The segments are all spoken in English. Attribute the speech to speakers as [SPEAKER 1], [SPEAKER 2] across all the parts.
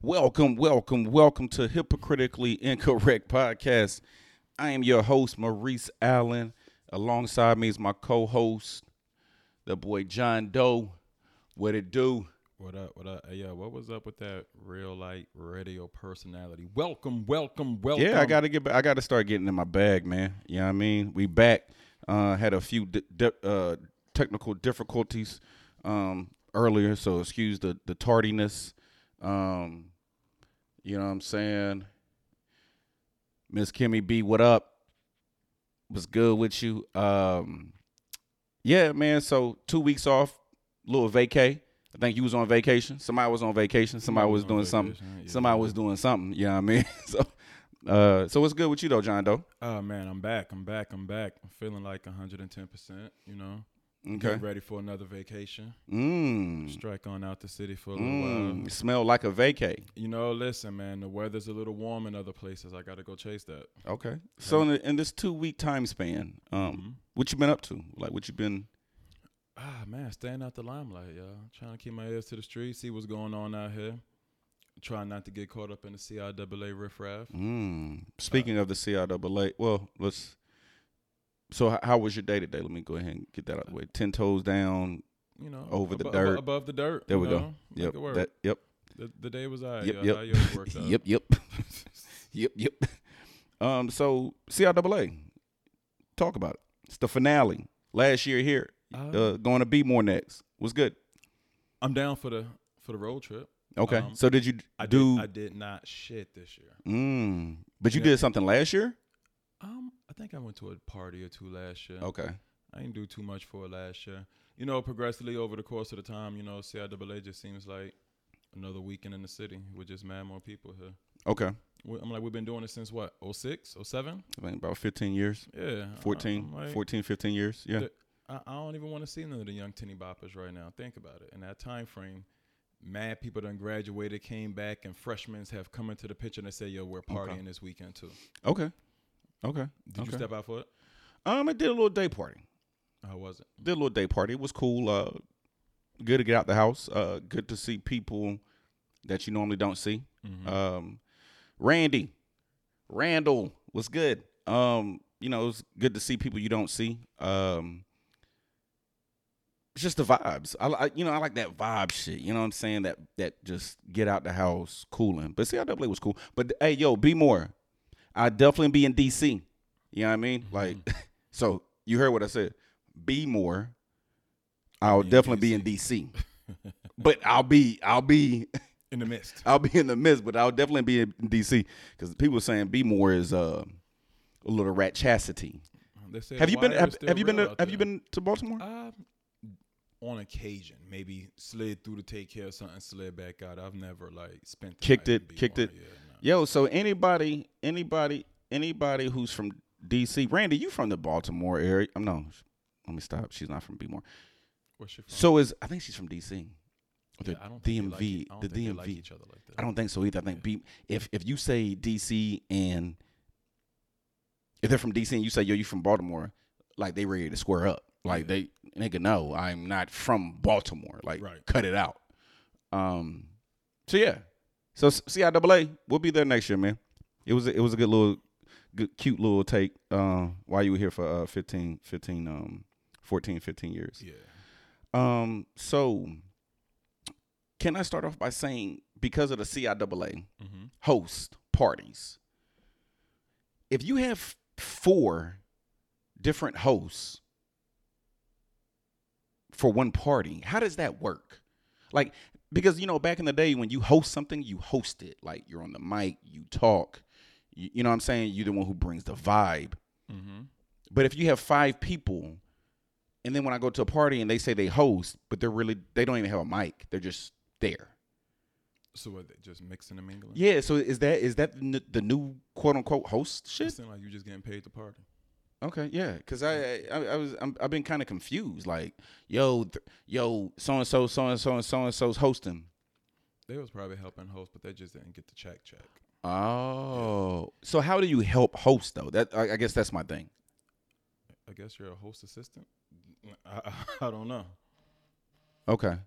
[SPEAKER 1] Welcome, welcome, welcome to Hypocritically Incorrect Podcast. I am your host, Maurice Allen. Alongside me is my co host, the boy John Doe. What it do?
[SPEAKER 2] What up? What up? Hey, yo, what was up with that real light radio personality? Welcome, welcome, welcome.
[SPEAKER 1] Yeah, I got to get back. I got to start getting in my bag, man. You know what I mean? We back. Uh, had a few di- di- uh, technical difficulties um, earlier, so excuse the, the tardiness. Um, you know what I'm saying? Miss Kimmy B, what up? What's good with you? Um, yeah, man. So two weeks off, little vacay. I think you was on vacation. Somebody was on vacation. Somebody was
[SPEAKER 2] on
[SPEAKER 1] doing something.
[SPEAKER 2] vacation, yeah.
[SPEAKER 1] Somebody was doing something. You know what I mean? so, uh, so what's good with you though, John Doe?
[SPEAKER 2] Oh man, I'm back. I'm back. I'm back. I'm feeling like 110. percent You know,
[SPEAKER 1] Okay.
[SPEAKER 2] Getting ready for another vacation.
[SPEAKER 1] Mmm.
[SPEAKER 2] Strike on out the city for a little while.
[SPEAKER 1] Mm, smell like a vacay.
[SPEAKER 2] You know, listen, man. The weather's a little warm in other places. I gotta go chase that.
[SPEAKER 1] Okay. So in, in this two week time span, um,
[SPEAKER 2] Mm-hmm.
[SPEAKER 1] what you been up to? Like what you been?
[SPEAKER 2] Ah man, staying out the limelight, y'all. Trying to keep my ears to the street, see what's going on out here. Trying not to get caught up in the CIAA riffraff.
[SPEAKER 1] Mm. Speaking of the CIAA, well, let's. So how, how was your day today? Let me go ahead and get that out of the way. Ten toes down.
[SPEAKER 2] You know,
[SPEAKER 1] Over the
[SPEAKER 2] abo- abo-
[SPEAKER 1] dirt.
[SPEAKER 2] above the dirt.
[SPEAKER 1] There
[SPEAKER 2] you
[SPEAKER 1] we go.
[SPEAKER 2] know? Make
[SPEAKER 1] Yep.
[SPEAKER 2] it work.
[SPEAKER 1] That, yep.
[SPEAKER 2] The, the day was I.
[SPEAKER 1] Yep,
[SPEAKER 2] yeah,
[SPEAKER 1] yep.
[SPEAKER 2] I always worked out.
[SPEAKER 1] Yep. Yep. yep. Yep. Um. So CIAA, talk about it. It's the finale. Last year here,
[SPEAKER 2] Uh,
[SPEAKER 1] uh, going to be more next. Was good.
[SPEAKER 2] I'm down for the for the road trip.
[SPEAKER 1] Okay.
[SPEAKER 2] um,
[SPEAKER 1] so did you d-
[SPEAKER 2] I
[SPEAKER 1] do?
[SPEAKER 2] Did, I did not shit this year.
[SPEAKER 1] Mm. But you
[SPEAKER 2] Yeah.
[SPEAKER 1] did something last year?
[SPEAKER 2] Um, I think I went to a party or two last year.
[SPEAKER 1] Okay.
[SPEAKER 2] I didn't do too much for it last year. You know, progressively over the course of the time, you know, CIAA just seems like another weekend in the city with just mad more people here.
[SPEAKER 1] Okay.
[SPEAKER 2] We- I'm like, we've been doing it since what, 06, 07?
[SPEAKER 1] I think about 15 years,
[SPEAKER 2] Yeah. I-
[SPEAKER 1] 14,
[SPEAKER 2] Uh, I'm like,
[SPEAKER 1] 14, 15 years. Yeah.
[SPEAKER 2] The- I, I don't even want to see none of the young Tenny Boppers right now. Think about it. In that time frame, mad people done graduated, came back, and freshmen have come into the picture and they say, yo, we're partying this weekend too.
[SPEAKER 1] Okay. Okay.
[SPEAKER 2] Did you
[SPEAKER 1] Okay.
[SPEAKER 2] step out for it?
[SPEAKER 1] Um, I did a little day party.
[SPEAKER 2] How was it?
[SPEAKER 1] Did a little day party. It was cool. Uh, good to get out the house. Uh, good to see people that you normally don't see.
[SPEAKER 2] Mm-hmm.
[SPEAKER 1] Um, Randy, Randall was good. Um, you know, it was good to see people you don't see. Um, it's just the vibes. I, li- I you know, I like that vibe shit. You know what I'm saying? That that just get out the house cooling. But CIAA was cool. But hey, yo, be more. I definitely be in DC. You know what I mean? Like, so you heard what I said. Be more. I'll
[SPEAKER 2] in
[SPEAKER 1] definitely be in DC. but I'll be I'll be
[SPEAKER 2] In the midst.
[SPEAKER 1] I'll be in the midst, but I'll definitely be in DC because people saying be more is uh, a little rat chastity.
[SPEAKER 2] They say
[SPEAKER 1] Have
[SPEAKER 2] the
[SPEAKER 1] you been
[SPEAKER 2] wire
[SPEAKER 1] have,
[SPEAKER 2] is still
[SPEAKER 1] have you been
[SPEAKER 2] real
[SPEAKER 1] to,
[SPEAKER 2] out
[SPEAKER 1] have you
[SPEAKER 2] there.
[SPEAKER 1] been to Baltimore?
[SPEAKER 2] Uh, on occasion, maybe slid through to take care of something, slid back out. I've never like spent the
[SPEAKER 1] Kicked
[SPEAKER 2] night
[SPEAKER 1] it,
[SPEAKER 2] in
[SPEAKER 1] kicked
[SPEAKER 2] B1.
[SPEAKER 1] it.
[SPEAKER 2] Yeah, nah.
[SPEAKER 1] Yo, so anybody anybody anybody who's from DC, Randy, you from the Baltimore area? I'm no. sh- Let me stop. She's not from B more.
[SPEAKER 2] Where's she from?
[SPEAKER 1] So is I think she's from DC. Or
[SPEAKER 2] Yeah,
[SPEAKER 1] the
[SPEAKER 2] I don't think they like
[SPEAKER 1] DMV.
[SPEAKER 2] e- I don't
[SPEAKER 1] The
[SPEAKER 2] think they like
[SPEAKER 1] DMV.
[SPEAKER 2] each other like that.
[SPEAKER 1] I don't think so either. I think B, if if you say DC and if they're from DC and you say yo you from Baltimore, like they ready to square up. Like they nigga no, I'm not from Baltimore. Like
[SPEAKER 2] Right.
[SPEAKER 1] cut it out. Um. So yeah. So s- CIAA, we'll be there next year, man. It was a, it was a good little, good cute little take. Uh, while you were here for uh 15, 15, um, 14, 15 years.
[SPEAKER 2] Yeah.
[SPEAKER 1] Um, so can I start off by saying because of the CIAA
[SPEAKER 2] Mm-hmm.
[SPEAKER 1] host parties, if you have four different hosts for one party, how does that work? Like, because you know, back in the day when you host something, you host it. Like you're on the mic, you talk. You, you know what I'm saying? You're the one who brings the vibe.
[SPEAKER 2] Mm-hmm.
[SPEAKER 1] But if you have five people, and then when I go to a party and they say they host, but they're really they don't even have a mic. They're just there.
[SPEAKER 2] So what? They just mixing and mingling.
[SPEAKER 1] Yeah. So is that is that n- the new quote unquote host
[SPEAKER 2] It
[SPEAKER 1] shit?
[SPEAKER 2] seems like you just getting paid to party.
[SPEAKER 1] Okay. Yeah. Because I, I I was I'm, I've been kind of confused. Like yo th- yo so and so so and so and so and so's hosting.
[SPEAKER 2] They was probably helping host, but they just didn't get the check check.
[SPEAKER 1] Oh. So how do you help host though? That I, I guess that's my thing.
[SPEAKER 2] I guess you're a host assistant. I, I, I don't know.
[SPEAKER 1] Okay. Uh,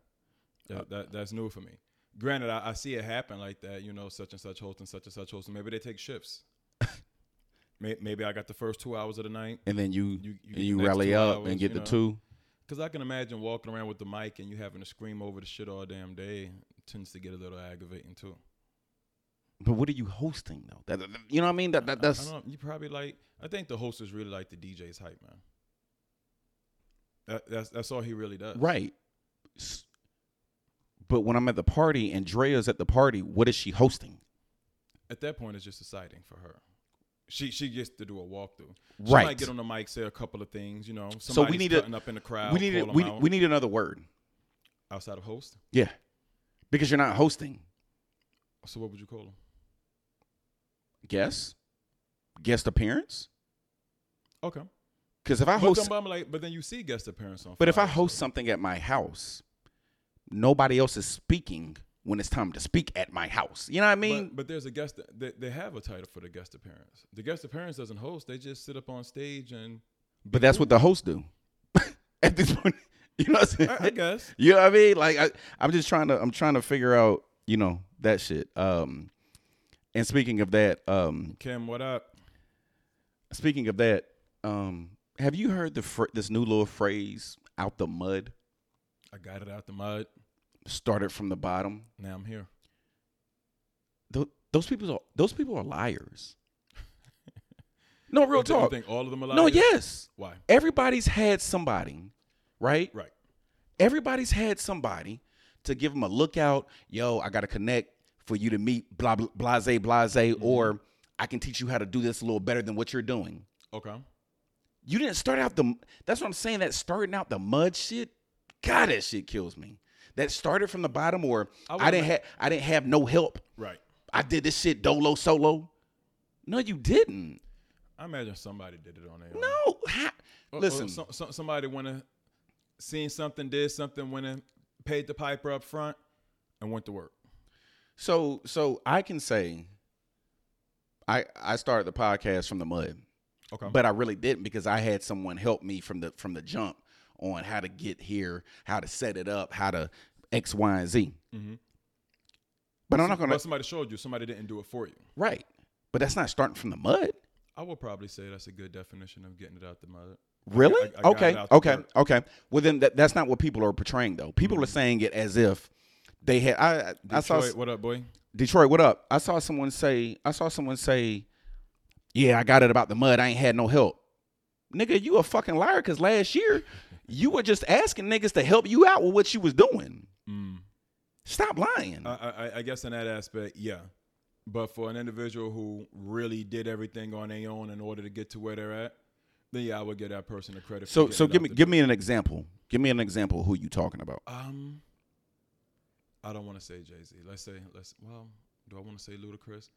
[SPEAKER 2] That, that that's new for me. Granted, I, I see it happen like that. You know, such and such host and such and such host. and Maybe they take shifts. May- Maybe I got the first two hours of the night
[SPEAKER 1] and then you
[SPEAKER 2] You-
[SPEAKER 1] you,
[SPEAKER 2] you get
[SPEAKER 1] and you
[SPEAKER 2] the next
[SPEAKER 1] rally
[SPEAKER 2] two
[SPEAKER 1] up
[SPEAKER 2] hours,
[SPEAKER 1] and get
[SPEAKER 2] you
[SPEAKER 1] the
[SPEAKER 2] know.
[SPEAKER 1] two.
[SPEAKER 2] because I can imagine walking around with the mic and you having to scream over the shit all damn day tends to get a little aggravating too.
[SPEAKER 1] But what are you hosting though? That, that- you know what I mean? That,
[SPEAKER 2] I-
[SPEAKER 1] that that's
[SPEAKER 2] I, don't, you probably like. I think the host is really like the DJ's hype man. That, that's that's all he really does.
[SPEAKER 1] right. S- But when I'm at the party and Drea's at the party, what is she hosting?
[SPEAKER 2] At that point, it's just exciting for her. She she gets to do a walkthrough. She
[SPEAKER 1] Right.
[SPEAKER 2] might get on the mic, say a couple of things. You know, somebody's
[SPEAKER 1] So we need to-
[SPEAKER 2] cutting up in the crowd.
[SPEAKER 1] we need
[SPEAKER 2] call
[SPEAKER 1] a-
[SPEAKER 2] 'em
[SPEAKER 1] we,
[SPEAKER 2] out.
[SPEAKER 1] we need another word.
[SPEAKER 2] outside of host.
[SPEAKER 1] Yeah, because you're not hosting.
[SPEAKER 2] So what would you call him?
[SPEAKER 1] Guest, guest appearance.
[SPEAKER 2] Okay.
[SPEAKER 1] Because if I
[SPEAKER 2] But,
[SPEAKER 1] host,
[SPEAKER 2] then I'm like, but then you see guest appearance on.
[SPEAKER 1] but if I
[SPEAKER 2] Friday,
[SPEAKER 1] host
[SPEAKER 2] so-
[SPEAKER 1] something at my house, nobody else is speaking when it's time to speak at my house. You know what I mean?
[SPEAKER 2] but, but there's a guest. They, they have a title for the guest appearance. The guest appearance doesn't host. They just sit up on stage and.
[SPEAKER 1] But that's what the hosts do. At this point, you know what I'm
[SPEAKER 2] I,
[SPEAKER 1] saying?
[SPEAKER 2] I guess.
[SPEAKER 1] You know what I mean? Like I, I'm just trying to I'm trying to figure out, you know, that shit. Um and speaking of that, um
[SPEAKER 2] Kim, what up?
[SPEAKER 1] speaking of that, um have you heard the fr- this new little phrase out the mud
[SPEAKER 2] I got it out the mud.
[SPEAKER 1] started from the bottom?
[SPEAKER 2] Now I'm here.
[SPEAKER 1] Th- those people are those people are liars. No real
[SPEAKER 2] You think- you
[SPEAKER 1] talk.
[SPEAKER 2] think all of them are
[SPEAKER 1] No,
[SPEAKER 2] liars?
[SPEAKER 1] yes.
[SPEAKER 2] Why?
[SPEAKER 1] Everybody's had somebody, right?
[SPEAKER 2] Right.
[SPEAKER 1] everybody's had somebody to give them a lookout. Yo, I got to connect for you to meet blah, blah blase blase, or I can teach you how to do this a little better than what you're doing.
[SPEAKER 2] Okay.
[SPEAKER 1] You didn't start out the. That's what I'm saying. That starting out the mud shit. God, that shit kills me. That started from the bottom, or
[SPEAKER 2] I
[SPEAKER 1] I, didn't have I didn't have no help.
[SPEAKER 2] Right.
[SPEAKER 1] I did this shit dolo solo. No, you didn't.
[SPEAKER 2] I imagine somebody did it on their own.
[SPEAKER 1] No, ha-
[SPEAKER 2] Or- or
[SPEAKER 1] listen.
[SPEAKER 2] some- some- somebody went and seen something, did something, went and paid the piper up front, and went to work.
[SPEAKER 1] So so I can say I I started the podcast from the mud.
[SPEAKER 2] Okay.
[SPEAKER 1] But I really didn't because I had someone help me from the from the jump on how to get here, how to set it up, how to X, Y, and Z.
[SPEAKER 2] Mhm.
[SPEAKER 1] But I'm not
[SPEAKER 2] But
[SPEAKER 1] gonna
[SPEAKER 2] somebody showed you. Somebody didn't do it for you.
[SPEAKER 1] right. But that's not starting from the mud.
[SPEAKER 2] I would probably say that's a good definition of getting it out the mud.
[SPEAKER 1] Really?
[SPEAKER 2] I- I got it
[SPEAKER 1] okay.
[SPEAKER 2] out the
[SPEAKER 1] Okay.
[SPEAKER 2] dirt.
[SPEAKER 1] Okay. Well, then that, that's not what people are portraying though. People are saying it as if they had. I I- I saw
[SPEAKER 2] Mm-hmm. Detroit, what up, boy?
[SPEAKER 1] Detroit, what up? I saw someone say, I saw someone say, yeah, I got it about the mud. I ain't had no help. Nigga, you a fucking liar because last year you were just asking niggas to help you out with what you was doing.
[SPEAKER 2] Mm.
[SPEAKER 1] Stop lying.
[SPEAKER 2] I, I, I guess in that aspect, yeah. But for an individual who really did everything on their own in order to get to where they're at, then yeah, I would give that person the credit. for
[SPEAKER 1] so
[SPEAKER 2] getting
[SPEAKER 1] so
[SPEAKER 2] it
[SPEAKER 1] give
[SPEAKER 2] out
[SPEAKER 1] me
[SPEAKER 2] the
[SPEAKER 1] give me an example. Give me an example of who you talking about.
[SPEAKER 2] Um, I don't want to say Jay Z. Let's say let's. Well, do I want to say Ludacris?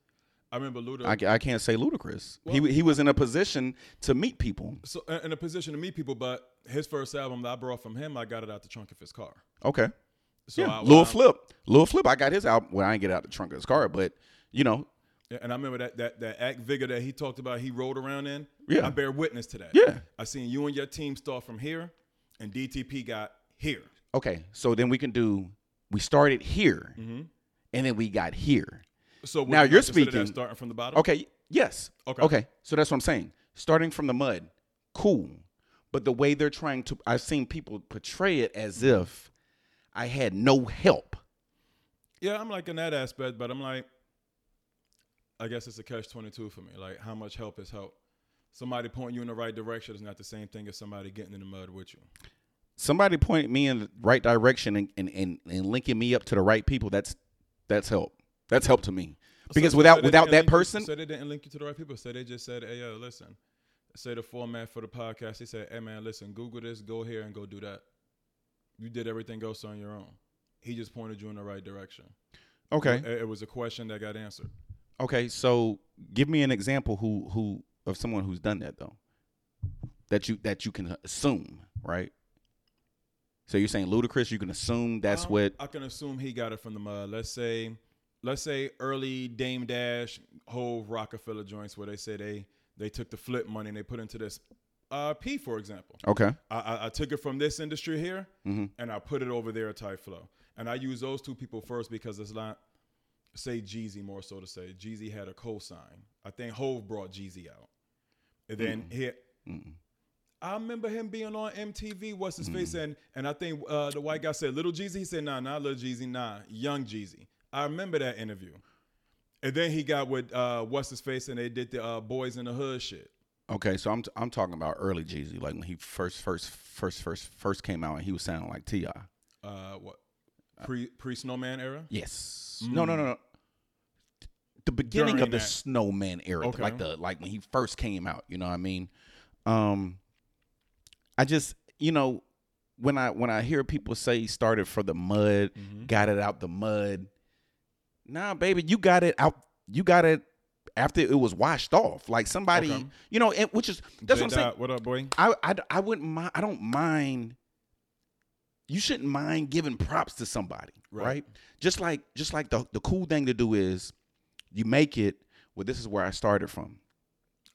[SPEAKER 2] I remember Luda.
[SPEAKER 1] I, ca- I can't say ludicrous.
[SPEAKER 2] Well-
[SPEAKER 1] he he was in a position to meet people.
[SPEAKER 2] so in- in a position to meet people, but his first album that I brought from him, I got it out the trunk of his car.
[SPEAKER 1] Okay.
[SPEAKER 2] So
[SPEAKER 1] yeah.
[SPEAKER 2] I,
[SPEAKER 1] Lil
[SPEAKER 2] I-
[SPEAKER 1] Flip. Lil Flip, I got his album. Well, I ain't get out the trunk of his car, but you know,
[SPEAKER 2] Yeah, and I remember that that that act vigor that he talked about. He rolled around in.
[SPEAKER 1] Yeah.
[SPEAKER 2] I bear witness to that.
[SPEAKER 1] Yeah.
[SPEAKER 2] I seen you and your team start from here, and DTP got here.
[SPEAKER 1] okay, so then we can do we started here and then we got here.
[SPEAKER 2] So would
[SPEAKER 1] Mm-hmm. Now
[SPEAKER 2] you
[SPEAKER 1] you're
[SPEAKER 2] consider that
[SPEAKER 1] speaking-
[SPEAKER 2] starting from the bottom.
[SPEAKER 1] Okay. Yes.
[SPEAKER 2] Okay.
[SPEAKER 1] Okay. So that's what I'm saying. Starting from the mud, cool. But the way they're trying to, I've seen people portray it as if I had no help.
[SPEAKER 2] Yeah, I'm like in that aspect, but I'm like, I guess it's a catch twenty two for me. Like, how much help is help? Somebody pointing you in the right direction is not the same thing as somebody getting in the mud with you.
[SPEAKER 1] Somebody pointed me in the right direction and and, and, and linking me up to the right people. That's that's help. That's help to me. Because
[SPEAKER 2] So- so
[SPEAKER 1] without
[SPEAKER 2] they
[SPEAKER 1] without
[SPEAKER 2] didn't
[SPEAKER 1] that
[SPEAKER 2] link you-
[SPEAKER 1] person,
[SPEAKER 2] so they didn't link you to the right people. So they just said, "Hey, yo, listen." Say the format for the podcast. He said, "Hey, man, listen, Google this, go here, and go do that." You did everything else on your own. He just pointed you in the right direction.
[SPEAKER 1] okay,
[SPEAKER 2] It, it was a question that got answered.
[SPEAKER 1] okay. So give me an example who who of someone who's done that though. That you that you can assume right. So you're saying ludicrous? You can assume that's
[SPEAKER 2] Um,
[SPEAKER 1] what
[SPEAKER 2] I can assume he got it from the mud. Let's say, let's say early Dame Dash, whole Rockefeller joints where they say they they took the flip money and they put into this. Uh, P, for example,
[SPEAKER 1] Okay.
[SPEAKER 2] I, I, I took it from this industry here
[SPEAKER 1] Mhm.
[SPEAKER 2] and I put it over there, type flow. And I use those two people first because it's not say Jeezy more so to say Jeezy had a cosign. I think Hove brought Jeezy out, and then
[SPEAKER 1] Mm-hmm.
[SPEAKER 2] he.
[SPEAKER 1] Mm-mm.
[SPEAKER 2] I remember him being on MTV. What's his
[SPEAKER 1] Mm-hmm.
[SPEAKER 2] face? And and I think uh, the white guy said Little Jeezy. He said Nah, not Little Jeezy. Nah, Young Jeezy. I remember that interview. And then he got with uh, what's his face, and they did the uh, Boys in the Hood shit.
[SPEAKER 1] Okay, so I'm t- I'm talking about early Jeezy, like when he first first first first first came out and he was sounding like Ti.
[SPEAKER 2] Uh, what pre pre Snowman era?
[SPEAKER 1] Yes. No, no, no, no. The beginning
[SPEAKER 2] Mm. During
[SPEAKER 1] of the
[SPEAKER 2] that.
[SPEAKER 1] Snowman era,
[SPEAKER 2] Okay.
[SPEAKER 1] like the like when he first came out. You know what I mean? Um, I just you know when I when I hear people say he started for the mud,
[SPEAKER 2] Mm-hmm.
[SPEAKER 1] got it out the mud. Nah, baby, you got it out. You got it after it was washed off. Like somebody,
[SPEAKER 2] Okay.
[SPEAKER 1] you know, and, which is that's what I'm saying.
[SPEAKER 2] J-Dot, What up, boy?
[SPEAKER 1] I, I, I wouldn't mind. I don't mind. You shouldn't mind giving props to somebody,
[SPEAKER 2] Right.
[SPEAKER 1] right? Just like just like the the cool thing to do is you make it. Well, this is where I started from.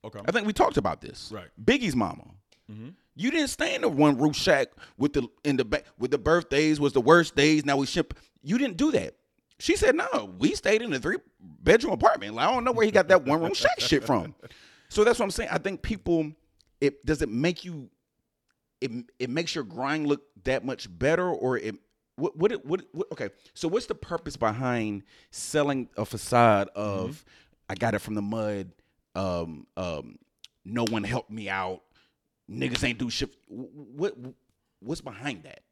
[SPEAKER 2] Okay.
[SPEAKER 1] I think we talked about this.
[SPEAKER 2] Right.
[SPEAKER 1] Biggie's mama.
[SPEAKER 2] Mhm.
[SPEAKER 1] You didn't stay in the one roof shack with the in the back with the birthdays was the worst days. Now we ship. You didn't do that. She said, "No, we stayed in a three bedroom apartment. Like, I don't know where he got that one room shack shit from." So that's what I'm saying. I think people, it does it make you, it it makes your grind look that much better, or it what what it, what, what okay. So what's the purpose behind selling a facade of I got it from the mud, um um, no one helped me out, niggas ain't do shit. Wh- What what's behind that?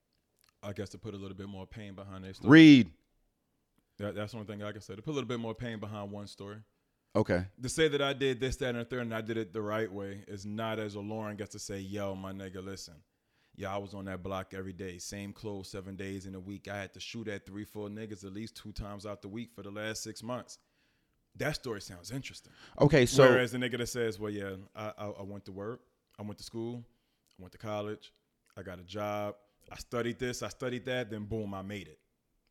[SPEAKER 2] I guess to put a little bit more pain behind their story.
[SPEAKER 1] Read.
[SPEAKER 2] That, that's one thing I can say. To put a little bit more pain behind one story.
[SPEAKER 1] Okay.
[SPEAKER 2] To say that I did this, that, and the third, and I did it the right way is not as alluring gets to say, yo, my nigga, listen. Yeah, I was on that block every day, same clothes, seven days in a week. I had to shoot at three, four niggas at least two times out the week for the last six months. That story sounds interesting.
[SPEAKER 1] Okay. So
[SPEAKER 2] Whereas the nigga that says, well, yeah, I, I, I went to work, I went to school, I went to college, I got a job, I studied this, I studied that, then boom, I made it.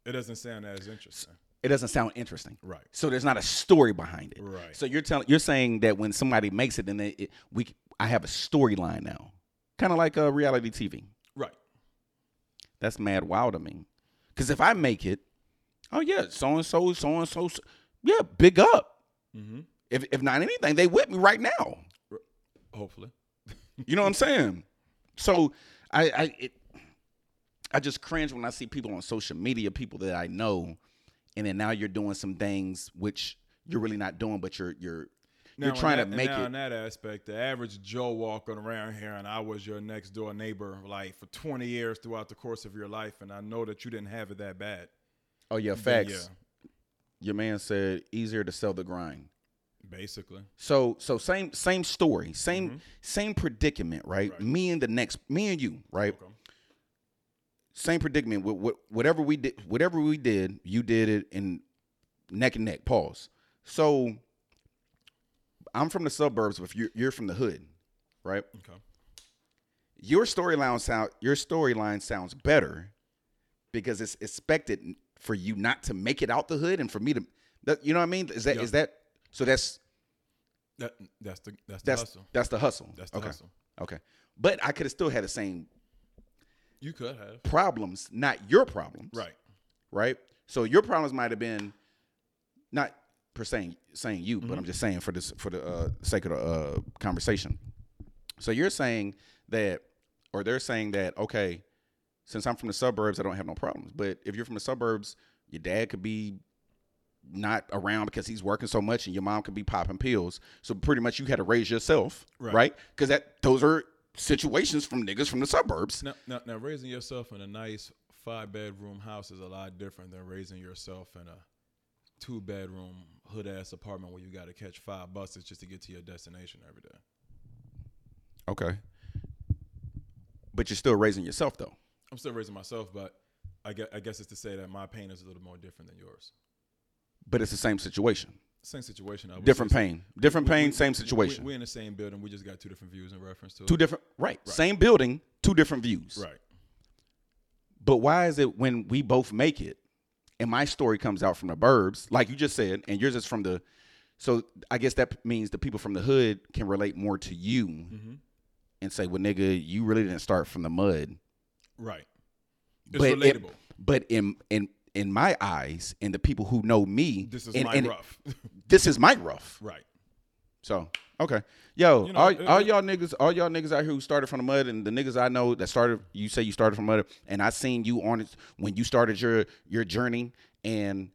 [SPEAKER 2] It doesn't sound as interesting.
[SPEAKER 1] it doesn't sound interesting.
[SPEAKER 2] Right.
[SPEAKER 1] So there's not a story behind it.
[SPEAKER 2] Right.
[SPEAKER 1] So you're telling you're saying that when somebody makes it, then they, it, we I have a storyline now, kind of like a reality TV.
[SPEAKER 2] Right.
[SPEAKER 1] That's mad wild to me. Because if I make it, oh yeah, so and so, so and so, yeah, big up.
[SPEAKER 2] Mm-hmm.
[SPEAKER 1] If if not anything, they with me right now.
[SPEAKER 2] Hopefully.
[SPEAKER 1] You know what I'm saying? So I I it, I just cringe when I see people on social media, people that I know, and then now you're doing some things which you're really not doing, but you're you're
[SPEAKER 2] Now,
[SPEAKER 1] you're
[SPEAKER 2] in
[SPEAKER 1] trying
[SPEAKER 2] that-
[SPEAKER 1] to
[SPEAKER 2] and
[SPEAKER 1] make
[SPEAKER 2] now In
[SPEAKER 1] it.
[SPEAKER 2] that aspect, the average Joe walking around here, and I was your next door neighbor, like for 20 years throughout the course of your life, and I know that you didn't have it that bad.
[SPEAKER 1] Oh yeah,
[SPEAKER 2] Then,
[SPEAKER 1] facts.
[SPEAKER 2] yeah,
[SPEAKER 1] Your man said easier to sell the grind.
[SPEAKER 2] basically.
[SPEAKER 1] So so same same story, same same predicament, Mm-hmm. right? Me and the next, me and you, right?
[SPEAKER 2] Okay.
[SPEAKER 1] Same predicament. With, with, whatever we did, whatever we did, you did it in neck and neck. Pause. So I'm from the suburbs, but you're, you're from the hood, right?
[SPEAKER 2] Okay.
[SPEAKER 1] Your storyline sound your storyline sounds better because it's expected for you not to make it out the hood and for me to, that, you know what I mean? Is that is
[SPEAKER 2] Yeah.
[SPEAKER 1] that so? That's
[SPEAKER 2] That, that's the, that's the
[SPEAKER 1] that's
[SPEAKER 2] hustle.
[SPEAKER 1] that's the hustle.
[SPEAKER 2] That's the
[SPEAKER 1] okay.
[SPEAKER 2] hustle.
[SPEAKER 1] Okay. But I could have still had the same
[SPEAKER 2] You could have.
[SPEAKER 1] problems, not your problems.
[SPEAKER 2] Right.
[SPEAKER 1] Right? So your problems might have been not per se saying you, but I'm just saying for this for the uh, sake of the uh, conversation. So you're saying that or they're saying that, okay, since I'm from the suburbs, I don't have no problems. But if you're from the suburbs, your dad could be not around because he's working so much and your mom could be popping pills. So pretty much you had to raise yourself,
[SPEAKER 2] Right.
[SPEAKER 1] right? Because that those are situations from niggas from the suburbs.
[SPEAKER 2] Now, now, now, raising yourself in a nice five bedroom house is a lot different than raising yourself in a two bedroom hood ass apartment where you got to catch five buses just to get to your destination every day.
[SPEAKER 1] Okay. But you're still raising yourself though.
[SPEAKER 2] I'm still raising myself, but I guess, I guess it's to say that my pain is a little more different than yours.
[SPEAKER 1] But it's the same situation.
[SPEAKER 2] Same situation. I would
[SPEAKER 1] Different
[SPEAKER 2] say.
[SPEAKER 1] pain. Different
[SPEAKER 2] We-
[SPEAKER 1] pain,
[SPEAKER 2] we-
[SPEAKER 1] same
[SPEAKER 2] we-
[SPEAKER 1] situation.
[SPEAKER 2] We, are in the same building. We just got two different views in reference to it.
[SPEAKER 1] two different right. Same building, two different views.
[SPEAKER 2] Right.
[SPEAKER 1] But why is it when we both make it and my story comes out from the burbs, like you just said, and yours is from the so I guess that means the people from the hood can relate more to you
[SPEAKER 2] Mm-hmm.
[SPEAKER 1] and say, Well nigga, you really didn't start from the mud.
[SPEAKER 2] Right. It's
[SPEAKER 1] But it-
[SPEAKER 2] relatable.
[SPEAKER 1] But in in in my eyes, and the people who know me,
[SPEAKER 2] This is
[SPEAKER 1] and,
[SPEAKER 2] my
[SPEAKER 1] and
[SPEAKER 2] rough.
[SPEAKER 1] This is my rough.
[SPEAKER 2] right.
[SPEAKER 1] So okay, yo,
[SPEAKER 2] You know,
[SPEAKER 1] all,
[SPEAKER 2] it-
[SPEAKER 1] all
[SPEAKER 2] it-
[SPEAKER 1] y'all niggas, all y'all niggas out here who started from the mud, and the niggas I know that started, you say you started from mud, and I seen you on it when you started your your journey, and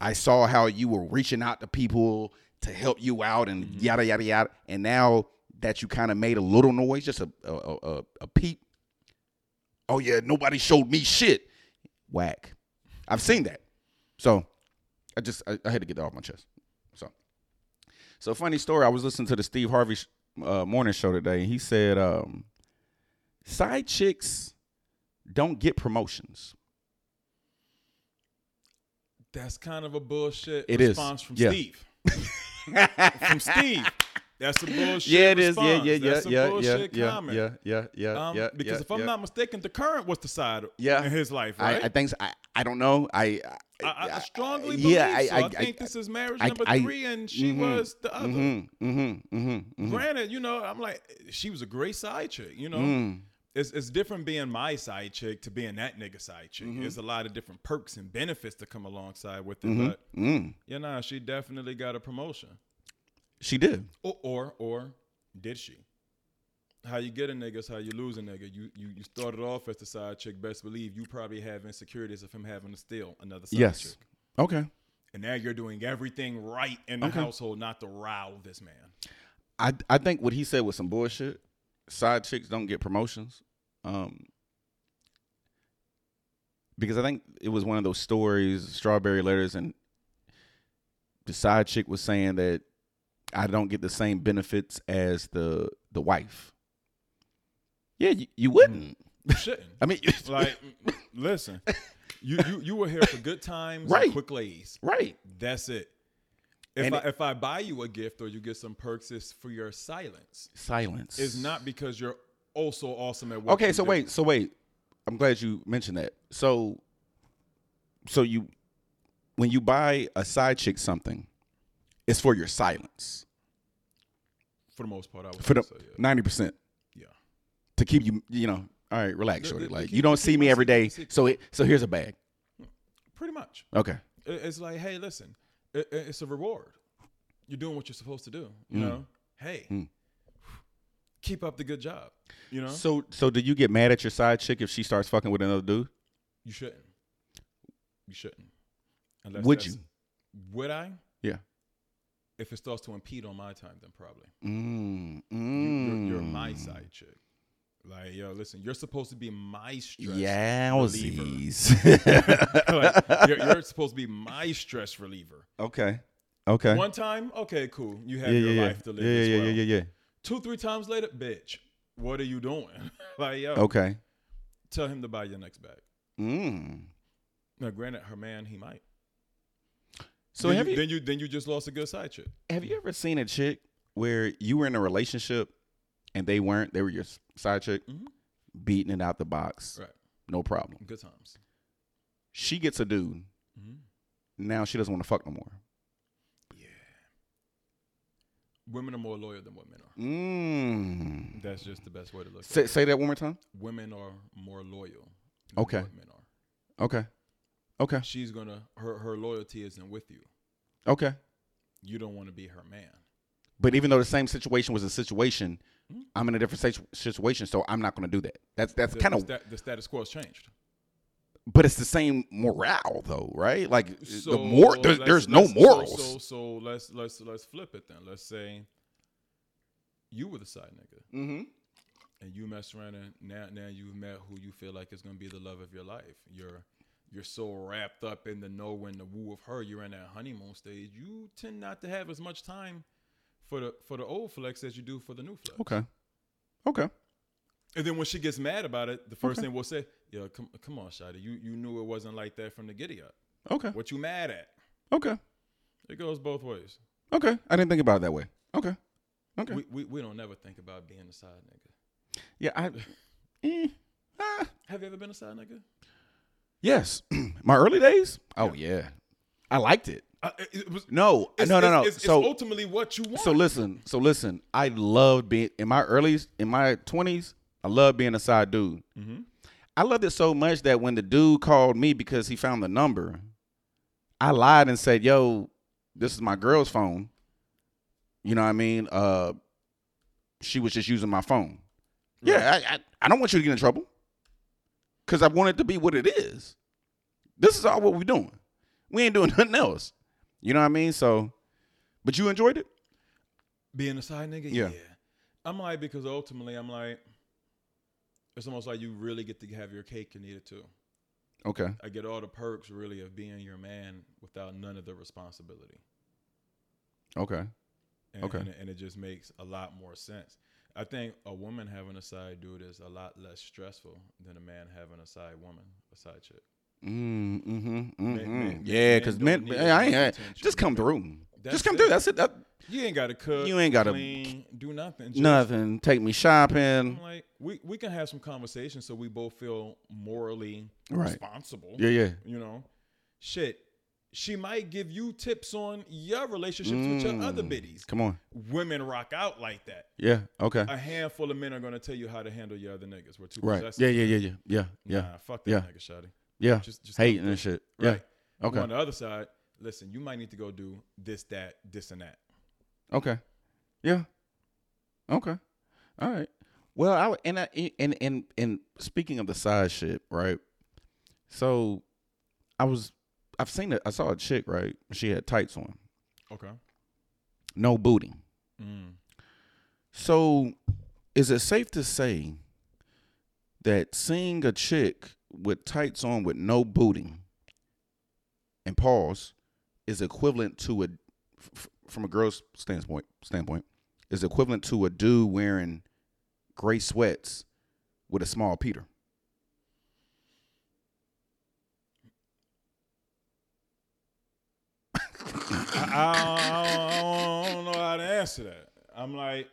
[SPEAKER 1] I saw how you were reaching out to people to help you out, and
[SPEAKER 2] Mm-hmm.
[SPEAKER 1] yada yada yada, and now that you kind of made a little noise, just a a, a a- a peep. Oh yeah, nobody showed me shit. Whack. I've seen that. So I just I, I had to get that off my chest. So so funny story. I was listening to the Steve Harvey sh- uh, morning show today, and he said, um, "Side chicks don't get promotions."
[SPEAKER 2] That's kind of a bullshit
[SPEAKER 1] It is.
[SPEAKER 2] response from
[SPEAKER 1] Yeah.
[SPEAKER 2] Steve. from Steve. That's a bullshit
[SPEAKER 1] yeah, it is.
[SPEAKER 2] response.
[SPEAKER 1] Yeah, yeah, yeah,
[SPEAKER 2] That's a
[SPEAKER 1] yeah, yeah,
[SPEAKER 2] bullshit
[SPEAKER 1] yeah,
[SPEAKER 2] comment.
[SPEAKER 1] yeah, yeah, yeah,
[SPEAKER 2] Um,
[SPEAKER 1] yeah.
[SPEAKER 2] because
[SPEAKER 1] yeah,
[SPEAKER 2] if I'm
[SPEAKER 1] yeah.
[SPEAKER 2] not mistaken, the current was the side
[SPEAKER 1] Yeah.
[SPEAKER 2] in his life,
[SPEAKER 1] I, I
[SPEAKER 2] right?
[SPEAKER 1] think so. I, I don't know. I
[SPEAKER 2] I, I, I strongly believe
[SPEAKER 1] yeah,
[SPEAKER 2] so.
[SPEAKER 1] I,
[SPEAKER 2] I,
[SPEAKER 1] I,
[SPEAKER 2] think this is marriage
[SPEAKER 1] I-
[SPEAKER 2] number
[SPEAKER 1] I-
[SPEAKER 2] three, and she
[SPEAKER 1] mhm,
[SPEAKER 2] was the other.
[SPEAKER 1] Mm-hmm, mm-hmm, mm-hmm, mm-hmm.
[SPEAKER 2] Granted, you know, I'm like, she was a great side chick. You know,
[SPEAKER 1] Mm.
[SPEAKER 2] it's it's different being my side chick to being that nigga side chick.
[SPEAKER 1] Mm-hmm.
[SPEAKER 2] There's a lot of different perks and benefits to come alongside with it. But
[SPEAKER 1] Mm.
[SPEAKER 2] you know, she definitely got a promotion,
[SPEAKER 1] She did.
[SPEAKER 2] or or, or did she? How you get a nigga is how you lose a nigga. You, you you started off as the side chick. Best believe you probably have insecurities of him having to steal another side
[SPEAKER 1] yes.
[SPEAKER 2] chick.
[SPEAKER 1] Okay.
[SPEAKER 2] And now you're doing everything right in the household not to rile this man.
[SPEAKER 1] I I think what he said was some bullshit. Side chicks don't get promotions. Um because I think it was one of those stories, strawberry letters, and the side chick was saying that I don't get the same benefits as the the wife. Yeah, you, you wouldn't.
[SPEAKER 2] You shouldn't.
[SPEAKER 1] I mean,
[SPEAKER 2] like, mm, listen, you, you you were here for good times,
[SPEAKER 1] Right.
[SPEAKER 2] And quick lays.
[SPEAKER 1] right?
[SPEAKER 2] That's it. If
[SPEAKER 1] And
[SPEAKER 2] I,
[SPEAKER 1] it-
[SPEAKER 2] if I buy you a gift or you get some perks, it's for your silence.
[SPEAKER 1] Silence
[SPEAKER 2] It's not because you're also awesome at what
[SPEAKER 1] Okay,
[SPEAKER 2] you
[SPEAKER 1] so
[SPEAKER 2] do.
[SPEAKER 1] wait, so wait. I'm glad you mentioned that. So so you when you buy a side chick something, it's for your silence.
[SPEAKER 2] For the most part, I would
[SPEAKER 1] For the
[SPEAKER 2] say, yeah.
[SPEAKER 1] ninety percent.
[SPEAKER 2] Yeah.
[SPEAKER 1] To keep you you know, all right, relax,
[SPEAKER 2] The-
[SPEAKER 1] shorty.
[SPEAKER 2] the-
[SPEAKER 1] Like
[SPEAKER 2] the
[SPEAKER 1] you don't
[SPEAKER 2] key- the
[SPEAKER 1] see
[SPEAKER 2] key
[SPEAKER 1] me
[SPEAKER 2] was
[SPEAKER 1] every
[SPEAKER 2] the-
[SPEAKER 1] day.
[SPEAKER 2] the-
[SPEAKER 1] So it so here's a bag.
[SPEAKER 2] pretty much.
[SPEAKER 1] Okay.
[SPEAKER 2] I- It's like, hey, listen, i- i- it's a reward. You're doing what you're supposed to do.
[SPEAKER 1] Hmm.
[SPEAKER 2] You know, hey, keep up the good job. You know,
[SPEAKER 1] So so do you get mad at your side chick if she starts fucking with another dude?
[SPEAKER 2] you shouldn't. You shouldn't. Unless
[SPEAKER 1] Would
[SPEAKER 2] that's-
[SPEAKER 1] you?
[SPEAKER 2] Would I?
[SPEAKER 1] Yeah.
[SPEAKER 2] If it starts to impede on my time, then probably.
[SPEAKER 1] Mm,
[SPEAKER 2] You-
[SPEAKER 1] mm.
[SPEAKER 2] You're, you're my side chick. Like, yo, listen, you're supposed to be my stress. reliever.
[SPEAKER 1] Yowzies.
[SPEAKER 2] like, you're, you're supposed to be my stress reliever.
[SPEAKER 1] okay. Okay.
[SPEAKER 2] One time, okay, cool. You have
[SPEAKER 1] yeah,
[SPEAKER 2] your
[SPEAKER 1] yeah, yeah.
[SPEAKER 2] life to
[SPEAKER 1] yeah,
[SPEAKER 2] live.
[SPEAKER 1] yeah,
[SPEAKER 2] as
[SPEAKER 1] yeah,
[SPEAKER 2] well.
[SPEAKER 1] yeah, yeah.
[SPEAKER 2] Two, three times later, bitch, what are you doing? like, yo,
[SPEAKER 1] Okay.
[SPEAKER 2] tell him to buy your next bag.
[SPEAKER 1] Mm.
[SPEAKER 2] Now, granted, her man, he might.
[SPEAKER 1] So
[SPEAKER 2] then
[SPEAKER 1] have you,
[SPEAKER 2] then you then you just lost a good side chick.
[SPEAKER 1] have you ever seen a chick where you were in a relationship and they weren't? They were your s- side chick,
[SPEAKER 2] Mhm.
[SPEAKER 1] beating it out the box,
[SPEAKER 2] Right.
[SPEAKER 1] no problem.
[SPEAKER 2] Good times.
[SPEAKER 1] She gets a dude.
[SPEAKER 2] Mhm.
[SPEAKER 1] Now she doesn't want to fuck no more.
[SPEAKER 2] Women are more loyal than what men are.
[SPEAKER 1] Mm.
[SPEAKER 2] That's just the best way to look at
[SPEAKER 1] Say,
[SPEAKER 2] it.
[SPEAKER 1] say that one more time.
[SPEAKER 2] Women are more loyal than
[SPEAKER 1] Okay.
[SPEAKER 2] what men are.
[SPEAKER 1] Okay. Okay.
[SPEAKER 2] she's gonna her her loyalty isn't with you.
[SPEAKER 1] Okay.
[SPEAKER 2] You don't want to be her man.
[SPEAKER 1] But even though the same situation was a situation,
[SPEAKER 2] Mm-hmm.
[SPEAKER 1] I'm in a different situ- situation, so I'm not going to do that. That's that's
[SPEAKER 2] The-
[SPEAKER 1] kind
[SPEAKER 2] the,
[SPEAKER 1] of.
[SPEAKER 2] stat- the status quo has changed.
[SPEAKER 1] But it's the same morale, though, right? Like the
[SPEAKER 2] So
[SPEAKER 1] more there's,
[SPEAKER 2] let's-
[SPEAKER 1] there's no
[SPEAKER 2] let's- so-
[SPEAKER 1] morals.
[SPEAKER 2] So, so let's let's let's flip it then. Let's say you were the side nigga
[SPEAKER 1] mm-hmm.
[SPEAKER 2] and you mess around and now now you've met who you feel like is gonna be the love of your life. You're you're so wrapped up in the know and the woo of her. You're in that honeymoon stage. You tend not to have as much time for the for the old flex as you do for the new flex.
[SPEAKER 1] Okay. Okay.
[SPEAKER 2] And then when she gets mad about it, the first thing we'll say, "Yo, come, come on, Shadi, you you knew it wasn't like that from the giddy up.
[SPEAKER 1] Okay.
[SPEAKER 2] What you mad at?"
[SPEAKER 1] Okay.
[SPEAKER 2] It goes both ways.
[SPEAKER 1] Okay. I didn't think about it that way. Okay. Okay.
[SPEAKER 2] We, we we don't never think about being a side nigga.
[SPEAKER 1] yeah. I. eh, ah.
[SPEAKER 2] Have you ever been a side nigga?
[SPEAKER 1] Yes. My early days. Oh yeah. I liked it.
[SPEAKER 2] Uh, it, it was,
[SPEAKER 1] No.
[SPEAKER 2] it's-
[SPEAKER 1] no. No.
[SPEAKER 2] it's-
[SPEAKER 1] No.
[SPEAKER 2] It's, it's
[SPEAKER 1] so.
[SPEAKER 2] ultimately what you want.
[SPEAKER 1] so listen. So listen. I loved being in my early in my twenties. I loved being a side dude.
[SPEAKER 2] Mhm.
[SPEAKER 1] I loved it so much that when the dude called me because he found the number, I lied and said, "Yo, this is my girl's phone." You know what I mean? Uh, she was just using my phone. Yeah, I, I I don't want you to get in trouble because I want it to be what it is. This is all what we're doing. We ain't doing nothing else. You know what I mean? So, but you enjoyed it.
[SPEAKER 2] Being a side nigga,
[SPEAKER 1] Yeah.
[SPEAKER 2] yeah. I'm like because ultimately I'm like, it's almost like you really get to have your cake and eat it too.
[SPEAKER 1] Okay.
[SPEAKER 2] I get all the perks really of being your man without none of the responsibility.
[SPEAKER 1] Okay.
[SPEAKER 2] And,
[SPEAKER 1] Okay.
[SPEAKER 2] And, it- and it just makes a lot more sense. I think a woman having a side dude is a lot less stressful than a man having a side woman, a side chick.
[SPEAKER 1] Mm, mm-hmm.
[SPEAKER 2] man-
[SPEAKER 1] yeah,
[SPEAKER 2] men
[SPEAKER 1] because
[SPEAKER 2] don't
[SPEAKER 1] men,
[SPEAKER 2] need
[SPEAKER 1] hey, I ain't,
[SPEAKER 2] as much
[SPEAKER 1] I-
[SPEAKER 2] attention.
[SPEAKER 1] just come through.
[SPEAKER 2] That's
[SPEAKER 1] just come
[SPEAKER 2] it.
[SPEAKER 1] through. That's it. That,
[SPEAKER 2] You ain't got to cook.
[SPEAKER 1] You ain't gotta-
[SPEAKER 2] clean, do nothing. Just-
[SPEAKER 1] nothing. Take me
[SPEAKER 2] I'm
[SPEAKER 1] shopping.
[SPEAKER 2] like we, we can have some conversations so we both feel morally
[SPEAKER 1] Right.
[SPEAKER 2] responsible.
[SPEAKER 1] Yeah, yeah.
[SPEAKER 2] You know, shit. She might give you tips on your relationships with your other
[SPEAKER 1] Mm.
[SPEAKER 2] biddies.
[SPEAKER 1] Come on.
[SPEAKER 2] Women rock out like that.
[SPEAKER 1] Yeah. Okay.
[SPEAKER 2] A handful of men are gonna tell you how to handle your other niggas. We're too
[SPEAKER 1] Right.
[SPEAKER 2] possessive.
[SPEAKER 1] Yeah, yeah, yeah, yeah, yeah, yeah,
[SPEAKER 2] Nah, fuck that
[SPEAKER 1] Yeah.
[SPEAKER 2] nigga, Shotty.
[SPEAKER 1] yeah.
[SPEAKER 2] Just, just
[SPEAKER 1] Hating
[SPEAKER 2] don't do
[SPEAKER 1] and shit.
[SPEAKER 2] it. Right.
[SPEAKER 1] Yeah. Okay.
[SPEAKER 2] On the other side, listen, you might need to go do this, that, this, and that.
[SPEAKER 1] Okay. Yeah. Okay. All right. Well, I and I and and and speaking of the side shit, right? So, I was I've seen it. I saw a chick right. She had tights on,
[SPEAKER 2] Okay.
[SPEAKER 1] no booty.
[SPEAKER 2] Mm.
[SPEAKER 1] So, is it safe to say that seeing a chick with tights on with no booty and pause is equivalent to a f- f- from a girl's standpoint standpoint is equivalent to a dude wearing gray sweats with a small Peter?
[SPEAKER 2] I, I, don't- I don't know how to answer that. I'm like,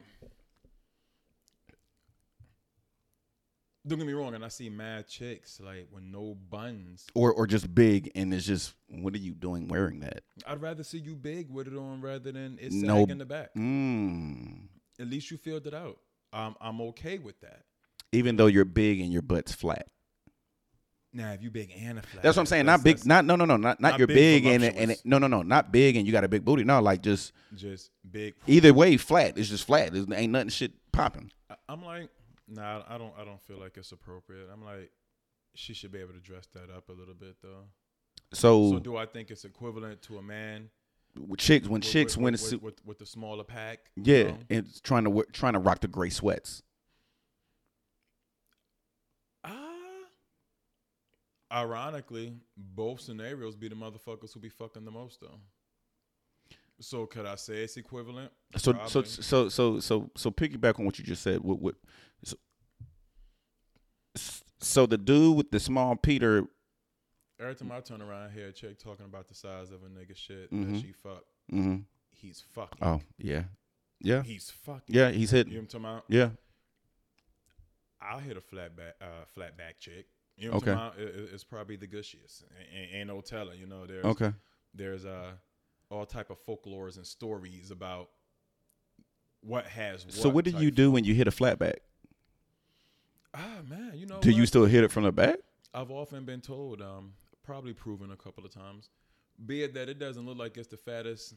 [SPEAKER 2] don't get me wrong, and I see mad chicks like with no buns.
[SPEAKER 1] Or or just big and it's just what are you doing wearing that?
[SPEAKER 2] I'd rather see you big with it on rather than it's
[SPEAKER 1] No-
[SPEAKER 2] sagging in the back.
[SPEAKER 1] Mm.
[SPEAKER 2] At least you filled it out. I'm I'm okay with that.
[SPEAKER 1] Even though you're big and your butt's flat.
[SPEAKER 2] Now, if you big and a flat,
[SPEAKER 1] That's what I'm saying. Not
[SPEAKER 2] that's-
[SPEAKER 1] big. Not no no no. Not not,
[SPEAKER 2] Not
[SPEAKER 1] you're big,
[SPEAKER 2] big,
[SPEAKER 1] and it, and it,
[SPEAKER 2] voluptuous.
[SPEAKER 1] no no no. Not big and you got a big booty. No, like just
[SPEAKER 2] just big.
[SPEAKER 1] either way, flat. It's just flat. There's ain't nothing shit popping.
[SPEAKER 2] I- I'm like, nah, I don't. I don't feel like it's appropriate. I'm like, she should be able to dress that up a little bit though. So
[SPEAKER 1] So,
[SPEAKER 2] do I think it's equivalent to a man?
[SPEAKER 1] with chicks when
[SPEAKER 2] with-
[SPEAKER 1] chicks
[SPEAKER 2] with,
[SPEAKER 1] win a
[SPEAKER 2] with,
[SPEAKER 1] suit,
[SPEAKER 2] with, with the smaller pack. you
[SPEAKER 1] yeah,
[SPEAKER 2] know?
[SPEAKER 1] and it's trying to wo- trying to rock the gray sweats.
[SPEAKER 2] Ah. ironically, both scenarios be the motherfuckers who be fucking the most though. So could I say it's equivalent?
[SPEAKER 1] So so
[SPEAKER 2] Probably.
[SPEAKER 1] so so so so piggyback on what you just said. What what? So, so the dude with the small Peter.
[SPEAKER 2] every time I turn around, I hear a chick talking about the size of a nigga shit
[SPEAKER 1] Mhm.
[SPEAKER 2] that she fuck.
[SPEAKER 1] hmm
[SPEAKER 2] He's fucking.
[SPEAKER 1] Oh yeah, yeah,
[SPEAKER 2] He's fucking.
[SPEAKER 1] yeah. He's
[SPEAKER 2] You know
[SPEAKER 1] hitting.
[SPEAKER 2] what I'm talking about?
[SPEAKER 1] Yeah.
[SPEAKER 2] I'll hit a flat back, uh, flat back chick. You know what I'm
[SPEAKER 1] Okay.
[SPEAKER 2] talking about? It- it- it's probably the gushiest. A- a- ain't no telling. You know, there's
[SPEAKER 1] Okay.
[SPEAKER 2] there's uh, all type of folklores and stories about what has. What
[SPEAKER 1] So what do
[SPEAKER 2] type-
[SPEAKER 1] you do when you hit a flatback?
[SPEAKER 2] Ah man, you know.
[SPEAKER 1] Do you
[SPEAKER 2] what?
[SPEAKER 1] still hit it from the back?
[SPEAKER 2] I've often been told, um, probably proven a couple of times, be it that it doesn't look like it's the fattest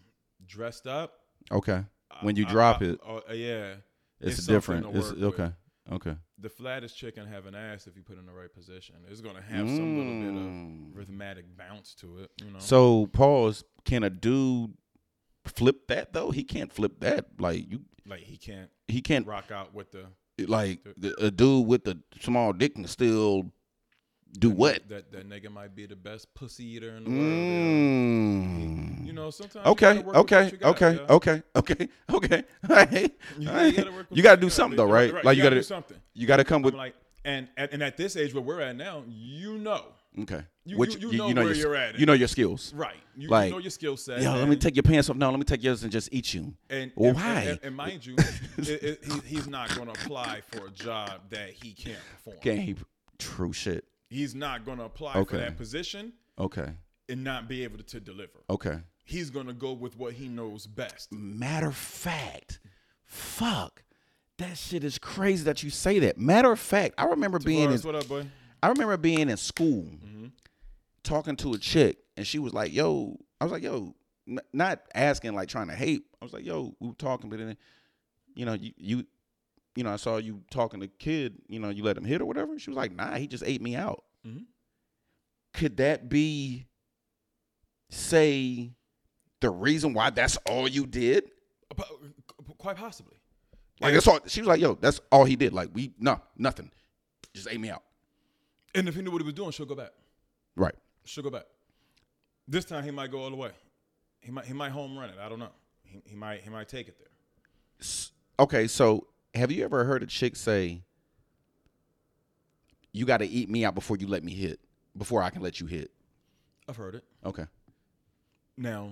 [SPEAKER 2] dressed up.
[SPEAKER 1] Okay.
[SPEAKER 2] I-
[SPEAKER 1] When you
[SPEAKER 2] I-
[SPEAKER 1] drop
[SPEAKER 2] I-
[SPEAKER 1] it,
[SPEAKER 2] oh, uh, yeah,
[SPEAKER 1] It's,
[SPEAKER 2] It's
[SPEAKER 1] different.
[SPEAKER 2] something to
[SPEAKER 1] It's
[SPEAKER 2] work
[SPEAKER 1] okay. Okay.
[SPEAKER 2] the flattest chicken have an ass if you put it in the right position. It's gonna have some little bit of
[SPEAKER 1] Mm.
[SPEAKER 2] rhythmatic bounce to it. You know,
[SPEAKER 1] So pause. Can a dude flip that though? He can't flip that. Like you,
[SPEAKER 2] like he can't
[SPEAKER 1] he can't.
[SPEAKER 2] rock out with the
[SPEAKER 1] Like the- a dude with a small dick can still do what?
[SPEAKER 2] that that nigga might be the best pussy eater in the world. yeah. You
[SPEAKER 1] Mm.
[SPEAKER 2] know, sometimes you
[SPEAKER 1] Okay.
[SPEAKER 2] gotta work with what
[SPEAKER 1] Okay.
[SPEAKER 2] you got,
[SPEAKER 1] Okay.
[SPEAKER 2] yeah.
[SPEAKER 1] Okay. Okay. Okay. All right.
[SPEAKER 2] You
[SPEAKER 1] All
[SPEAKER 2] gotta- you gotta
[SPEAKER 1] right.
[SPEAKER 2] work with
[SPEAKER 1] You gotta
[SPEAKER 2] what
[SPEAKER 1] do
[SPEAKER 2] got,
[SPEAKER 1] something though,
[SPEAKER 2] dude.
[SPEAKER 1] right? Like you
[SPEAKER 2] do
[SPEAKER 1] gotta
[SPEAKER 2] something.
[SPEAKER 1] you gotta come
[SPEAKER 2] I'm
[SPEAKER 1] with.
[SPEAKER 2] like, and, and and at this age where we're at now, you know,
[SPEAKER 1] Okay.
[SPEAKER 2] you-
[SPEAKER 1] What
[SPEAKER 2] you- you know where
[SPEAKER 1] your-
[SPEAKER 2] you're at.
[SPEAKER 1] You know your skills.
[SPEAKER 2] right? You,
[SPEAKER 1] Like,
[SPEAKER 2] you know your skill set.
[SPEAKER 1] Yo, let
[SPEAKER 2] and-
[SPEAKER 1] me take your pants off. No, let me take yours and just eat you.
[SPEAKER 2] And,
[SPEAKER 1] Well,
[SPEAKER 2] and-
[SPEAKER 1] why?
[SPEAKER 2] And, and- and mind you, it, it, he, he's not going to apply for a job that he can't perform.
[SPEAKER 1] Game. True shit.
[SPEAKER 2] He's not going to apply
[SPEAKER 1] Okay.
[SPEAKER 2] for that position
[SPEAKER 1] Okay.
[SPEAKER 2] and not be able to, to deliver.
[SPEAKER 1] Okay.
[SPEAKER 2] He's going to go with what he knows best.
[SPEAKER 1] Matter of fact, fuck. That shit is crazy that you say that. Matter of fact, I remember being in,
[SPEAKER 2] Lawrence, what up, boy?
[SPEAKER 1] I remember being in school
[SPEAKER 2] Mhm.
[SPEAKER 1] talking to a chick, and she was like, "Yo," I was like, "Yo," n- not asking like trying to hate. I was like, "Yo," we were talking, but then, you know, you, you, you know, I saw you talking to kid. You know, you let him hit or whatever. She was like, "Nah, he just ate me out."
[SPEAKER 2] Mhm.
[SPEAKER 1] Could that be, say, the reason why that's all you did?
[SPEAKER 2] Po- Quite possibly.
[SPEAKER 1] Like that's all. She was like, "Yo, that's all he did. Like we, no, nothing. Just ate me out."
[SPEAKER 2] And if he knew what he was doing, she'll go back.
[SPEAKER 1] Right.
[SPEAKER 2] She'll go back. This time he might go all the way. He might he might home run it. I don't know. He, he might he might take it there.
[SPEAKER 1] S- Okay, so have you ever heard a chick say, "You got to eat me out before you let me hit, before I can let you hit"?
[SPEAKER 2] I've heard it.
[SPEAKER 1] Okay.
[SPEAKER 2] Now,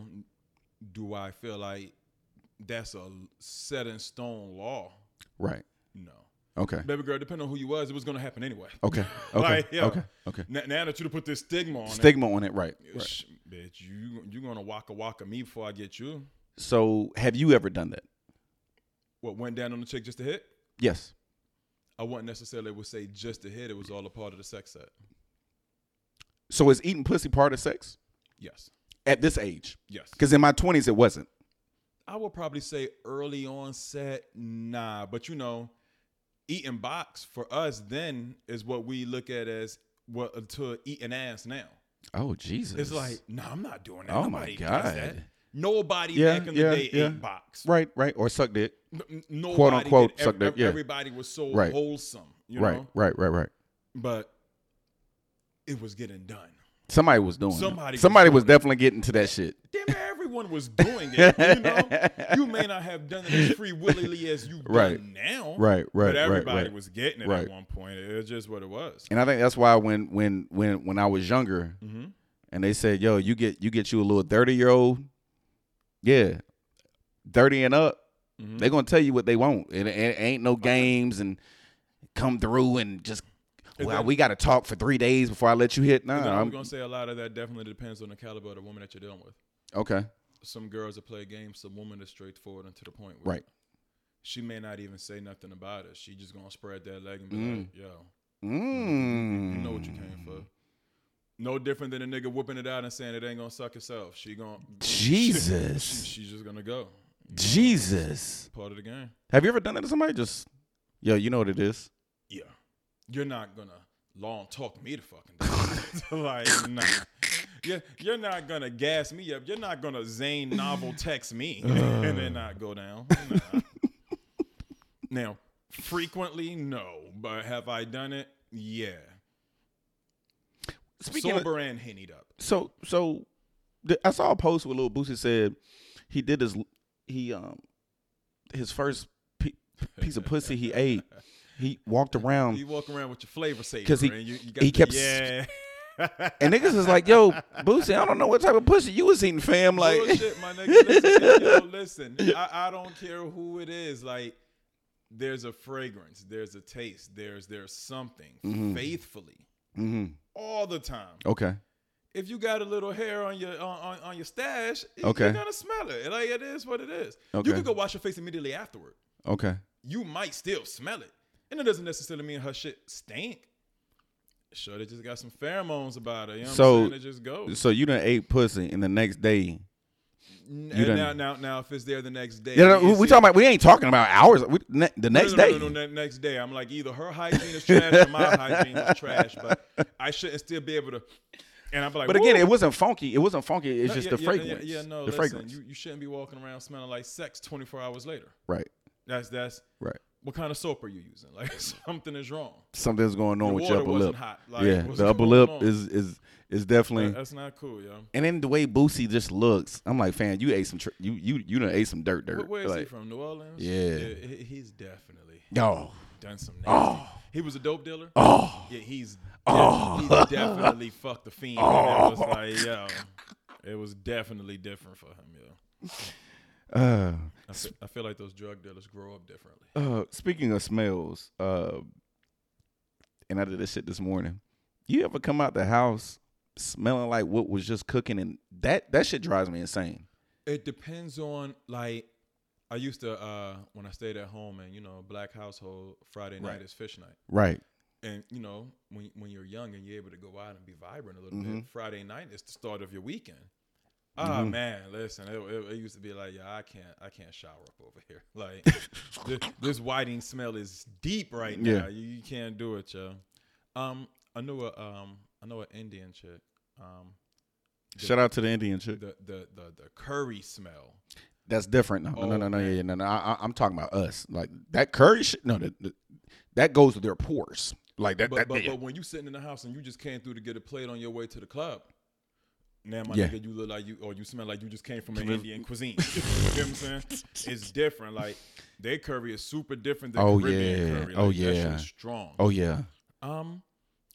[SPEAKER 2] do I feel like that's a set in stone law?
[SPEAKER 1] Right.
[SPEAKER 2] No.
[SPEAKER 1] Okay.
[SPEAKER 2] Baby girl, depending on who you was, it was gonna happen anyway.
[SPEAKER 1] Okay. Okay.
[SPEAKER 2] Like, yeah.
[SPEAKER 1] Okay. Okay.
[SPEAKER 2] Now, now that you put this stigma on it,
[SPEAKER 1] Stigma on it, right? right.
[SPEAKER 2] sh- bitch, you you gonna walk a walk of me before I get you.
[SPEAKER 1] So, have you ever done that?
[SPEAKER 2] What went down on the chick just to hit?
[SPEAKER 1] Yes.
[SPEAKER 2] I wouldn't necessarily would say just to hit. It was all a part of the sex set.
[SPEAKER 1] So, is eating pussy part of sex
[SPEAKER 2] Yes,
[SPEAKER 1] at this age?
[SPEAKER 2] yes.
[SPEAKER 1] Because in my twenties, it wasn't.
[SPEAKER 2] I would probably say early on set, nah. But you know, eating box for us then is what we look at as what until eating ass now.
[SPEAKER 1] Oh Jesus!
[SPEAKER 2] It's like, nah, I'm not doing that.
[SPEAKER 1] Oh,
[SPEAKER 2] Nobody
[SPEAKER 1] my
[SPEAKER 2] does that.
[SPEAKER 1] God.
[SPEAKER 2] Nobody
[SPEAKER 1] Yeah,
[SPEAKER 2] back in the
[SPEAKER 1] yeah,
[SPEAKER 2] day
[SPEAKER 1] yeah.
[SPEAKER 2] ate box.
[SPEAKER 1] right, right, or suck dick.
[SPEAKER 2] N- Nobody
[SPEAKER 1] Quote,
[SPEAKER 2] did.
[SPEAKER 1] unquote,
[SPEAKER 2] Ev-
[SPEAKER 1] suck dick,
[SPEAKER 2] ev-
[SPEAKER 1] yeah.
[SPEAKER 2] Everybody was so
[SPEAKER 1] Right.
[SPEAKER 2] wholesome, you
[SPEAKER 1] right,
[SPEAKER 2] know.
[SPEAKER 1] right, right, right.
[SPEAKER 2] But it was getting done.
[SPEAKER 1] Somebody was doing.
[SPEAKER 2] Somebody
[SPEAKER 1] Somebody.
[SPEAKER 2] was
[SPEAKER 1] Somebody was
[SPEAKER 2] doing it.
[SPEAKER 1] definitely getting to that shit.
[SPEAKER 2] Damn, near everyone was doing it. You know, you may not have done it as free willily as you
[SPEAKER 1] Right.
[SPEAKER 2] done now,
[SPEAKER 1] Right, right,
[SPEAKER 2] But
[SPEAKER 1] right,
[SPEAKER 2] everybody
[SPEAKER 1] right.
[SPEAKER 2] was getting it at
[SPEAKER 1] Right.
[SPEAKER 2] one point. It was just what it was.
[SPEAKER 1] And I think that's why when when when when I was younger,
[SPEAKER 2] Mm-hmm.
[SPEAKER 1] and they said, "Yo, you get you get you a little thirty year old, yeah, thirty and up,
[SPEAKER 2] Mhm.
[SPEAKER 1] they gonna tell you what they want. It, it ain't no games and come through and just
[SPEAKER 2] And
[SPEAKER 1] well,
[SPEAKER 2] then-
[SPEAKER 1] we got to talk for three days before I let you hit. Nah,
[SPEAKER 2] I'm
[SPEAKER 1] I'm,
[SPEAKER 2] gonna say a lot of that definitely depends on the caliber of the woman that you're dealing with.
[SPEAKER 1] okay,
[SPEAKER 2] Some girls that play games, some women are straightforward and to the point. With
[SPEAKER 1] right.
[SPEAKER 2] it. She may not even say nothing about it. She just gonna spread that leg and be like, "Yo,
[SPEAKER 1] Mm.
[SPEAKER 2] you know what you came for." No different than a nigga whooping it out and saying it ain't gonna suck itself. She gonna
[SPEAKER 1] Jesus,
[SPEAKER 2] She, she's just gonna go.
[SPEAKER 1] Jesus.
[SPEAKER 2] Part of the game.
[SPEAKER 1] Have you ever done that to somebody? Just yo, you know what it is.
[SPEAKER 2] Yeah. You're not gonna long talk me to fucking death. like nah. Yeah, you're not gonna gas me up. You're not gonna Zane novel text
[SPEAKER 1] Uh.
[SPEAKER 2] me and then not go down. Nah. now, frequently, no, but have I done it? Yeah.
[SPEAKER 1] Speaking of,
[SPEAKER 2] Sober and hennied up.
[SPEAKER 1] so so the, I saw a post where Lil Boosie said he did his he um his first p- piece of pussy he ate. He walked
[SPEAKER 2] You
[SPEAKER 1] around
[SPEAKER 2] walk around with your flavor saver,
[SPEAKER 1] 'Cause he-
[SPEAKER 2] and you, you
[SPEAKER 1] he
[SPEAKER 2] the-
[SPEAKER 1] kept
[SPEAKER 2] yeah.
[SPEAKER 1] s- and niggas is like, "Yo, Boosie, I don't know what type of pussy you was eating, fam." Like,
[SPEAKER 2] bullshit, my nigga. Listen, yo, listen. I, I don't care who it is. Like, there's a fragrance, there's a taste, there's there's something
[SPEAKER 1] Mm-hmm.
[SPEAKER 2] faithfully
[SPEAKER 1] Mhm.
[SPEAKER 2] all the time.
[SPEAKER 1] okay,
[SPEAKER 2] If you got a little hair on your on, on, on your stash,
[SPEAKER 1] Okay.
[SPEAKER 2] you're gonna smell it. Like it is what it is.
[SPEAKER 1] Okay.
[SPEAKER 2] You can go wash your face immediately afterward.
[SPEAKER 1] okay,
[SPEAKER 2] You might still smell it, and it doesn't necessarily mean her shit stink. Sure, they just got some pheromones about her. You know what
[SPEAKER 1] So-
[SPEAKER 2] I'm saying? It just goes.
[SPEAKER 1] so you done ate pussy, and the next day,
[SPEAKER 2] N-
[SPEAKER 1] you
[SPEAKER 2] and
[SPEAKER 1] done-
[SPEAKER 2] now, now, now, if it's there the next day,
[SPEAKER 1] yeah, no, we,
[SPEAKER 2] it's-
[SPEAKER 1] we talking about we ain't talking about hours. We, ne- the
[SPEAKER 2] No,
[SPEAKER 1] next
[SPEAKER 2] no, no,
[SPEAKER 1] day,
[SPEAKER 2] No, no, no, ne- next day. I'm like, either her hygiene is trash or my hygiene is trash, but I shouldn't still be able to. And I'm like,
[SPEAKER 1] but again,
[SPEAKER 2] "Woo!"
[SPEAKER 1] it wasn't funky. It wasn't funky. It's
[SPEAKER 2] No,
[SPEAKER 1] just
[SPEAKER 2] yeah,
[SPEAKER 1] the
[SPEAKER 2] yeah, yeah,
[SPEAKER 1] fragrance.
[SPEAKER 2] Yeah, no,
[SPEAKER 1] the
[SPEAKER 2] listen,
[SPEAKER 1] fragrance.
[SPEAKER 2] You, you shouldn't be walking around smelling like sex 24 hours later.
[SPEAKER 1] right,
[SPEAKER 2] That's that's
[SPEAKER 1] right. Mm.
[SPEAKER 2] what kind of soap are you using? Like something is wrong.
[SPEAKER 1] Something's going on
[SPEAKER 2] The
[SPEAKER 1] with
[SPEAKER 2] water
[SPEAKER 1] your upper
[SPEAKER 2] wasn't
[SPEAKER 1] lip.
[SPEAKER 2] hot. Like,
[SPEAKER 1] yeah,
[SPEAKER 2] what's
[SPEAKER 1] the upper
[SPEAKER 2] going
[SPEAKER 1] lip
[SPEAKER 2] on? Uh,
[SPEAKER 1] is is is definitely.
[SPEAKER 2] That- That's not cool, yo.
[SPEAKER 1] And then the way Boosie just looks, I'm like, fan, you ate some, tr- you you you done ate some dirt, dirt.
[SPEAKER 2] Where, where is he
[SPEAKER 1] like,
[SPEAKER 2] from? New Orleans.
[SPEAKER 1] Yeah.
[SPEAKER 2] he- he's definitely
[SPEAKER 1] Yo,
[SPEAKER 2] done some. Nasty.
[SPEAKER 1] Oh.
[SPEAKER 2] he was a dope dealer.
[SPEAKER 1] oh,
[SPEAKER 2] Yeah, he's def-
[SPEAKER 1] Oh.
[SPEAKER 2] he's definitely fucked the fiend. And it was like, yo, it was definitely different for him, yo.
[SPEAKER 1] uh,
[SPEAKER 2] I fe- I feel like those drug dealers grow up differently.
[SPEAKER 1] uh, speaking of smells, uh, and I did this shit this morning. You ever come out the house smelling like what was just cooking, and that that shit drives me insane.
[SPEAKER 2] It depends on like I used to uh when I stayed at home and you know, black household Friday night
[SPEAKER 1] Right.
[SPEAKER 2] is fish night.
[SPEAKER 1] Right,
[SPEAKER 2] and you know when when you're young and you're able to go out and be vibrant a little bit
[SPEAKER 1] Mhm.
[SPEAKER 2] friday night is the start of your weekend Ah
[SPEAKER 1] Mhm.
[SPEAKER 2] man, listen, it, it, it used to be like, yeah, I can't, I can't shower up over here. Like this, this whiting smell is deep right now.
[SPEAKER 1] Yeah.
[SPEAKER 2] You, you can't do it, yo. Um, I know a um, I know an Indian chick. Um,
[SPEAKER 1] Shout out to the Indian chick.
[SPEAKER 2] the the the, the curry smell.
[SPEAKER 1] That's different. No, no,
[SPEAKER 2] Oh,
[SPEAKER 1] no, no, no,
[SPEAKER 2] man.
[SPEAKER 1] yeah, yeah, no, no. I, I, I'm talking about us. Like that curry shit. No, the, the, that goes to their pores. Like that.
[SPEAKER 2] But
[SPEAKER 1] that
[SPEAKER 2] but,
[SPEAKER 1] yeah.
[SPEAKER 2] but when you sitting in the house and you just came through to get a plate on your way to the club, now my
[SPEAKER 1] Yeah.
[SPEAKER 2] nigga, you look like you or you smell like you just came from an
[SPEAKER 1] Smell-
[SPEAKER 2] Indian cuisine. you know what I'm saying? It's different. Like their curry is super different than
[SPEAKER 1] Oh,
[SPEAKER 2] Caribbean
[SPEAKER 1] yeah.
[SPEAKER 2] curry.
[SPEAKER 1] Oh,
[SPEAKER 2] Like, that shit
[SPEAKER 1] yeah.
[SPEAKER 2] is strong.
[SPEAKER 1] oh yeah.
[SPEAKER 2] Um,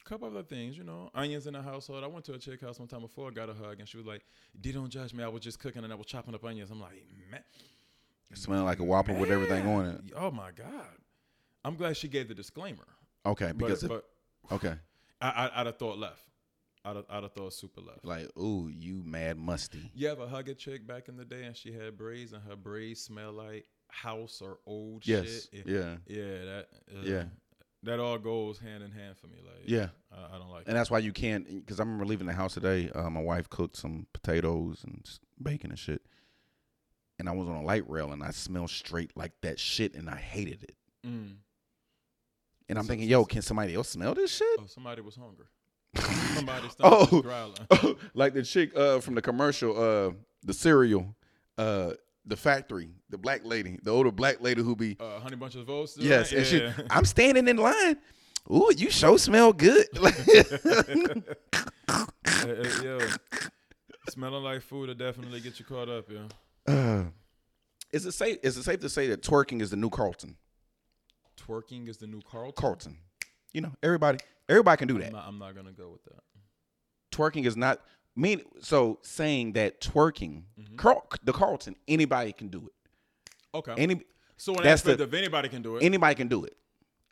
[SPEAKER 2] a couple other things, you know, onions in the household. I went to a chick house one time before, I got a hug, and she was like, "D, don't judge me. I was just cooking and I was chopping up onions." I'm like, man,
[SPEAKER 1] Smelling like a Whopper with everything on it.
[SPEAKER 2] Oh my god, I'm glad she gave the disclaimer.
[SPEAKER 1] Okay,
[SPEAKER 2] But,
[SPEAKER 1] because
[SPEAKER 2] but
[SPEAKER 1] okay,
[SPEAKER 2] I, I, I'd have thought left. I'd have, I'd have thought super left.
[SPEAKER 1] like ooh, you mad musty.
[SPEAKER 2] You ever hug a chick back in the day and she had braids and her braids smell like house or old
[SPEAKER 1] Yes.
[SPEAKER 2] shit?
[SPEAKER 1] Yeah.
[SPEAKER 2] Yeah, that. uh,
[SPEAKER 1] Yeah.
[SPEAKER 2] That all goes hand in hand for me. Like,
[SPEAKER 1] Yeah.
[SPEAKER 2] I, I don't like.
[SPEAKER 1] And
[SPEAKER 2] it.
[SPEAKER 1] that's why you can't, because I remember leaving the house today. Uh, my wife cooked some potatoes and s- bacon and shit. And I was on a light rail and I smelled straight like that shit and I hated it.
[SPEAKER 2] Mm.
[SPEAKER 1] And I'm
[SPEAKER 2] So-
[SPEAKER 1] thinking,
[SPEAKER 2] so-
[SPEAKER 1] yo, can somebody else smell this shit?
[SPEAKER 2] Oh, somebody was hungry. Somebody stomach
[SPEAKER 1] Oh.
[SPEAKER 2] was growling.
[SPEAKER 1] like the chick uh, from the commercial, uh, the cereal, uh, the factory, the black lady, the older black lady who be,
[SPEAKER 2] Uh, honey bunch of votes. doing
[SPEAKER 1] yes,
[SPEAKER 2] that?
[SPEAKER 1] and she,
[SPEAKER 2] yeah.
[SPEAKER 1] I'm standing in line. Ooh, you show smell good.
[SPEAKER 2] Hey, hey, Uh, yo, smelling like food will definitely get you caught up. Yeah.
[SPEAKER 1] uh, is it safe? Is it safe to say that twerking is the new Carlton?
[SPEAKER 2] Twerking is the new Carlton.
[SPEAKER 1] Carlton. You know, everybody everybody can do
[SPEAKER 2] I'm
[SPEAKER 1] that.
[SPEAKER 2] not, I'm not gonna go with that.
[SPEAKER 1] Twerking is not mean so saying that twerking
[SPEAKER 2] Mhm.
[SPEAKER 1] Carl, the Carlton, anybody can do it.
[SPEAKER 2] Okay.
[SPEAKER 1] Any
[SPEAKER 2] so an
[SPEAKER 1] that's
[SPEAKER 2] aspect
[SPEAKER 1] the-
[SPEAKER 2] of anybody can do it.
[SPEAKER 1] anybody can do it.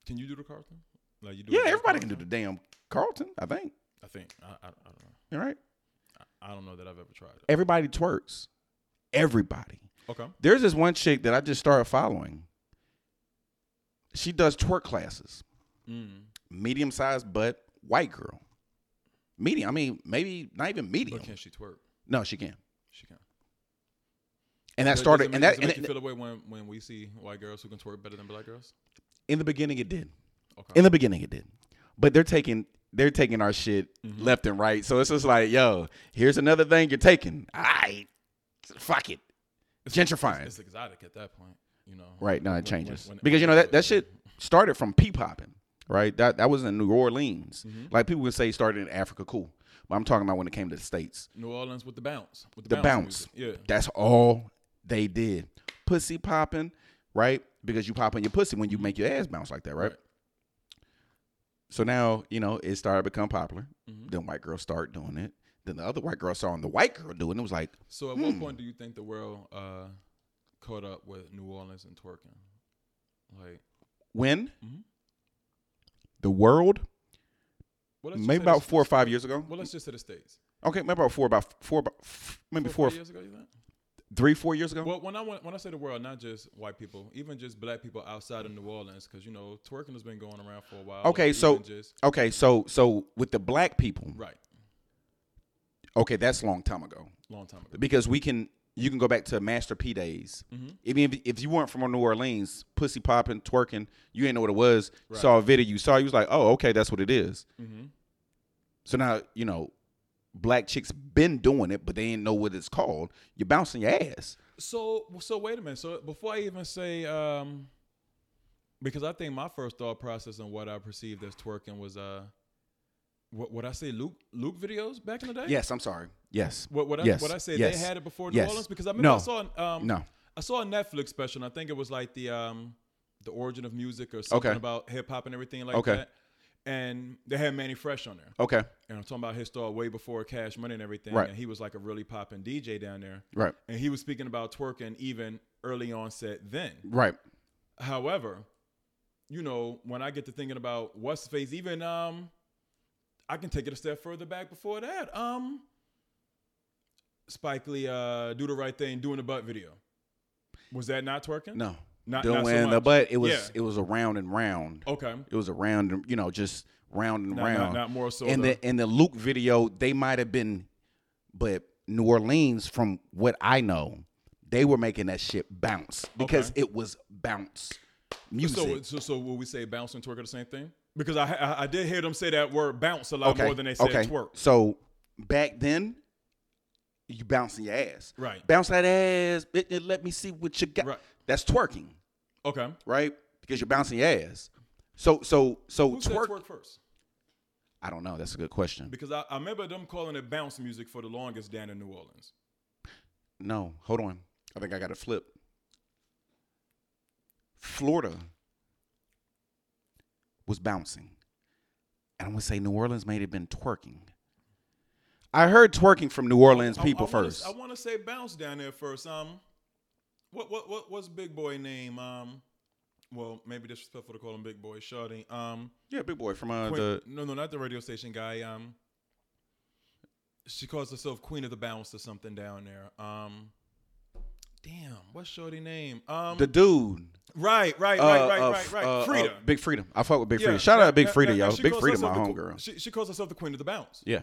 [SPEAKER 2] can you do the Carlton? Like you do?
[SPEAKER 1] Yeah,
[SPEAKER 2] the
[SPEAKER 1] everybody can do
[SPEAKER 2] Carlton?
[SPEAKER 1] the damn Carlton, I think.
[SPEAKER 2] I think I, I, I don't know.
[SPEAKER 1] All right.
[SPEAKER 2] I don't know that I've ever tried it.
[SPEAKER 1] Everybody twerks. Everybody.
[SPEAKER 2] Okay.
[SPEAKER 1] There's this one chick that I just started following. She does twerk classes. Mm-hmm.
[SPEAKER 2] Mm.
[SPEAKER 1] Medium sized butt, white girl. Medium. I mean, maybe not even medium.
[SPEAKER 2] But can she twerk?
[SPEAKER 1] No, she can.
[SPEAKER 2] She can.
[SPEAKER 1] And that
[SPEAKER 2] Does-
[SPEAKER 1] started
[SPEAKER 2] does it
[SPEAKER 1] and
[SPEAKER 2] make-
[SPEAKER 1] that
[SPEAKER 2] does it make
[SPEAKER 1] and
[SPEAKER 2] you feel away when when we see white girls who can twerk better than black girls.
[SPEAKER 1] in the beginning it did.
[SPEAKER 2] Okay.
[SPEAKER 1] In the beginning, it did, but they're taking they're taking our shit
[SPEAKER 2] Mhm.
[SPEAKER 1] left and right. So it's just like, yo, here's another thing you're taking. All right, fuck it, gentrifying.
[SPEAKER 2] It's exotic at that point, you know.
[SPEAKER 1] right now
[SPEAKER 2] When-
[SPEAKER 1] it
[SPEAKER 2] when-
[SPEAKER 1] changes
[SPEAKER 2] when-
[SPEAKER 1] because you know
[SPEAKER 2] when-
[SPEAKER 1] that that shit started from pee popping, right? That that was in New Orleans.
[SPEAKER 2] Mhm.
[SPEAKER 1] Like people would say, it started in Africa, cool. But I'm talking about when it came to the states.
[SPEAKER 2] New Orleans with the bounce, with
[SPEAKER 1] The bounce.
[SPEAKER 2] music. Yeah.
[SPEAKER 1] That's all they did. Pussy popping, right? Because you popping your pussy when you make your ass bounce like that, right?
[SPEAKER 2] Right.
[SPEAKER 1] So now you know it started to become popular.
[SPEAKER 2] Mhm.
[SPEAKER 1] Then white girls start doing it. Then the other white girl saw the white girl doing it. Was like,
[SPEAKER 2] So at what
[SPEAKER 1] Hmm.
[SPEAKER 2] point do you think the world uh, caught up with New Orleans and twerking? Like
[SPEAKER 1] when
[SPEAKER 2] Mhm.
[SPEAKER 1] the world,
[SPEAKER 2] well, let's just
[SPEAKER 1] maybe
[SPEAKER 2] say the
[SPEAKER 1] about
[SPEAKER 2] sta-
[SPEAKER 1] four or five years ago.
[SPEAKER 2] Well, let's just say the states.
[SPEAKER 1] Okay, maybe about four, about four, about f- maybe
[SPEAKER 2] Four
[SPEAKER 1] four,
[SPEAKER 2] or five years ago, you think?
[SPEAKER 1] three, four years ago.
[SPEAKER 2] Well, when I went, when I say the world, not just white people, even just black people outside of New Orleans, because you know twerking has been going around for a while.
[SPEAKER 1] Okay,
[SPEAKER 2] or
[SPEAKER 1] so-
[SPEAKER 2] even just
[SPEAKER 1] okay, so so with the black people,
[SPEAKER 2] right,
[SPEAKER 1] okay, that's a long time ago
[SPEAKER 2] long time ago.
[SPEAKER 1] because we can you can go back to Master P days.
[SPEAKER 2] Mhm.
[SPEAKER 1] Even if, if you weren't from New Orleans, pussy popping, twerking, you didn't know what it was.
[SPEAKER 2] Right.
[SPEAKER 1] Saw a video, you saw, it, you was like, oh, okay, that's what it is.
[SPEAKER 2] Mm-hmm.
[SPEAKER 1] So now, you know, black chicks been doing it, but they ain't know what it's called. You're bouncing your ass.
[SPEAKER 2] So so wait a minute. So before I even say, um, because I think my first thought process on what I perceived as twerking was uh, what would I say Luke Luke videos back in the day?
[SPEAKER 1] Yes, I'm sorry. Yes.
[SPEAKER 2] What what I
[SPEAKER 1] Yes.
[SPEAKER 2] what I say
[SPEAKER 1] Yes.
[SPEAKER 2] they had it before New
[SPEAKER 1] Yes.
[SPEAKER 2] Orleans because I remember I
[SPEAKER 1] No.
[SPEAKER 2] saw um
[SPEAKER 1] No.
[SPEAKER 2] I saw a Netflix special and I think it was like the um the origin of music or something
[SPEAKER 1] Okay.
[SPEAKER 2] about hip hop and everything like
[SPEAKER 1] Okay.
[SPEAKER 2] that. And they had Manny Fresh on there.
[SPEAKER 1] Okay.
[SPEAKER 2] And I'm talking about his star way before Cash Money and everything.
[SPEAKER 1] Right.
[SPEAKER 2] And he was like a really popping DJ down there.
[SPEAKER 1] Right.
[SPEAKER 2] And he was speaking about twerking even early onset then.
[SPEAKER 1] Right.
[SPEAKER 2] However, you know, when I get to thinking about what's the face, even um, I can take it a step further back before that. Um, Spike Lee, uh, do the right thing, doing the butt video. Was that not twerking?
[SPEAKER 1] No.
[SPEAKER 2] Not,
[SPEAKER 1] the
[SPEAKER 2] not
[SPEAKER 1] when
[SPEAKER 2] so
[SPEAKER 1] the
[SPEAKER 2] much.
[SPEAKER 1] but it was
[SPEAKER 2] Yeah.
[SPEAKER 1] it was a round and round.
[SPEAKER 2] Okay.
[SPEAKER 1] It was a round and you know just round and
[SPEAKER 2] Not,
[SPEAKER 1] round.
[SPEAKER 2] not, not more so.
[SPEAKER 1] in the in the Luke video, they might have been, but New Orleans, from what I know, they were making that shit bounce because it was bounce music.
[SPEAKER 2] so, so so will we say bounce and twerk are the same thing? Because I I, I did hear them say that word bounce a lot
[SPEAKER 1] okay,
[SPEAKER 2] more than they said
[SPEAKER 1] okay.
[SPEAKER 2] twerk.
[SPEAKER 1] So back then, you bouncing your ass,
[SPEAKER 2] Right.
[SPEAKER 1] Bounce that ass, bitch, and let me see what you got.
[SPEAKER 2] Right.
[SPEAKER 1] That's twerking,
[SPEAKER 2] Okay.
[SPEAKER 1] right? Because you're bouncing your ass. So so so
[SPEAKER 2] Who said
[SPEAKER 1] twerk.
[SPEAKER 2] twerk first?
[SPEAKER 1] I don't know. That's a good question.
[SPEAKER 2] Because I, I remember them calling it bounce music for the longest down in New Orleans.
[SPEAKER 1] No, hold on. I think I got to flip. Florida was bouncing. And I'm going to say New Orleans may have been twerking. I heard twerking from New Orleans
[SPEAKER 2] I-
[SPEAKER 1] people
[SPEAKER 2] I wanna-
[SPEAKER 1] first.
[SPEAKER 2] I want to say bounce down there first. Um, what what what what's big boy name? Um, well maybe disrespectful to call him big boy. Shorty. Um,
[SPEAKER 1] yeah, big boy from uh,
[SPEAKER 2] Queen-
[SPEAKER 1] the.
[SPEAKER 2] no, no, not the radio station guy. Um, she calls herself Queen of the Bounce or something down there. Um, damn, what's shorty name? Um,
[SPEAKER 1] The dude.
[SPEAKER 2] right, right,
[SPEAKER 1] uh,
[SPEAKER 2] right, right,
[SPEAKER 1] uh,
[SPEAKER 2] right, right.
[SPEAKER 1] uh, uh,
[SPEAKER 2] Frida.
[SPEAKER 1] Big Freedom. I fuck with Big
[SPEAKER 2] Yeah,
[SPEAKER 1] Freedom. Shout
[SPEAKER 2] now-
[SPEAKER 1] out to Big
[SPEAKER 2] now-
[SPEAKER 1] Frida,
[SPEAKER 2] now- now
[SPEAKER 1] yo.
[SPEAKER 2] she
[SPEAKER 1] Big
[SPEAKER 2] calls
[SPEAKER 1] Freedom, my
[SPEAKER 2] herself the qu-
[SPEAKER 1] homegirl.
[SPEAKER 2] She, she calls herself the Queen of the Bounce.
[SPEAKER 1] Yeah.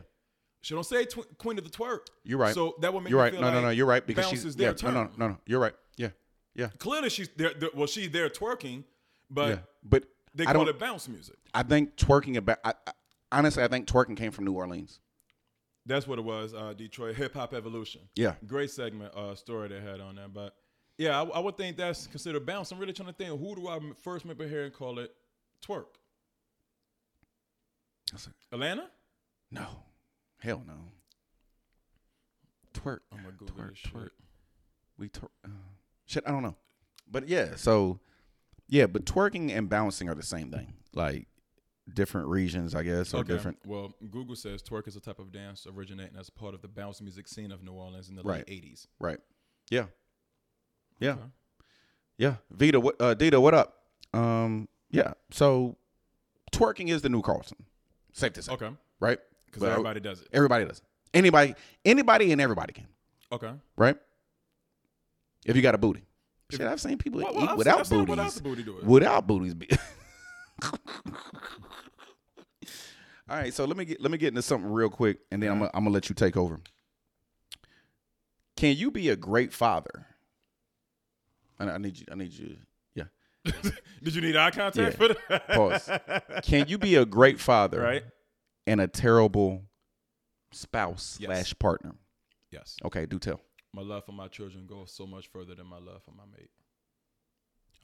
[SPEAKER 2] She don't say tw- Queen of the Twerk.
[SPEAKER 1] You're right.
[SPEAKER 2] So that would make
[SPEAKER 1] You're
[SPEAKER 2] me
[SPEAKER 1] right.
[SPEAKER 2] feel
[SPEAKER 1] No,
[SPEAKER 2] like
[SPEAKER 1] no, no. You're right. Because
[SPEAKER 2] bounce
[SPEAKER 1] she's.
[SPEAKER 2] is their
[SPEAKER 1] yeah, no, no,
[SPEAKER 2] term.
[SPEAKER 1] no, no. You're right. Yeah. Yeah.
[SPEAKER 2] Clearly, she's there. there- Well, she's there twerking, but
[SPEAKER 1] yeah. But
[SPEAKER 2] they
[SPEAKER 1] I
[SPEAKER 2] call
[SPEAKER 1] don't.
[SPEAKER 2] it bounce music.
[SPEAKER 1] I think twerking about. I, I, honestly, I think twerking came from New Orleans.
[SPEAKER 2] That's what it was. Uh, Detroit hip hop evolution.
[SPEAKER 1] Yeah.
[SPEAKER 2] great segment uh, story they had on that. But yeah, I, I would think that's considered bounce. I'm really trying to think who do I m- first remember hearing call it twerk? Atlanta?
[SPEAKER 1] No. Hell no. Twerk.
[SPEAKER 2] I'm gonna Google
[SPEAKER 1] Twerk.
[SPEAKER 2] this shit.
[SPEAKER 1] Twerk. We twerk. Uh, shit. I don't know. But yeah. So yeah. But twerking and bouncing are the same thing. Like different regions, I guess, or different.
[SPEAKER 2] Well, Google says twerk is a type of dance originating as part of the bounce music scene of New Orleans in the
[SPEAKER 1] Right.
[SPEAKER 2] late 80s.
[SPEAKER 1] Right. Yeah. Yeah.
[SPEAKER 2] Okay.
[SPEAKER 1] Yeah. Vita. What? Uh, Dita. What up? Um. Yeah. So twerking is the new Carlson. Safe to say.
[SPEAKER 2] Okay.
[SPEAKER 1] Right.
[SPEAKER 2] Because
[SPEAKER 1] But I-
[SPEAKER 2] everybody does it.
[SPEAKER 1] Everybody does. Anybody. Anybody and everybody can.
[SPEAKER 2] Okay.
[SPEAKER 1] right? If you got a booty.
[SPEAKER 2] If-
[SPEAKER 1] Shit, I've seen people
[SPEAKER 2] Well,
[SPEAKER 1] eat
[SPEAKER 2] well, I've seen-
[SPEAKER 1] without
[SPEAKER 2] I've seen
[SPEAKER 1] booties.
[SPEAKER 2] Without
[SPEAKER 1] Without,
[SPEAKER 2] the booty do it.
[SPEAKER 1] booties. be- All right, so let me get let me get into something real quick, and then I'm gonna, I'm gonna let you take over. Can you be a great father? I, I need you. I need you. Yeah.
[SPEAKER 2] Did you need eye contact
[SPEAKER 1] Yeah.
[SPEAKER 2] for that?
[SPEAKER 1] Pause. Can you be a great father
[SPEAKER 2] right?
[SPEAKER 1] and a terrible spouse
[SPEAKER 2] Yes.
[SPEAKER 1] slash partner?
[SPEAKER 2] Yes.
[SPEAKER 1] Okay, do tell.
[SPEAKER 2] My love for my children goes so much further than my love for my mate.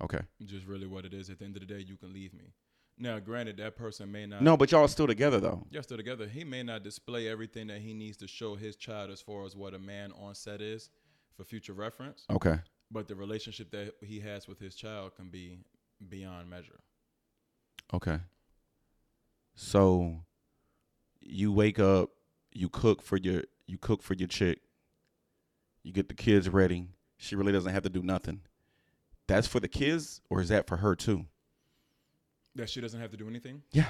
[SPEAKER 1] Okay.
[SPEAKER 2] just really what it is. At the end of the day, you can leave me. Now, granted, that person may not.
[SPEAKER 1] No, but y'all still together though.
[SPEAKER 2] Yes, they're together. He may not display everything that he needs to show his child as far as what a man on set is for future reference,
[SPEAKER 1] Okay.
[SPEAKER 2] but the relationship that he has with his child can be beyond measure.
[SPEAKER 1] Okay. So you wake up, you cook for your you cook for your chick. You get the kids ready. She really doesn't have to do nothing. That's for the kids or is that for her too?
[SPEAKER 2] That she doesn't have to do anything.
[SPEAKER 1] Yeah.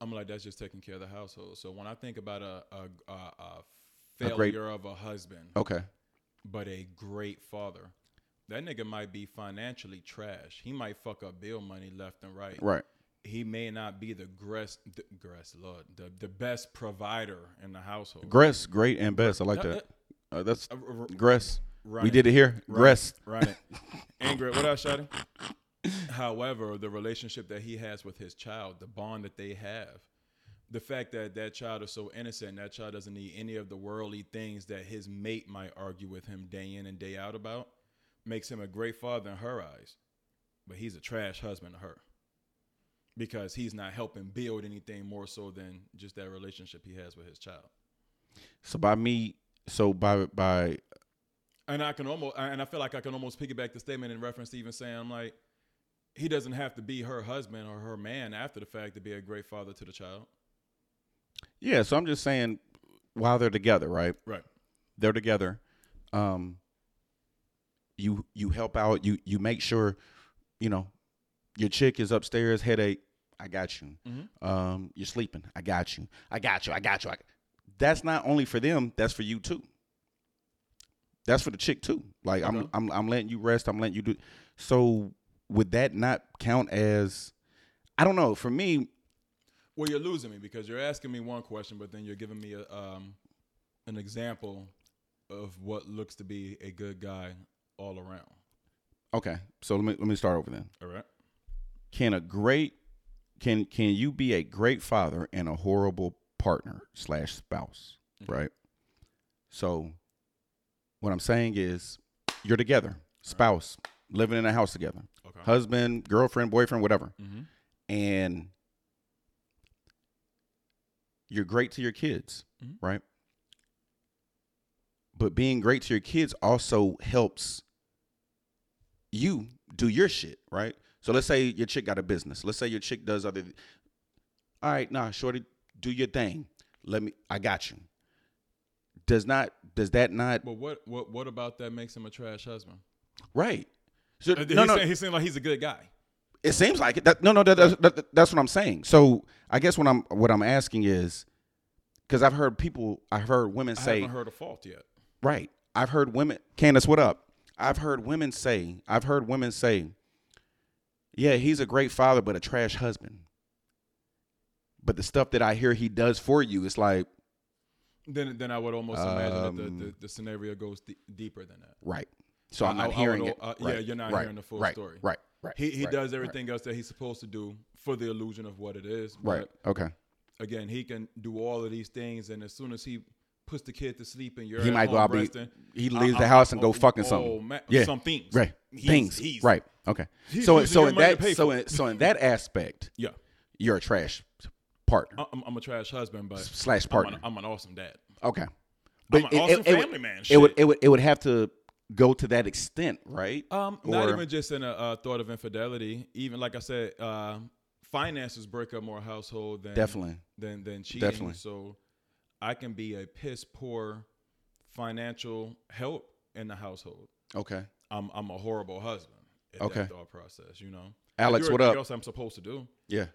[SPEAKER 2] I'm like, that's just taking care of the household. So when I think about a, a, a, a
[SPEAKER 1] A
[SPEAKER 2] failure
[SPEAKER 1] great-
[SPEAKER 2] of a husband,
[SPEAKER 1] Okay.
[SPEAKER 2] but a great father, that nigga might be financially trash. He might fuck up bill money left and right.
[SPEAKER 1] Right.
[SPEAKER 2] he may not be the gress, the, gress Lord, the, the best provider in the household.
[SPEAKER 1] Gress, great and best. I like
[SPEAKER 2] Yeah,
[SPEAKER 1] that. Uh, that's
[SPEAKER 2] Uh, r- r-
[SPEAKER 1] Gress.
[SPEAKER 2] right.
[SPEAKER 1] We did it here. Gress.
[SPEAKER 2] Right. Angry. What else, Shotty? However, the relationship that he has with his child, the bond that they have, the fact that that child is so innocent, that child doesn't need any of the worldly things that his mate might argue with him day in and day out about, makes him a great father in her eyes. But he's a trash husband to her because he's not helping build anything more so than just that relationship he has with his child.
[SPEAKER 1] So by me, so by by
[SPEAKER 2] And I can almost, and I feel like I can almost piggyback the statement in reference to even saying, I'm like, he doesn't have to be her husband or her man after the fact to be a great father to the child.
[SPEAKER 1] yeah, so I'm just saying while they're together, right?
[SPEAKER 2] Right.
[SPEAKER 1] they're together um you you help out you you make sure you know your chick is upstairs headache i got you
[SPEAKER 2] Mhm.
[SPEAKER 1] um you're sleeping i got you i got you i got you I, that's not only for them that's for you too That's for the chick too. Like I'm
[SPEAKER 2] Okay.
[SPEAKER 1] I'm I'm letting you rest. I'm letting you do. So would that not count as? I don't know. For me,
[SPEAKER 2] Well, you're losing me because you're asking me one question, but then you're giving me a, um, an example of what looks to be a good guy all around.
[SPEAKER 1] okay. So let me let me start over then.
[SPEAKER 2] All right.
[SPEAKER 1] Can a great can can you be a great father and a horrible partner slash spouse?
[SPEAKER 2] Mhm.
[SPEAKER 1] Right. So what I'm saying is, you're together, spouse, living in a house together,
[SPEAKER 2] Okay.
[SPEAKER 1] husband, girlfriend, boyfriend, whatever.
[SPEAKER 2] mm-hmm.
[SPEAKER 1] and you're great to your kids,
[SPEAKER 2] Mhm.
[SPEAKER 1] right? But being great to your kids also helps you do your shit, right? So let's say your chick got a business. Let's say your chick does other. All right, nah, shorty, do your thing. Let me. I got you. Does not. Does that not?
[SPEAKER 2] But what what what about that makes him a trash husband?
[SPEAKER 1] Right. So,
[SPEAKER 2] Uh,
[SPEAKER 1] no,
[SPEAKER 2] he,
[SPEAKER 1] no.
[SPEAKER 2] seem- he seemed like he's a good guy.
[SPEAKER 1] It seems like it. That, no, no, that, that, that- that's what I'm saying. So I guess what I'm what I'm asking is because I've heard people, I've heard women
[SPEAKER 2] I
[SPEAKER 1] say,
[SPEAKER 2] haven't heard a fault yet.
[SPEAKER 1] right. I've heard women, Candace, what up? I've heard women say, I've heard women say, yeah, he's a great father, but a trash husband. But the stuff that I hear he does for you, it's like,
[SPEAKER 2] Then then I would almost imagine that
[SPEAKER 1] Um,
[SPEAKER 2] the, the, the scenario goes d- deeper than that.
[SPEAKER 1] right. So I'm
[SPEAKER 2] I-
[SPEAKER 1] not
[SPEAKER 2] I- I
[SPEAKER 1] hearing
[SPEAKER 2] would-
[SPEAKER 1] it.
[SPEAKER 2] uh, yeah,
[SPEAKER 1] right,
[SPEAKER 2] you're not
[SPEAKER 1] right,
[SPEAKER 2] hearing the full
[SPEAKER 1] right,
[SPEAKER 2] story.
[SPEAKER 1] Right, right.
[SPEAKER 2] He he
[SPEAKER 1] right,
[SPEAKER 2] does
[SPEAKER 1] right,
[SPEAKER 2] everything else that he's supposed to do for the illusion of what it is. but
[SPEAKER 1] Right. Okay.
[SPEAKER 2] Again, he can do all of these things, and as soon as he puts the kid to sleep and you're
[SPEAKER 1] He
[SPEAKER 2] at
[SPEAKER 1] might go
[SPEAKER 2] home
[SPEAKER 1] out be,
[SPEAKER 2] resting,
[SPEAKER 1] he
[SPEAKER 2] I-
[SPEAKER 1] leaves the
[SPEAKER 2] I-
[SPEAKER 1] house and
[SPEAKER 2] oh,
[SPEAKER 1] go fucking
[SPEAKER 2] oh,
[SPEAKER 1] something.
[SPEAKER 2] man,
[SPEAKER 1] Yeah.
[SPEAKER 2] some things.
[SPEAKER 1] Right.
[SPEAKER 2] He's-
[SPEAKER 1] Things.
[SPEAKER 2] he's-
[SPEAKER 1] right. Okay.
[SPEAKER 2] he's
[SPEAKER 1] So
[SPEAKER 2] using
[SPEAKER 1] so
[SPEAKER 2] your
[SPEAKER 1] in
[SPEAKER 2] money to
[SPEAKER 1] that
[SPEAKER 2] pay
[SPEAKER 1] so
[SPEAKER 2] for
[SPEAKER 1] in, so in that aspect,
[SPEAKER 2] Yeah.
[SPEAKER 1] you're a trash partner
[SPEAKER 2] I- I'm, I'm a trash husband, but
[SPEAKER 1] slash
[SPEAKER 2] I'm
[SPEAKER 1] partner.
[SPEAKER 2] an, I'm an awesome dad.
[SPEAKER 1] okay.
[SPEAKER 2] I'm an awesome
[SPEAKER 1] would-
[SPEAKER 2] family man,
[SPEAKER 1] It would
[SPEAKER 2] shit.
[SPEAKER 1] it would it would have to go to that extent, right?
[SPEAKER 2] Um, not
[SPEAKER 1] Or-
[SPEAKER 2] even just in a uh, thought of infidelity. Even like I said, uh, finances break up more household than
[SPEAKER 1] Definitely.
[SPEAKER 2] than than cheating.
[SPEAKER 1] Definitely.
[SPEAKER 2] So I can be a piss poor financial help in the household.
[SPEAKER 1] Okay.
[SPEAKER 2] I'm I'm a horrible husband. At
[SPEAKER 1] Okay.
[SPEAKER 2] That thought process, you know.
[SPEAKER 1] Alex,
[SPEAKER 2] I do
[SPEAKER 1] what
[SPEAKER 2] everything
[SPEAKER 1] up?
[SPEAKER 2] Else I'm supposed to do.
[SPEAKER 1] Yeah.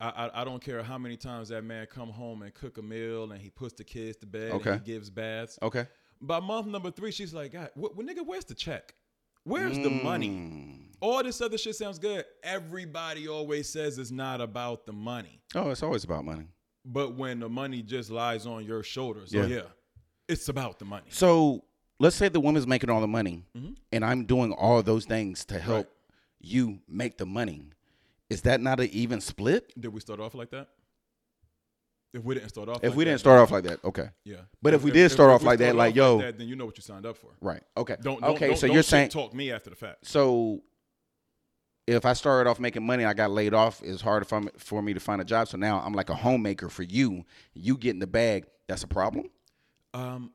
[SPEAKER 2] I, I I don't care how many times that man come home and cook a meal and he puts the kids to bed.
[SPEAKER 1] Okay.
[SPEAKER 2] And he gives baths.
[SPEAKER 1] Okay.
[SPEAKER 2] By month number three, she's like, God, what, what nigga? Where's the check? Where's the
[SPEAKER 1] Mm.
[SPEAKER 2] money? all this other shit sounds good. Everybody always says it's not about the money,
[SPEAKER 1] Oh, it's always about money.
[SPEAKER 2] but when the money just lies on your shoulders, so
[SPEAKER 1] Yeah.
[SPEAKER 2] yeah, it's about the money.
[SPEAKER 1] So let's say the woman's making all the money,
[SPEAKER 2] Mhm.
[SPEAKER 1] and I'm doing all those things to help
[SPEAKER 2] Right.
[SPEAKER 1] you make the money. Is that not an even split?
[SPEAKER 2] Did we start off like that? If we didn't start off,
[SPEAKER 1] If
[SPEAKER 2] like
[SPEAKER 1] we didn't
[SPEAKER 2] that,
[SPEAKER 1] start off like that, okay.
[SPEAKER 2] yeah.
[SPEAKER 1] but if we did start off
[SPEAKER 2] we
[SPEAKER 1] like that, like, yo-
[SPEAKER 2] that, then you know what you signed up for.
[SPEAKER 1] Right. Okay.
[SPEAKER 2] Don't, don't
[SPEAKER 1] okay.
[SPEAKER 2] Don't,
[SPEAKER 1] so
[SPEAKER 2] don't
[SPEAKER 1] you're
[SPEAKER 2] shit
[SPEAKER 1] saying
[SPEAKER 2] talk me after the fact.
[SPEAKER 1] so if I started off making money, I got laid off. It's hard for me, for me to find a job. So now I'm like a homemaker for you. You get in the bag. That's a problem.
[SPEAKER 2] Um,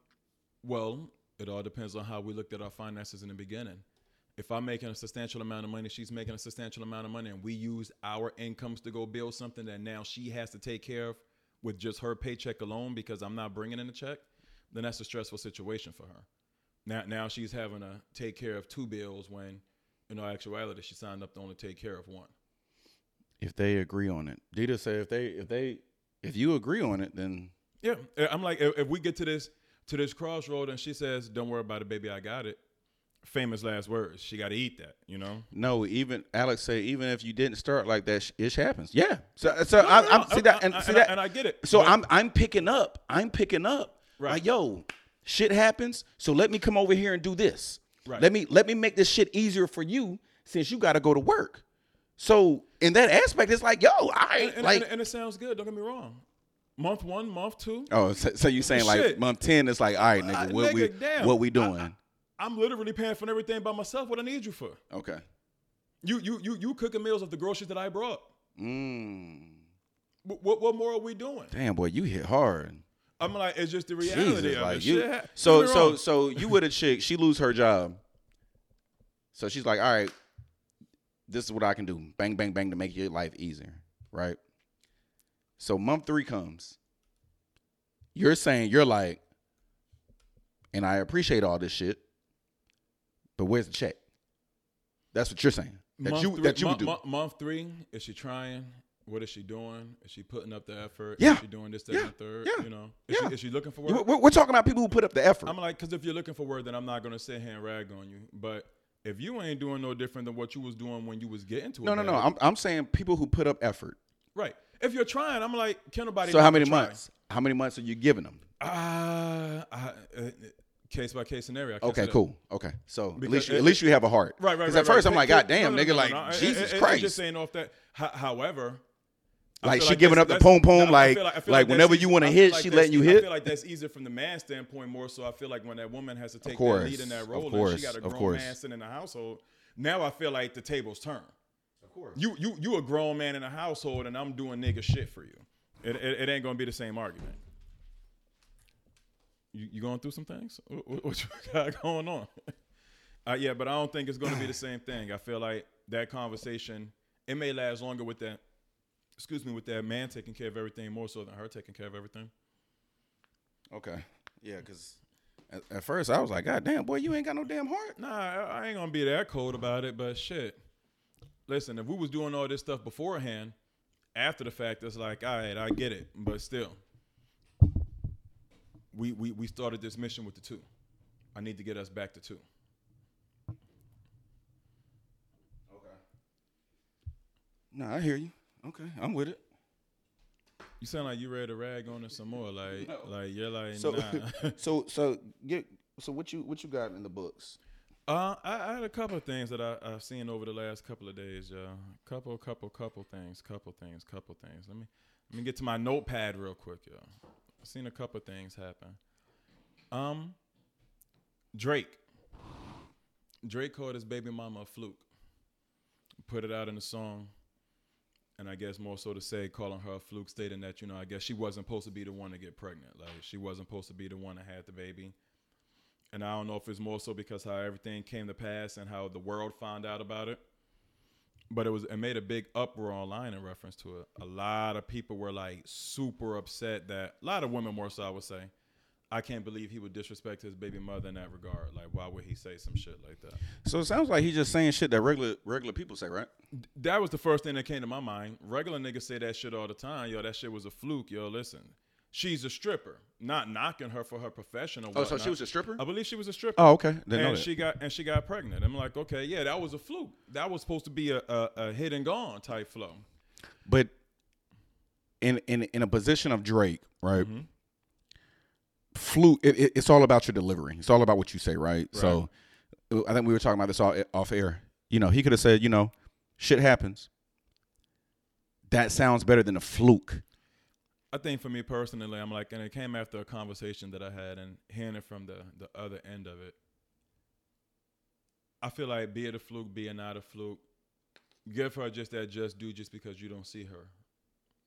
[SPEAKER 2] well, it all depends on how we looked at our finances in the beginning. If I'm making a substantial amount of money, she's making a substantial amount of money, and we use our incomes to go build something that now she has to take care of with just her paycheck alone because I'm not bringing in a check, then that's a stressful situation for her. Now, now she's having to take care of two bills when, in all actuality, she signed up to only take care of one.
[SPEAKER 1] If they agree on it, Dita said if they if they if you agree on it, then
[SPEAKER 2] Yeah, I- I'm like, if, if we get to this to this crossroad, and she says, "Don't worry about it, baby, I got it." Famous last words. She got to eat that, you know.
[SPEAKER 1] no. Even Alex said even if you didn't start like that, sh- it happens. Yeah. So so
[SPEAKER 2] No,
[SPEAKER 1] I,
[SPEAKER 2] no, no,
[SPEAKER 1] I'm see that and
[SPEAKER 2] I-
[SPEAKER 1] see that
[SPEAKER 2] I, and I get it.
[SPEAKER 1] So
[SPEAKER 2] but
[SPEAKER 1] I'm I'm picking up. I'm picking up.
[SPEAKER 2] Right.
[SPEAKER 1] Like yo, shit happens. So let me come over here and do this.
[SPEAKER 2] Right.
[SPEAKER 1] Let me let me make this shit easier for you since you got to go to work. So in that aspect, it's like yo, I
[SPEAKER 2] and, and-
[SPEAKER 1] like.
[SPEAKER 2] and it sounds good. Don't get me wrong. Month one, month two,
[SPEAKER 1] oh, so, so you saying like
[SPEAKER 2] Shit.
[SPEAKER 1] month ten? It's like all right, nigga,
[SPEAKER 2] Uh,
[SPEAKER 1] what we
[SPEAKER 2] nigga, damn.
[SPEAKER 1] what we
[SPEAKER 2] I-
[SPEAKER 1] doing?
[SPEAKER 2] I'm literally paying for everything by myself. What I need you for?
[SPEAKER 1] okay.
[SPEAKER 2] You you you you cooking meals of the groceries that I brought.
[SPEAKER 1] Mm.
[SPEAKER 2] Wh- What what more are we doing?
[SPEAKER 1] Damn boy, you hit hard.
[SPEAKER 2] I'm like, it's just the reality
[SPEAKER 1] Jesus,
[SPEAKER 2] of
[SPEAKER 1] like
[SPEAKER 2] it.
[SPEAKER 1] you.
[SPEAKER 2] Shit ha-
[SPEAKER 1] So
[SPEAKER 2] don't get me
[SPEAKER 1] so
[SPEAKER 2] wrong.
[SPEAKER 1] so you with a chick, she lose her job. So she's like, all right, this is what I can do. Bang bang bang to make your life easier, right? So month three comes. You're saying you're like, and I appreciate all this shit, but where's the check? That's what you're saying. That
[SPEAKER 2] month
[SPEAKER 1] you
[SPEAKER 2] three,
[SPEAKER 1] that you
[SPEAKER 2] mon-
[SPEAKER 1] would do.
[SPEAKER 2] mon- month three, is she trying? What is she doing? Is she putting up the effort?
[SPEAKER 1] Yeah.
[SPEAKER 2] Is she doing this, that,
[SPEAKER 1] Yeah.
[SPEAKER 2] and the third?
[SPEAKER 1] Yeah.
[SPEAKER 2] You know, is,
[SPEAKER 1] Yeah.
[SPEAKER 2] she, is she looking for work?
[SPEAKER 1] We're, we're- we're talking about people who put up the effort.
[SPEAKER 2] I'm like, because if you're looking for work, then I'm not gonna sit here and rag on you. But if you ain't doing no different than what you was doing when you was getting to it,
[SPEAKER 1] no, no, no. I'm, I'm saying people who put up effort.
[SPEAKER 2] right. If you're trying, I'm like, can nobody?
[SPEAKER 1] So
[SPEAKER 2] knock
[SPEAKER 1] how
[SPEAKER 2] for
[SPEAKER 1] many
[SPEAKER 2] trying?
[SPEAKER 1] months? How many months are you giving them?
[SPEAKER 2] Uh, I, uh, case by case scenario. I can't say
[SPEAKER 1] Okay,
[SPEAKER 2] that.
[SPEAKER 1] cool. Okay, so at least you,
[SPEAKER 2] it-
[SPEAKER 1] at least you have a heart.
[SPEAKER 2] Right, right.
[SPEAKER 1] 'Cause
[SPEAKER 2] right,
[SPEAKER 1] at first
[SPEAKER 2] right.
[SPEAKER 1] I'm like,
[SPEAKER 2] It- it-
[SPEAKER 1] God damn,
[SPEAKER 2] no, no,
[SPEAKER 1] nigga,
[SPEAKER 2] no,
[SPEAKER 1] like
[SPEAKER 2] no, no. It-
[SPEAKER 1] Jesus
[SPEAKER 2] it- it-
[SPEAKER 1] Christ.
[SPEAKER 2] Just saying off that. Ho- However, I
[SPEAKER 1] Like,
[SPEAKER 2] feel
[SPEAKER 1] she giving
[SPEAKER 2] that's-
[SPEAKER 1] up the
[SPEAKER 2] that's-
[SPEAKER 1] pom pom,
[SPEAKER 2] I
[SPEAKER 1] like-
[SPEAKER 2] feel I feel
[SPEAKER 1] like,
[SPEAKER 2] that's
[SPEAKER 1] whenever
[SPEAKER 2] eas-
[SPEAKER 1] you wanna
[SPEAKER 2] I feel
[SPEAKER 1] hit, she
[SPEAKER 2] that's
[SPEAKER 1] letting you
[SPEAKER 2] e- I
[SPEAKER 1] hit.
[SPEAKER 2] feel like that's easier from the man's standpoint more. So I feel like when that woman has to take that
[SPEAKER 1] course,
[SPEAKER 2] lead in that
[SPEAKER 1] of
[SPEAKER 2] role, and
[SPEAKER 1] course,
[SPEAKER 2] she got a
[SPEAKER 1] of
[SPEAKER 2] grown
[SPEAKER 1] course.
[SPEAKER 2] man sitting in the household. Now I feel like the tables turn. Of course. You you you a grown man in a household, and I'm doing nigga shit for you. It it, it ain't gonna be the same argument. You, you going through some things? What, what- what you got going on? Uh, yeah, but I don't think it's going to be the same thing. I feel like that conversation it may last longer with that. Excuse me, with that man taking care of everything more so than her taking care of everything.
[SPEAKER 1] Okay, yeah, because at, at first I was like, God damn, boy, you ain't got no damn heart.
[SPEAKER 2] Nah, I, I ain't gonna be that cold about it, but shit. Listen, if we was doing all this stuff beforehand, after the fact, it's like, all right, I get it, but still, we we we started this mission with the two. I need to get us back to two.
[SPEAKER 1] No, I hear you. Okay, I'm with it.
[SPEAKER 2] You sound like you ready to rag on us some more, like
[SPEAKER 1] No.
[SPEAKER 2] like you're like
[SPEAKER 1] So,
[SPEAKER 2] nah.
[SPEAKER 1] so, so, get, so what you what you got in the books?
[SPEAKER 2] Uh, I, I had a couple of things that I, I've seen over the last couple of days, y'all. Couple, couple, couple things, couple things, couple things. Let me let me get to my notepad real quick, y'all. I've seen a couple of things happen. Um, Drake. Drake called his baby mama a fluke. Put it out in the song, and I guess more so to say, calling her a fluke, stating that you know, I guess she wasn't supposed to be the one to get pregnant. Like she wasn't supposed to be the one that had the baby and I don't know if it's more so because how everything came to pass and how the world found out about it. But it was it made a big uproar online in reference to it. A lot of people were like super upset that a lot of women more so I would say, I can't believe he would disrespect his baby mother in that regard. Like why would he say some shit like that?
[SPEAKER 1] So it sounds like he's just saying shit that regular regular people say, right?
[SPEAKER 2] that was the first thing that came to my mind. Regular niggas say that shit all the time. Yo, that shit was a fluke. Yo, listen. She's a stripper. Not knocking her for her profession or
[SPEAKER 1] Oh, so
[SPEAKER 2] whatnot.
[SPEAKER 1] she was a stripper?
[SPEAKER 2] I believe she was a stripper.
[SPEAKER 1] Oh, okay. Didn't know
[SPEAKER 2] and
[SPEAKER 1] that.
[SPEAKER 2] she got and she got pregnant. I'm like, okay, yeah, that was a fluke. That was supposed to be a, a, a hit and gone type flow.
[SPEAKER 1] But in in in a position of Drake, right?
[SPEAKER 2] Mm-hmm.
[SPEAKER 1] Fluke. It, it, it's all about your delivery. It's all about what you say, right? So, I think we were talking about this all off air. You know, he could have said, you know, shit happens. That sounds better than a fluke.
[SPEAKER 2] I think for me personally, I'm like, and it came after a conversation that I had and hearing it from the the other end of it. I feel like be it a fluke, be it not a fluke, give her just that just do just because you don't see her.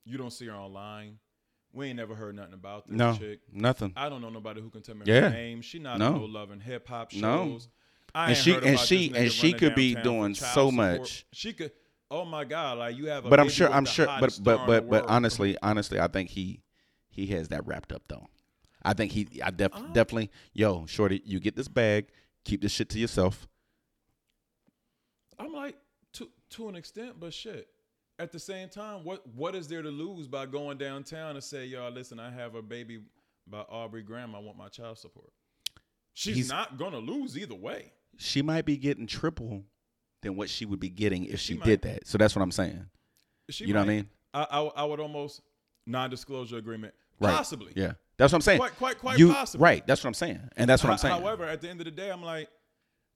[SPEAKER 2] You don't see her online. We ain't never heard nothing about this
[SPEAKER 1] No,
[SPEAKER 2] chick.
[SPEAKER 1] nothing.
[SPEAKER 2] I don't know nobody who can tell me
[SPEAKER 1] Yeah.
[SPEAKER 2] her name. She not
[SPEAKER 1] No.
[SPEAKER 2] no. no love and hip hop shows.
[SPEAKER 1] No.
[SPEAKER 2] I
[SPEAKER 1] And
[SPEAKER 2] ain't
[SPEAKER 1] she-
[SPEAKER 2] heard
[SPEAKER 1] and
[SPEAKER 2] about
[SPEAKER 1] she-
[SPEAKER 2] this
[SPEAKER 1] and
[SPEAKER 2] nigga
[SPEAKER 1] she
[SPEAKER 2] running
[SPEAKER 1] could be
[SPEAKER 2] downtown for
[SPEAKER 1] doing
[SPEAKER 2] child
[SPEAKER 1] so
[SPEAKER 2] support.
[SPEAKER 1] much.
[SPEAKER 2] She could. Oh my god! Like you have. A
[SPEAKER 1] But I'm
[SPEAKER 2] baby
[SPEAKER 1] sure.
[SPEAKER 2] with
[SPEAKER 1] I'm
[SPEAKER 2] the
[SPEAKER 1] sure.
[SPEAKER 2] hottest
[SPEAKER 1] But
[SPEAKER 2] star
[SPEAKER 1] but
[SPEAKER 2] in the
[SPEAKER 1] but but
[SPEAKER 2] world.
[SPEAKER 1] honestly, honestly, I think he he has that wrapped up though. I think he. I def,
[SPEAKER 2] Oh.
[SPEAKER 1] definitely. Yo, shorty, you get this bag. Keep this shit to yourself.
[SPEAKER 2] I'm like to to an extent, but shit. At the same time, what what is there to lose by going downtown and say, "Y'all, listen, I have a baby by Aubrey Graham. I want my child support." She's
[SPEAKER 1] He's-
[SPEAKER 2] not gonna lose either way.
[SPEAKER 1] she might be getting triple than what she would be getting if she,
[SPEAKER 2] She might.
[SPEAKER 1] did that. So that's what I'm saying.
[SPEAKER 2] She
[SPEAKER 1] You know what I
[SPEAKER 2] might-
[SPEAKER 1] mean?
[SPEAKER 2] I, I I would almost non-disclosure agreement,
[SPEAKER 1] Right.
[SPEAKER 2] possibly.
[SPEAKER 1] Yeah. That's what I'm saying.
[SPEAKER 2] Quite- quite- quite
[SPEAKER 1] you,
[SPEAKER 2] possible.
[SPEAKER 1] Right. That's what I'm saying. And that's what I'm
[SPEAKER 2] Ho-
[SPEAKER 1] saying.
[SPEAKER 2] However, at the end of the day, I'm like,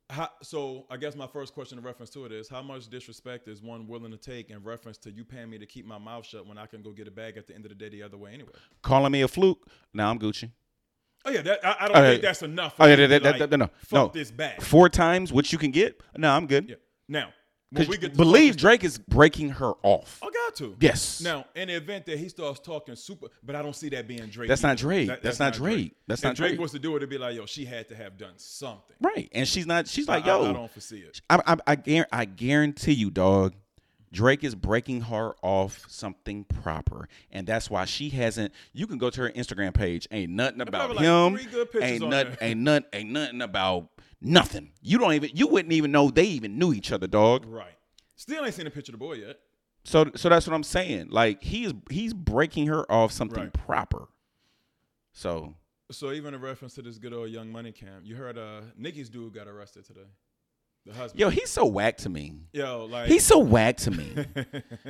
[SPEAKER 2] how, so I guess my first question in reference to it is how much disrespect is one willing to take in reference to you paying me to keep my mouth shut when I can go get a bag at the end of the day the other way anyway?
[SPEAKER 1] Calling me a fluke. Now I'm Gucci.
[SPEAKER 2] Oh yeah, that, I, I don't
[SPEAKER 1] Oh, yeah.
[SPEAKER 2] think that's enough. For
[SPEAKER 1] Oh,
[SPEAKER 2] me
[SPEAKER 1] yeah,
[SPEAKER 2] to
[SPEAKER 1] that,
[SPEAKER 2] be
[SPEAKER 1] that,
[SPEAKER 2] like,
[SPEAKER 1] that- no.
[SPEAKER 2] Fuck
[SPEAKER 1] no.
[SPEAKER 2] this bag.
[SPEAKER 1] Four times what you can get. No, I'm good.
[SPEAKER 2] yeah. Now, when
[SPEAKER 1] 'Cause
[SPEAKER 2] we Oh, get to
[SPEAKER 1] believe Drake is breaking her off.
[SPEAKER 2] I got to.
[SPEAKER 1] Yes.
[SPEAKER 2] Now, in the event that he starts talking super, but I don't see that being Drake.
[SPEAKER 1] That's not
[SPEAKER 2] either.
[SPEAKER 1] Drake. That's not Drake. That's
[SPEAKER 2] If
[SPEAKER 1] not Drake.
[SPEAKER 2] Drake was to do it, it'd be like, yo, she had to have done something.
[SPEAKER 1] Right. And she's not, she's like,
[SPEAKER 2] I- I-
[SPEAKER 1] yo.
[SPEAKER 2] I, don't foresee it.
[SPEAKER 1] I, I, I, guar- I guarantee you, dog. Drake is breaking her off something proper, and that's why she hasn't. You can go to her Instagram page. Ain't nothing about
[SPEAKER 2] probably like
[SPEAKER 1] him.
[SPEAKER 2] three good pictures
[SPEAKER 1] ain't
[SPEAKER 2] on
[SPEAKER 1] nothing.
[SPEAKER 2] there.
[SPEAKER 1] Ain't nothing. Ain't nothing about nothing. You don't even. You wouldn't even know they even knew each other, dog.
[SPEAKER 2] Right. Still ain't seen a picture of the boy yet.
[SPEAKER 1] So so that's what I'm saying. Like he's he's breaking her off something
[SPEAKER 2] Right.
[SPEAKER 1] proper. So
[SPEAKER 2] So even a reference to this good old Young Money camp, you heard uh Nicky's dude got arrested today. The husband.
[SPEAKER 1] yo, he's so whack to me.
[SPEAKER 2] Yo, like
[SPEAKER 1] He's so whack to me.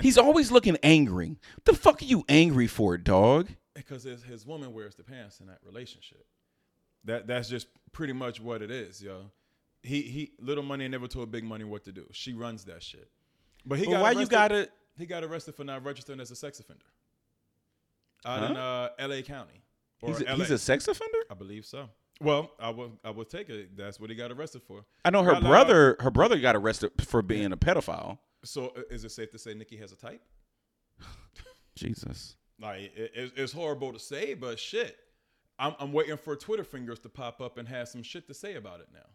[SPEAKER 1] he's always looking angry. The fuck are you angry for, dog?
[SPEAKER 2] because his, his woman wears the pants in that relationship. That that's just pretty much what it is, yo. He he little money never told big money what to do. She runs that shit. But he
[SPEAKER 1] But
[SPEAKER 2] got
[SPEAKER 1] why
[SPEAKER 2] arrested,
[SPEAKER 1] you gotta
[SPEAKER 2] he got arrested for not registering as a sex offender. Out in uh, LA County. Or
[SPEAKER 1] he's a,
[SPEAKER 2] LA.
[SPEAKER 1] he's a sex offender?
[SPEAKER 2] I believe so. Well, I will I will take it. That's what he got arrested for.
[SPEAKER 1] I know her
[SPEAKER 2] Not allowed.
[SPEAKER 1] brother her brother got arrested for being a pedophile.
[SPEAKER 2] So i- is it safe to say Nikki has a type?
[SPEAKER 1] Jesus.
[SPEAKER 2] Like it, it's- it's horrible to say, but shit, I'm, I'm waiting for Twitter fingers to pop up and have some shit to say about it now.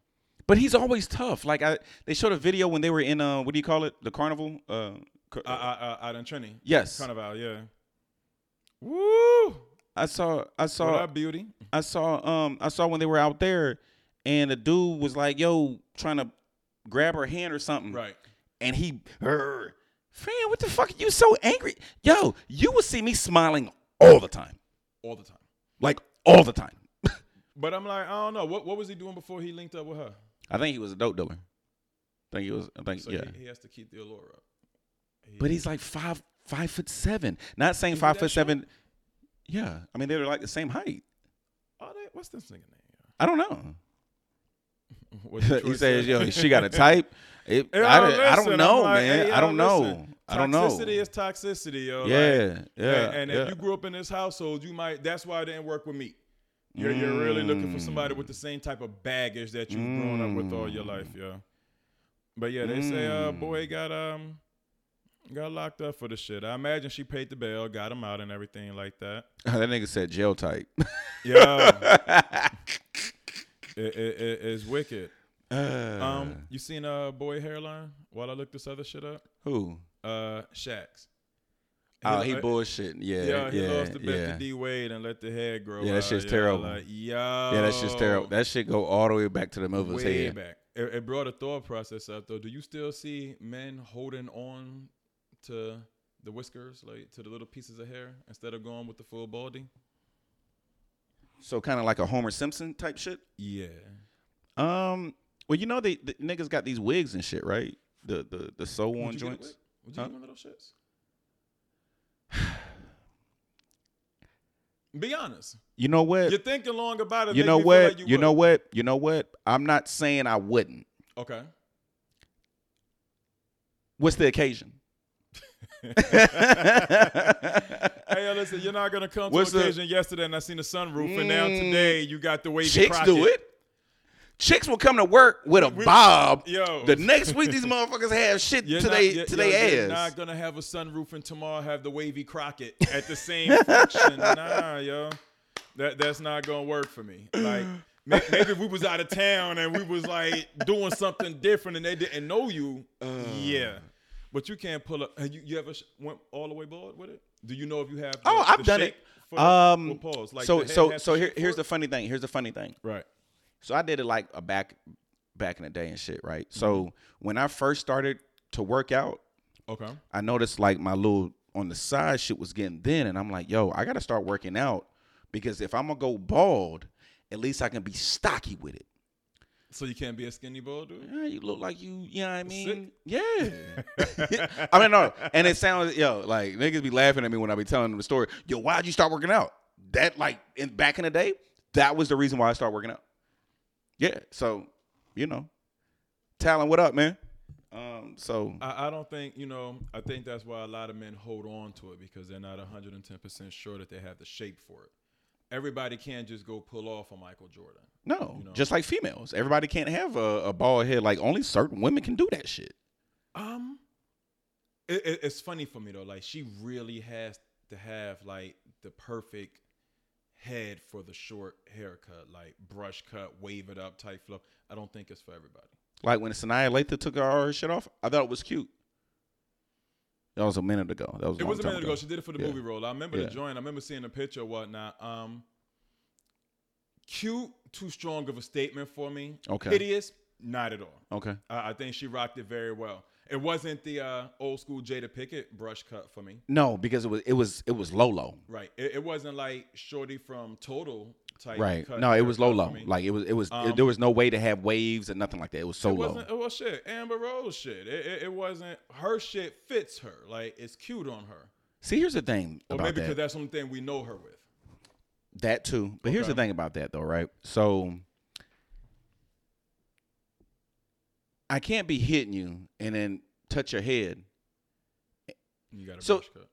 [SPEAKER 1] But he's always tough. Like I they showed a video when they were in uh what do you call it? The carnival? Uh car-
[SPEAKER 2] I I I, I done Trini.
[SPEAKER 1] Yes.
[SPEAKER 2] Carnival, yeah. Woo!
[SPEAKER 1] I saw I saw
[SPEAKER 2] what up, beauty?
[SPEAKER 1] I saw um I saw when they were out there and the dude was like, yo, trying to grab her hand or something.
[SPEAKER 2] Right.
[SPEAKER 1] And he her Fran, what the fuck are you so angry? Yo, you will see me smiling all the time.
[SPEAKER 2] All the time.
[SPEAKER 1] Like all the time.
[SPEAKER 2] But I'm like, I don't know. What what was he doing before he linked up with her?
[SPEAKER 1] I think he was a dope dealer. I think he was I think
[SPEAKER 2] So
[SPEAKER 1] yeah.
[SPEAKER 2] he, he has to keep the allure up. He-
[SPEAKER 1] But he's like five five foot seven. Not saying
[SPEAKER 2] Is he
[SPEAKER 1] five
[SPEAKER 2] that
[SPEAKER 1] foot
[SPEAKER 2] short?
[SPEAKER 1] seven. Yeah, I mean they're like the same height.
[SPEAKER 2] oh, they, what's this nigga name?
[SPEAKER 1] I don't know.
[SPEAKER 2] What
[SPEAKER 1] he
[SPEAKER 2] Detroit
[SPEAKER 1] says,
[SPEAKER 2] said?
[SPEAKER 1] "Yo, she got a type." It,
[SPEAKER 2] Yo,
[SPEAKER 1] I, don't- I
[SPEAKER 2] listen,
[SPEAKER 1] don't
[SPEAKER 2] I'm
[SPEAKER 1] know,
[SPEAKER 2] like,
[SPEAKER 1] man.
[SPEAKER 2] hey,
[SPEAKER 1] I
[SPEAKER 2] yo,
[SPEAKER 1] don't know.
[SPEAKER 2] listen.
[SPEAKER 1] I don't know.
[SPEAKER 2] Toxicity is toxicity, yo. Like,
[SPEAKER 1] yeah, yeah.
[SPEAKER 2] And, and
[SPEAKER 1] yeah.
[SPEAKER 2] if you grew up in this household, you might. That's why it didn't work with me. You're, you're really looking for somebody
[SPEAKER 1] Mm.
[SPEAKER 2] with the same type of baggage that you've grown up with all your life, yeah. But yeah, they say uh,
[SPEAKER 1] Mm.
[SPEAKER 2] boy got um got locked up for the shit. I imagine she paid the bail, got him out, and everything like that.
[SPEAKER 1] that nigga said jail type. Uh,
[SPEAKER 2] Yeah, it, it, it- it's wicked.
[SPEAKER 1] um,
[SPEAKER 2] Um, you seen uh boy hairline? While I look this other shit up,
[SPEAKER 1] who?
[SPEAKER 2] uh, Shaq's.
[SPEAKER 1] Oh, he
[SPEAKER 2] uh,
[SPEAKER 1] bullshit. Yeah,
[SPEAKER 2] Yeah,
[SPEAKER 1] yeah,
[SPEAKER 2] he lost the bet
[SPEAKER 1] yeah.
[SPEAKER 2] to D Wade and let the hair grow.
[SPEAKER 1] Yeah, that
[SPEAKER 2] out,
[SPEAKER 1] shit's
[SPEAKER 2] yo.
[SPEAKER 1] terrible.
[SPEAKER 2] Like,
[SPEAKER 1] Yeah, that's just terrible.
[SPEAKER 2] yo.
[SPEAKER 1] That shit go all the way back to the mother's
[SPEAKER 2] way
[SPEAKER 1] head.
[SPEAKER 2] back. It, it brought a thought process up though. Do you still see men holding on to the whiskers, like to the little pieces of hair, instead of going with the full baldy?
[SPEAKER 1] So kind of like a Homer Simpson type shit.
[SPEAKER 2] Yeah.
[SPEAKER 1] Um. Well, you know they the niggas got these wigs and shit, right? The the the sew
[SPEAKER 2] Would
[SPEAKER 1] on
[SPEAKER 2] you get it
[SPEAKER 1] joints.
[SPEAKER 2] with- Would you
[SPEAKER 1] Huh?
[SPEAKER 2] get one of those shits? Be honest.
[SPEAKER 1] You know what?
[SPEAKER 2] You're thinking long about it.
[SPEAKER 1] You
[SPEAKER 2] make
[SPEAKER 1] know
[SPEAKER 2] me feel like
[SPEAKER 1] what? You know
[SPEAKER 2] would.
[SPEAKER 1] what? You know what? I'm not saying I wouldn't.
[SPEAKER 2] Okay.
[SPEAKER 1] What's the occasion?
[SPEAKER 2] Hey, yo, listen, you're not gonna come
[SPEAKER 1] What's
[SPEAKER 2] to
[SPEAKER 1] the-
[SPEAKER 2] occasion yesterday, and I seen the sunroof, and now today you got the way
[SPEAKER 1] Chicks do it. Chicks will come to work with a bob.
[SPEAKER 2] Yo,
[SPEAKER 1] The next week, these motherfuckers have shit
[SPEAKER 2] You're
[SPEAKER 1] to
[SPEAKER 2] not-
[SPEAKER 1] they
[SPEAKER 2] you're-
[SPEAKER 1] to
[SPEAKER 2] you're-
[SPEAKER 1] their
[SPEAKER 2] You're
[SPEAKER 1] ass.
[SPEAKER 2] not gonna have a sunroof and tomorrow have the wavy Crockett at the same function. Nah, yo, that that's not gonna work for me. Like may- maybe if we was out of town and we was like doing something different and they didn't know you,
[SPEAKER 1] Uh.
[SPEAKER 2] yeah. But you can't pull up. And you, you ever sh- went all the way bald with it? Do you know if you have? The,
[SPEAKER 1] Oh, I've
[SPEAKER 2] the
[SPEAKER 1] done
[SPEAKER 2] shape
[SPEAKER 1] it.
[SPEAKER 2] for- well,
[SPEAKER 1] Um.
[SPEAKER 2] pause. Like
[SPEAKER 1] So
[SPEAKER 2] the head
[SPEAKER 1] so
[SPEAKER 2] has
[SPEAKER 1] so
[SPEAKER 2] the
[SPEAKER 1] here
[SPEAKER 2] shape
[SPEAKER 1] here's
[SPEAKER 2] for
[SPEAKER 1] the
[SPEAKER 2] it?
[SPEAKER 1] funny thing. Here's the funny thing.
[SPEAKER 2] right.
[SPEAKER 1] So I did it like a back back in the day and shit, right? So when I first started to work out,
[SPEAKER 2] Okay.
[SPEAKER 1] I noticed like my little on the side shit was getting thin, and I'm like, yo, I gotta start working out because if I'm gonna go bald, at least I can be stocky with it.
[SPEAKER 2] So you can't be a skinny bald dude.
[SPEAKER 1] Yeah, you look like you, you know what I mean? Yeah. I mean, no. And it sounds, yo, like niggas be laughing at me when I be telling them the story. Yo, why'd you start working out? That, like, in back in the day, that was the reason why I started working out. Yeah. So, you know, Talon, what up, man? Um, so,
[SPEAKER 2] I, I don't think you know. I think that's why a lot of men hold on to it because they're not 110 percent sure that they have the shape for it. Everybody can't just go pull off a Michael Jordan.
[SPEAKER 1] no,
[SPEAKER 2] you know.
[SPEAKER 1] just like females, everybody can't have a, a bald head. Like, only certain women can do that shit.
[SPEAKER 2] Um, it, it- it's funny for me though. Like she really has to have like the perfect head for the short haircut, like brush cut, wave it up, tight flow. I don't think it's for everybody.
[SPEAKER 1] Like, when Sanaya Lathan took her, her shit off, I thought it was cute. That was a minute ago. That was a
[SPEAKER 2] It
[SPEAKER 1] long
[SPEAKER 2] was a
[SPEAKER 1] time
[SPEAKER 2] minute ago. She did it for the
[SPEAKER 1] Yeah.
[SPEAKER 2] movie role. I remember
[SPEAKER 1] Yeah.
[SPEAKER 2] the joint. I remember seeing the picture or whatnot. Um, cute, too strong of a statement for me.
[SPEAKER 1] Okay.
[SPEAKER 2] Hideous, Not at all.
[SPEAKER 1] Okay.
[SPEAKER 2] I, I think she rocked it very well. It wasn't the uh, old school Jada Pickett brush cut for me.
[SPEAKER 1] No, because it was it was it was Lolo.
[SPEAKER 2] Right. It, it wasn't like Shorty from Total type.
[SPEAKER 1] Right.
[SPEAKER 2] cut
[SPEAKER 1] No, it
[SPEAKER 2] hair
[SPEAKER 1] was
[SPEAKER 2] cut for
[SPEAKER 1] Lolo.
[SPEAKER 2] me.
[SPEAKER 1] Like it was it was
[SPEAKER 2] Um,
[SPEAKER 1] there was no way to have waves and nothing like that. It was so
[SPEAKER 2] it
[SPEAKER 1] low.
[SPEAKER 2] wasn't. Well, shit. Amber Rose shit. It, it, it wasn't. Her shit fits her. Like it's cute on her.
[SPEAKER 1] See, here's the thing
[SPEAKER 2] Or
[SPEAKER 1] about
[SPEAKER 2] maybe
[SPEAKER 1] that.
[SPEAKER 2] because that's something we know her with.
[SPEAKER 1] That too. But here's the
[SPEAKER 2] Okay.
[SPEAKER 1] thing about that though, right? So I can't be hitting you and then touch your head.
[SPEAKER 2] You got a
[SPEAKER 1] So-
[SPEAKER 2] brush cut.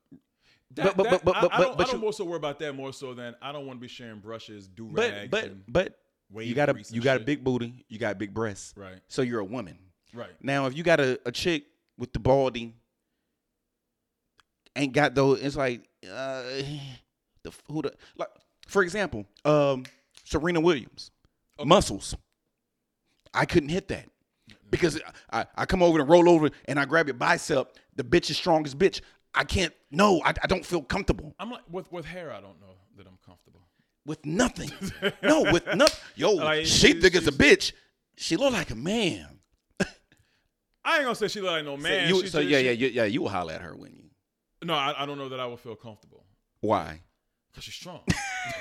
[SPEAKER 2] That,
[SPEAKER 1] but-
[SPEAKER 2] that-
[SPEAKER 1] but-
[SPEAKER 2] I-
[SPEAKER 1] but-
[SPEAKER 2] I,
[SPEAKER 1] but-
[SPEAKER 2] don't,
[SPEAKER 1] but
[SPEAKER 2] I don't
[SPEAKER 1] you-
[SPEAKER 2] more so worry about that more so than I don't want to be sharing brushes, do
[SPEAKER 1] But
[SPEAKER 2] rags,
[SPEAKER 1] but
[SPEAKER 2] and
[SPEAKER 1] but
[SPEAKER 2] wave
[SPEAKER 1] you got a
[SPEAKER 2] grease and
[SPEAKER 1] you got a
[SPEAKER 2] shit.
[SPEAKER 1] big booty, you got big breasts.
[SPEAKER 2] right,
[SPEAKER 1] So you're a woman.
[SPEAKER 2] right.
[SPEAKER 1] Now if you got a, a chick with the baldy ain't got those it's like uh the f- who the like for example, um Serena Williams.
[SPEAKER 2] Okay.
[SPEAKER 1] Muscles. I couldn't hit that. Because I, I come over and roll over and I grab your bicep, the bitch is strongest bitch. I can't no, I, I don't feel comfortable
[SPEAKER 2] I'm like with with hair. I don't know that I'm comfortable.
[SPEAKER 1] with nothing. no, with nothing. Yo,
[SPEAKER 2] Like,
[SPEAKER 1] she
[SPEAKER 2] she-
[SPEAKER 1] thick as a
[SPEAKER 2] she's-
[SPEAKER 1] bitch. She look like a man.
[SPEAKER 2] I ain't gonna say she look like no man.
[SPEAKER 1] so you,
[SPEAKER 2] She
[SPEAKER 1] so
[SPEAKER 2] just-
[SPEAKER 1] yeah,
[SPEAKER 2] she-
[SPEAKER 1] yeah, you, yeah. You will holler at her, wouldn't you?
[SPEAKER 2] No, I, I don't know that I would feel comfortable
[SPEAKER 1] Why?
[SPEAKER 2] because she's strong.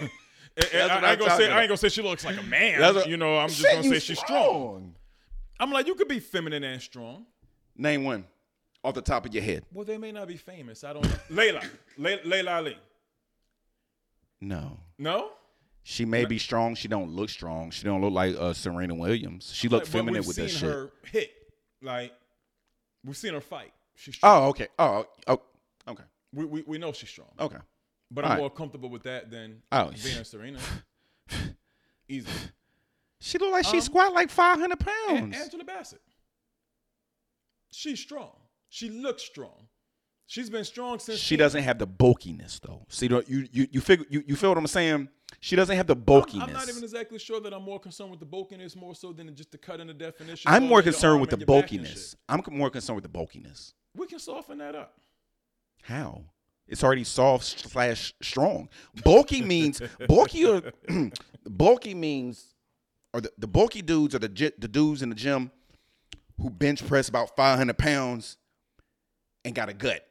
[SPEAKER 2] And- and
[SPEAKER 1] what
[SPEAKER 2] I, I
[SPEAKER 1] I'm
[SPEAKER 2] ain't gonna say
[SPEAKER 1] talking
[SPEAKER 2] I ain't gonna say she looks like a man.
[SPEAKER 1] That's what-
[SPEAKER 2] you know, I'm just
[SPEAKER 1] Shit,
[SPEAKER 2] gonna
[SPEAKER 1] you
[SPEAKER 2] say she's strong. I'm like, you could be feminine and strong.
[SPEAKER 1] Name one off the top of your head.
[SPEAKER 2] Well, they may not be famous. I don't. know. Layla, Lay, Layla Ali.
[SPEAKER 1] No,
[SPEAKER 2] No.
[SPEAKER 1] she may be strong. She don't look strong. She don't look like uh, Serena Williams. She looked
[SPEAKER 2] But
[SPEAKER 1] feminine
[SPEAKER 2] we've
[SPEAKER 1] with
[SPEAKER 2] seen
[SPEAKER 1] that shit.
[SPEAKER 2] her hit. Like we've seen her fight. She's strong.
[SPEAKER 1] Oh, okay. Oh, oh, okay,
[SPEAKER 2] We, we, we know she's strong.
[SPEAKER 1] okay.
[SPEAKER 2] But I'm
[SPEAKER 1] alright.
[SPEAKER 2] more comfortable with that than
[SPEAKER 1] Oh.
[SPEAKER 2] being a Serena. Easy.
[SPEAKER 1] She look like she
[SPEAKER 2] Um,
[SPEAKER 1] squat like five hundred pounds.
[SPEAKER 2] And Angela Bassett. She's strong. She looks strong. She's been strong since
[SPEAKER 1] she doesn't have the bulkiness though. See, don't- you you you figure you, you feel what I'm saying? She doesn't have the
[SPEAKER 2] I'm-
[SPEAKER 1] bulkiness.
[SPEAKER 2] I'm, not even exactly sure that I'm more concerned with the bulkiness more so than just the cut and the definition.
[SPEAKER 1] I'm
[SPEAKER 2] all
[SPEAKER 1] more
[SPEAKER 2] in your
[SPEAKER 1] concerned
[SPEAKER 2] arm
[SPEAKER 1] with the
[SPEAKER 2] and your back and
[SPEAKER 1] bulkiness.
[SPEAKER 2] shit.
[SPEAKER 1] I'm c- more concerned with the bulkiness.
[SPEAKER 2] We can soften that up.
[SPEAKER 1] How? It's already soft slash strong. Bulky means bulky or bulky means or the, the bulky dudes are the gy- the dudes in the gym who bench press about 500 pounds and got a gut.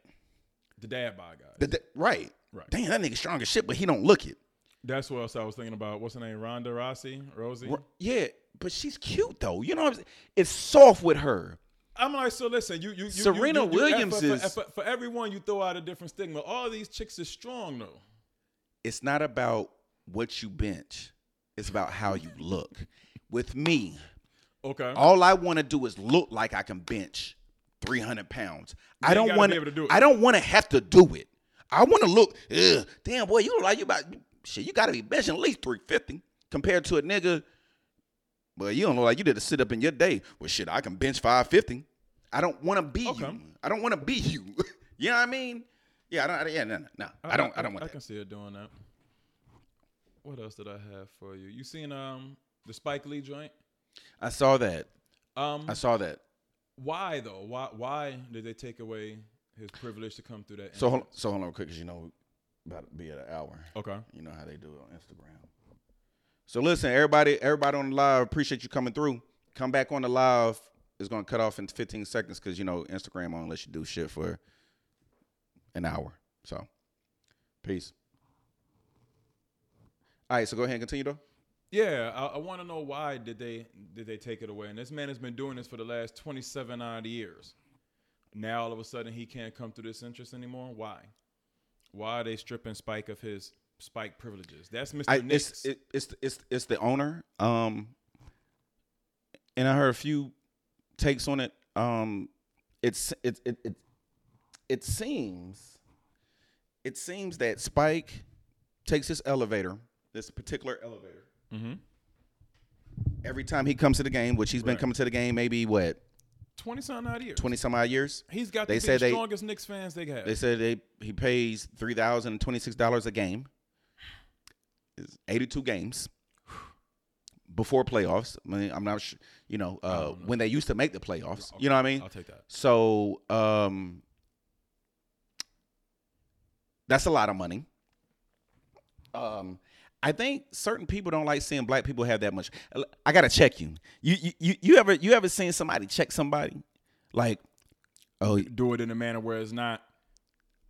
[SPEAKER 2] The dad bod guy.
[SPEAKER 1] The- the- right.
[SPEAKER 2] Right.
[SPEAKER 1] Damn, that nigga strong as shit, but he don't look it.
[SPEAKER 2] That's what else I was thinking about. What's her name? Ronda Rossi? Rosie?
[SPEAKER 1] R- Yeah, but she's cute though. You know what I'm saying? It's soft with her.
[SPEAKER 2] I'm like, so listen, you you, you
[SPEAKER 1] Serena
[SPEAKER 2] you- you- you-
[SPEAKER 1] Williams
[SPEAKER 2] for, for-
[SPEAKER 1] is-
[SPEAKER 2] for, for everyone you throw out a different stigma. All these chicks is strong though.
[SPEAKER 1] it's not about what you bench. It's about how you look. With me,
[SPEAKER 2] Okay,
[SPEAKER 1] all I want to do is look like I can bench 300 pounds. I
[SPEAKER 2] ain't
[SPEAKER 1] don't
[SPEAKER 2] gotta
[SPEAKER 1] want
[SPEAKER 2] be able to do it.
[SPEAKER 1] I don't want to have to do it. I want to look. Ugh, damn boy, you look like you about shit. You got to be benching at least 350 compared to a nigga. But you don't look like you did a sit up in your day. Well, shit, I can bench 550. I don't want to be
[SPEAKER 2] Okay.
[SPEAKER 1] you. I don't want to be you. you know what I mean? Yeah, I don't. I- yeah, no, no, no. I, don't. I, don't want
[SPEAKER 2] I
[SPEAKER 1] that.
[SPEAKER 2] can see her doing that. What else did I have for you? You seen um the Spike Lee joint?
[SPEAKER 1] I saw that.
[SPEAKER 2] Um,
[SPEAKER 1] I saw that.
[SPEAKER 2] why though? Why why did they take away his privilege to come through that?
[SPEAKER 1] So hold,
[SPEAKER 2] entrance?
[SPEAKER 1] so hold on, real quick, 'cause you know we about to be at an hour.
[SPEAKER 2] okay,
[SPEAKER 1] You know how they do it on Instagram. So listen, everybody, everybody on the live, appreciate you coming through. Come back on the live. It's gonna cut off in 15 seconds because you know Instagram won't let you do shit for an hour. So, peace. All right, so go ahead and continue though.
[SPEAKER 2] yeah, I, I want to know why did they did they take it away? And this man has been doing this for the last twenty seven odd years. Now all of a sudden he can't come through this entrance anymore. Why? Why are they stripping Spike of his Spike privileges? That's Mister
[SPEAKER 1] I,
[SPEAKER 2] Nix.
[SPEAKER 1] it's it, it's it's it's the owner. Um, and I heard a few takes on it. Um, it's it it it it seems it seems that Spike takes this elevator, this particular elevator.
[SPEAKER 2] mm-hmm.
[SPEAKER 1] Every time he comes to the game, which he's been
[SPEAKER 2] Right.
[SPEAKER 1] coming to the game maybe what
[SPEAKER 2] Twenty something odd years.
[SPEAKER 1] twenty some odd years.
[SPEAKER 2] He's got
[SPEAKER 1] They
[SPEAKER 2] to be
[SPEAKER 1] said
[SPEAKER 2] the
[SPEAKER 1] they-
[SPEAKER 2] strongest Knicks fans they have.
[SPEAKER 1] They said they he pays three thousand and twenty six dollars a game. It's eighty two games before playoffs. I mean, I'm not sure, you know, uh,
[SPEAKER 2] don't know.
[SPEAKER 1] when they used to make the playoffs. You know what I mean?
[SPEAKER 2] I'll take that.
[SPEAKER 1] So um, that's a lot of money. Um, I think certain people don't like seeing black people have that much. I gotta check you. You you you, you ever you ever seen somebody check somebody? Like, oh,
[SPEAKER 2] Do it in a manner where it's not.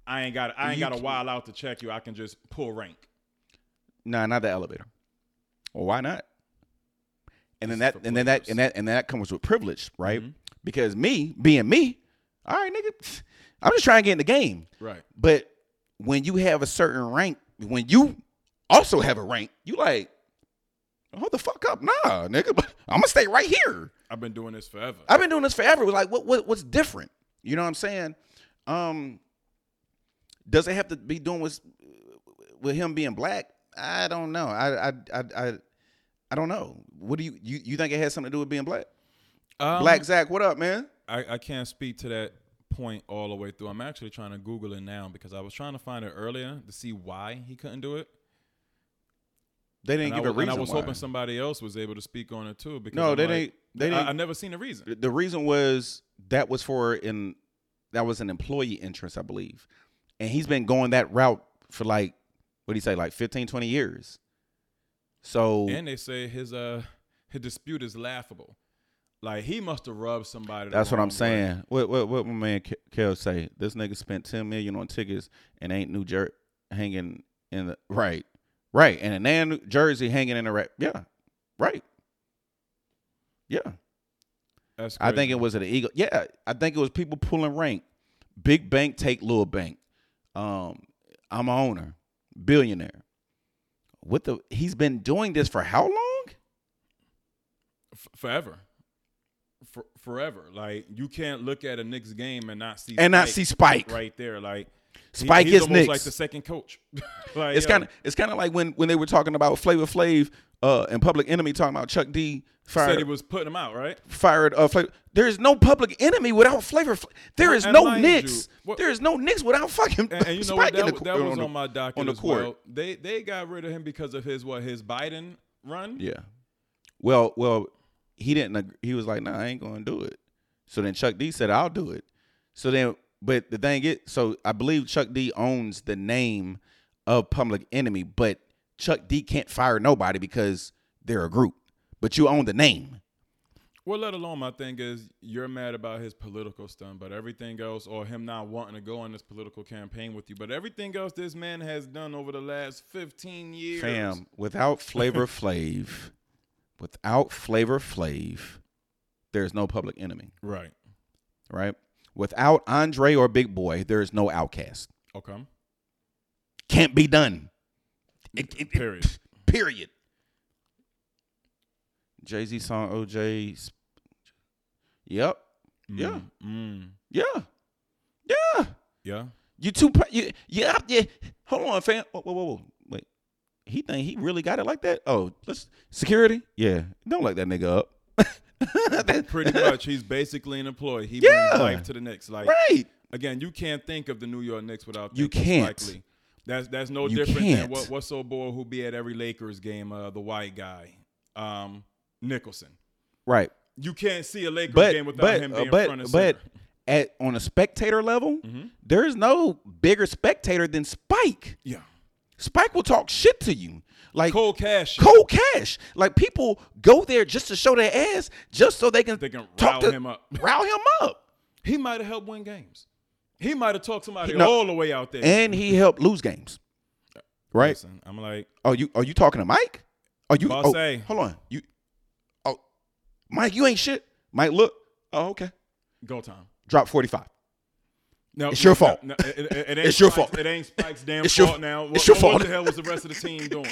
[SPEAKER 2] I ain't got. I ain't
[SPEAKER 1] You
[SPEAKER 2] got to
[SPEAKER 1] can-
[SPEAKER 2] wild out to check you. I can just pull rank.
[SPEAKER 1] nah, not the elevator. Well, why not? And then
[SPEAKER 2] This is
[SPEAKER 1] that,
[SPEAKER 2] for
[SPEAKER 1] and then that,
[SPEAKER 2] players.
[SPEAKER 1] and
[SPEAKER 2] Mm-hmm.
[SPEAKER 1] that, and that comes with privilege, right? Because me being me, all right, nigga, I'm just trying to get in the game.
[SPEAKER 2] Right.
[SPEAKER 1] But when you have a certain rank, when you also have a rank, you like, hold the fuck up, nah, nigga. I'm gonna stay right here.
[SPEAKER 2] I've been doing this forever.
[SPEAKER 1] I've been doing this forever. Like, what, what what's different? You know what I'm saying? Um, does it have to be doing with with him being black? I don't know. I I I I, I don't know. What do you, you you think it has something to do with being black?
[SPEAKER 2] Um,
[SPEAKER 1] black Zach, what up, man?
[SPEAKER 2] I, I can't speak to that point all the way through. I'm actually trying to Google it now because I was trying to find it earlier to see why he couldn't do it.
[SPEAKER 1] They didn't
[SPEAKER 2] and
[SPEAKER 1] give
[SPEAKER 2] I,
[SPEAKER 1] a
[SPEAKER 2] was- and
[SPEAKER 1] reason.
[SPEAKER 2] I was
[SPEAKER 1] why.
[SPEAKER 2] hoping somebody else was able to speak on it too. Because
[SPEAKER 1] No,
[SPEAKER 2] I'm
[SPEAKER 1] they
[SPEAKER 2] like,
[SPEAKER 1] didn't. They
[SPEAKER 2] I, I
[SPEAKER 1] didn't.
[SPEAKER 2] never seen a reason.
[SPEAKER 1] the reason was that was for in that was an employee interest, I believe, and he's been going that route for like what do you say, like 15, 20 years. So
[SPEAKER 2] And they say his uh his dispute is laughable. Like he must have rubbed somebody. the
[SPEAKER 1] That's what
[SPEAKER 2] wrong
[SPEAKER 1] I'm
[SPEAKER 2] way.
[SPEAKER 1] saying. What what what my man Ke- Kel say? This nigga spent ten million on tickets and ain't New Jersey hanging in the right, right, and in Nan- New Jersey hanging in the right. Yeah, right. Yeah,
[SPEAKER 2] That's
[SPEAKER 1] I think
[SPEAKER 2] crazy.
[SPEAKER 1] it was an ego. Yeah, I think it was people pulling rank. Big bank take little bank. Um, I'm a owner, billionaire. What the? He's been doing this for how long?
[SPEAKER 2] F- forever. For, forever. Like you can't look at a Knicks game and not see
[SPEAKER 1] And not see Spike.
[SPEAKER 2] right there. Like he-
[SPEAKER 1] Spike
[SPEAKER 2] he's
[SPEAKER 1] is
[SPEAKER 2] almost
[SPEAKER 1] Knicks.
[SPEAKER 2] like the second coach. like,
[SPEAKER 1] It's
[SPEAKER 2] yo,
[SPEAKER 1] kind of it's kind of like when when they were talking about Flavor Flav uh, and Public Enemy talking about Chuck D
[SPEAKER 2] said
[SPEAKER 1] fired
[SPEAKER 2] he was putting him out, right?
[SPEAKER 1] fired uh, Flavor. There is no Public Enemy without Flavor. Flav. There is
[SPEAKER 2] And
[SPEAKER 1] no
[SPEAKER 2] mind
[SPEAKER 1] Knicks.
[SPEAKER 2] you, what-
[SPEAKER 1] there is no Knicks without fucking
[SPEAKER 2] And, and you know
[SPEAKER 1] Spike
[SPEAKER 2] what? That,
[SPEAKER 1] in the,
[SPEAKER 2] was-
[SPEAKER 1] cou-
[SPEAKER 2] that was on,
[SPEAKER 1] the-
[SPEAKER 2] my docket
[SPEAKER 1] on the
[SPEAKER 2] as
[SPEAKER 1] court.
[SPEAKER 2] well. They they got rid of him because of his what his Biden run.
[SPEAKER 1] Yeah. Well, well, he didn't. Agree. He was like, "Nah, I ain't gonna do it." So then Chuck D said, "I'll do it." So then, but the thing is, so I believe Chuck D owns the name of Public Enemy, but Chuck D can't fire nobody because they're a group. But you own the name.
[SPEAKER 2] Well, let alone my thing is you're mad about his political stunt, but everything else, or him not wanting to go on this political campaign with you, but everything else this man has done over the last 15 years.
[SPEAKER 1] Fam, without Flavor Flav, without Flavor Flav, there's no Public Enemy,
[SPEAKER 2] Right.
[SPEAKER 1] right? Without Andre or Big Boy, there is no Outcast.
[SPEAKER 2] Okay.
[SPEAKER 1] Can't be done. It- it- it-
[SPEAKER 2] Mm, Period.
[SPEAKER 1] Period. Jay Z song OJ. Yep. Yeah.
[SPEAKER 2] Mm, mm.
[SPEAKER 1] Yeah. Yeah.
[SPEAKER 2] Yeah.
[SPEAKER 1] You two. pro- You, yeah. Yeah. Hold on, fam. Whoa, whoa, whoa, whoa. Wait. He think he really got it like that? Oh, let's security. Yeah. Don't let that nigga up. That-
[SPEAKER 2] Pretty much. He's basically an employee. He
[SPEAKER 1] Yeah.
[SPEAKER 2] brings life to the Knicks. Like,
[SPEAKER 1] right.
[SPEAKER 2] again, you can't think of the New York Knicks without
[SPEAKER 1] You
[SPEAKER 2] thinking
[SPEAKER 1] can't.
[SPEAKER 2] Spike Lee. That's that's no
[SPEAKER 1] You
[SPEAKER 2] different than
[SPEAKER 1] can't.
[SPEAKER 2] what what's old boy who be at every Lakers game, uh, the white guy, um, Nicholson.
[SPEAKER 1] Right.
[SPEAKER 2] You can't see a Lakers
[SPEAKER 1] But
[SPEAKER 2] game without
[SPEAKER 1] but
[SPEAKER 2] him
[SPEAKER 1] uh,
[SPEAKER 2] being front
[SPEAKER 1] but
[SPEAKER 2] and
[SPEAKER 1] but
[SPEAKER 2] center.
[SPEAKER 1] at on a spectator level, there is no bigger spectator than Spike.
[SPEAKER 2] Yeah,
[SPEAKER 1] Spike will talk shit to you. Like
[SPEAKER 2] cold cash.
[SPEAKER 1] cold cash. Like people go there just to show their ass, just so they can,
[SPEAKER 2] They can
[SPEAKER 1] talk
[SPEAKER 2] rile
[SPEAKER 1] to-
[SPEAKER 2] him up.
[SPEAKER 1] rile him up.
[SPEAKER 2] He might have helped win games. He might have talked somebody
[SPEAKER 1] No.
[SPEAKER 2] all the way out there.
[SPEAKER 1] And he helped lose games. Right?
[SPEAKER 2] Listen, I'm like,
[SPEAKER 1] Are you are you talking to Mike? Are you
[SPEAKER 2] Boss
[SPEAKER 1] oh,
[SPEAKER 2] A.
[SPEAKER 1] hold on. You oh Mike, you ain't shit. Mike, look. Oh, okay.
[SPEAKER 2] go time.
[SPEAKER 1] Drop 45.
[SPEAKER 2] No,
[SPEAKER 1] It's your
[SPEAKER 2] no,
[SPEAKER 1] fault.
[SPEAKER 2] no, it- it- it ain't
[SPEAKER 1] It's your
[SPEAKER 2] Spike's-
[SPEAKER 1] fault.
[SPEAKER 2] It ain't Spike's damn
[SPEAKER 1] It's your-
[SPEAKER 2] fault now. What,
[SPEAKER 1] it's your
[SPEAKER 2] what
[SPEAKER 1] fault.
[SPEAKER 2] the hell was the rest of the team doing?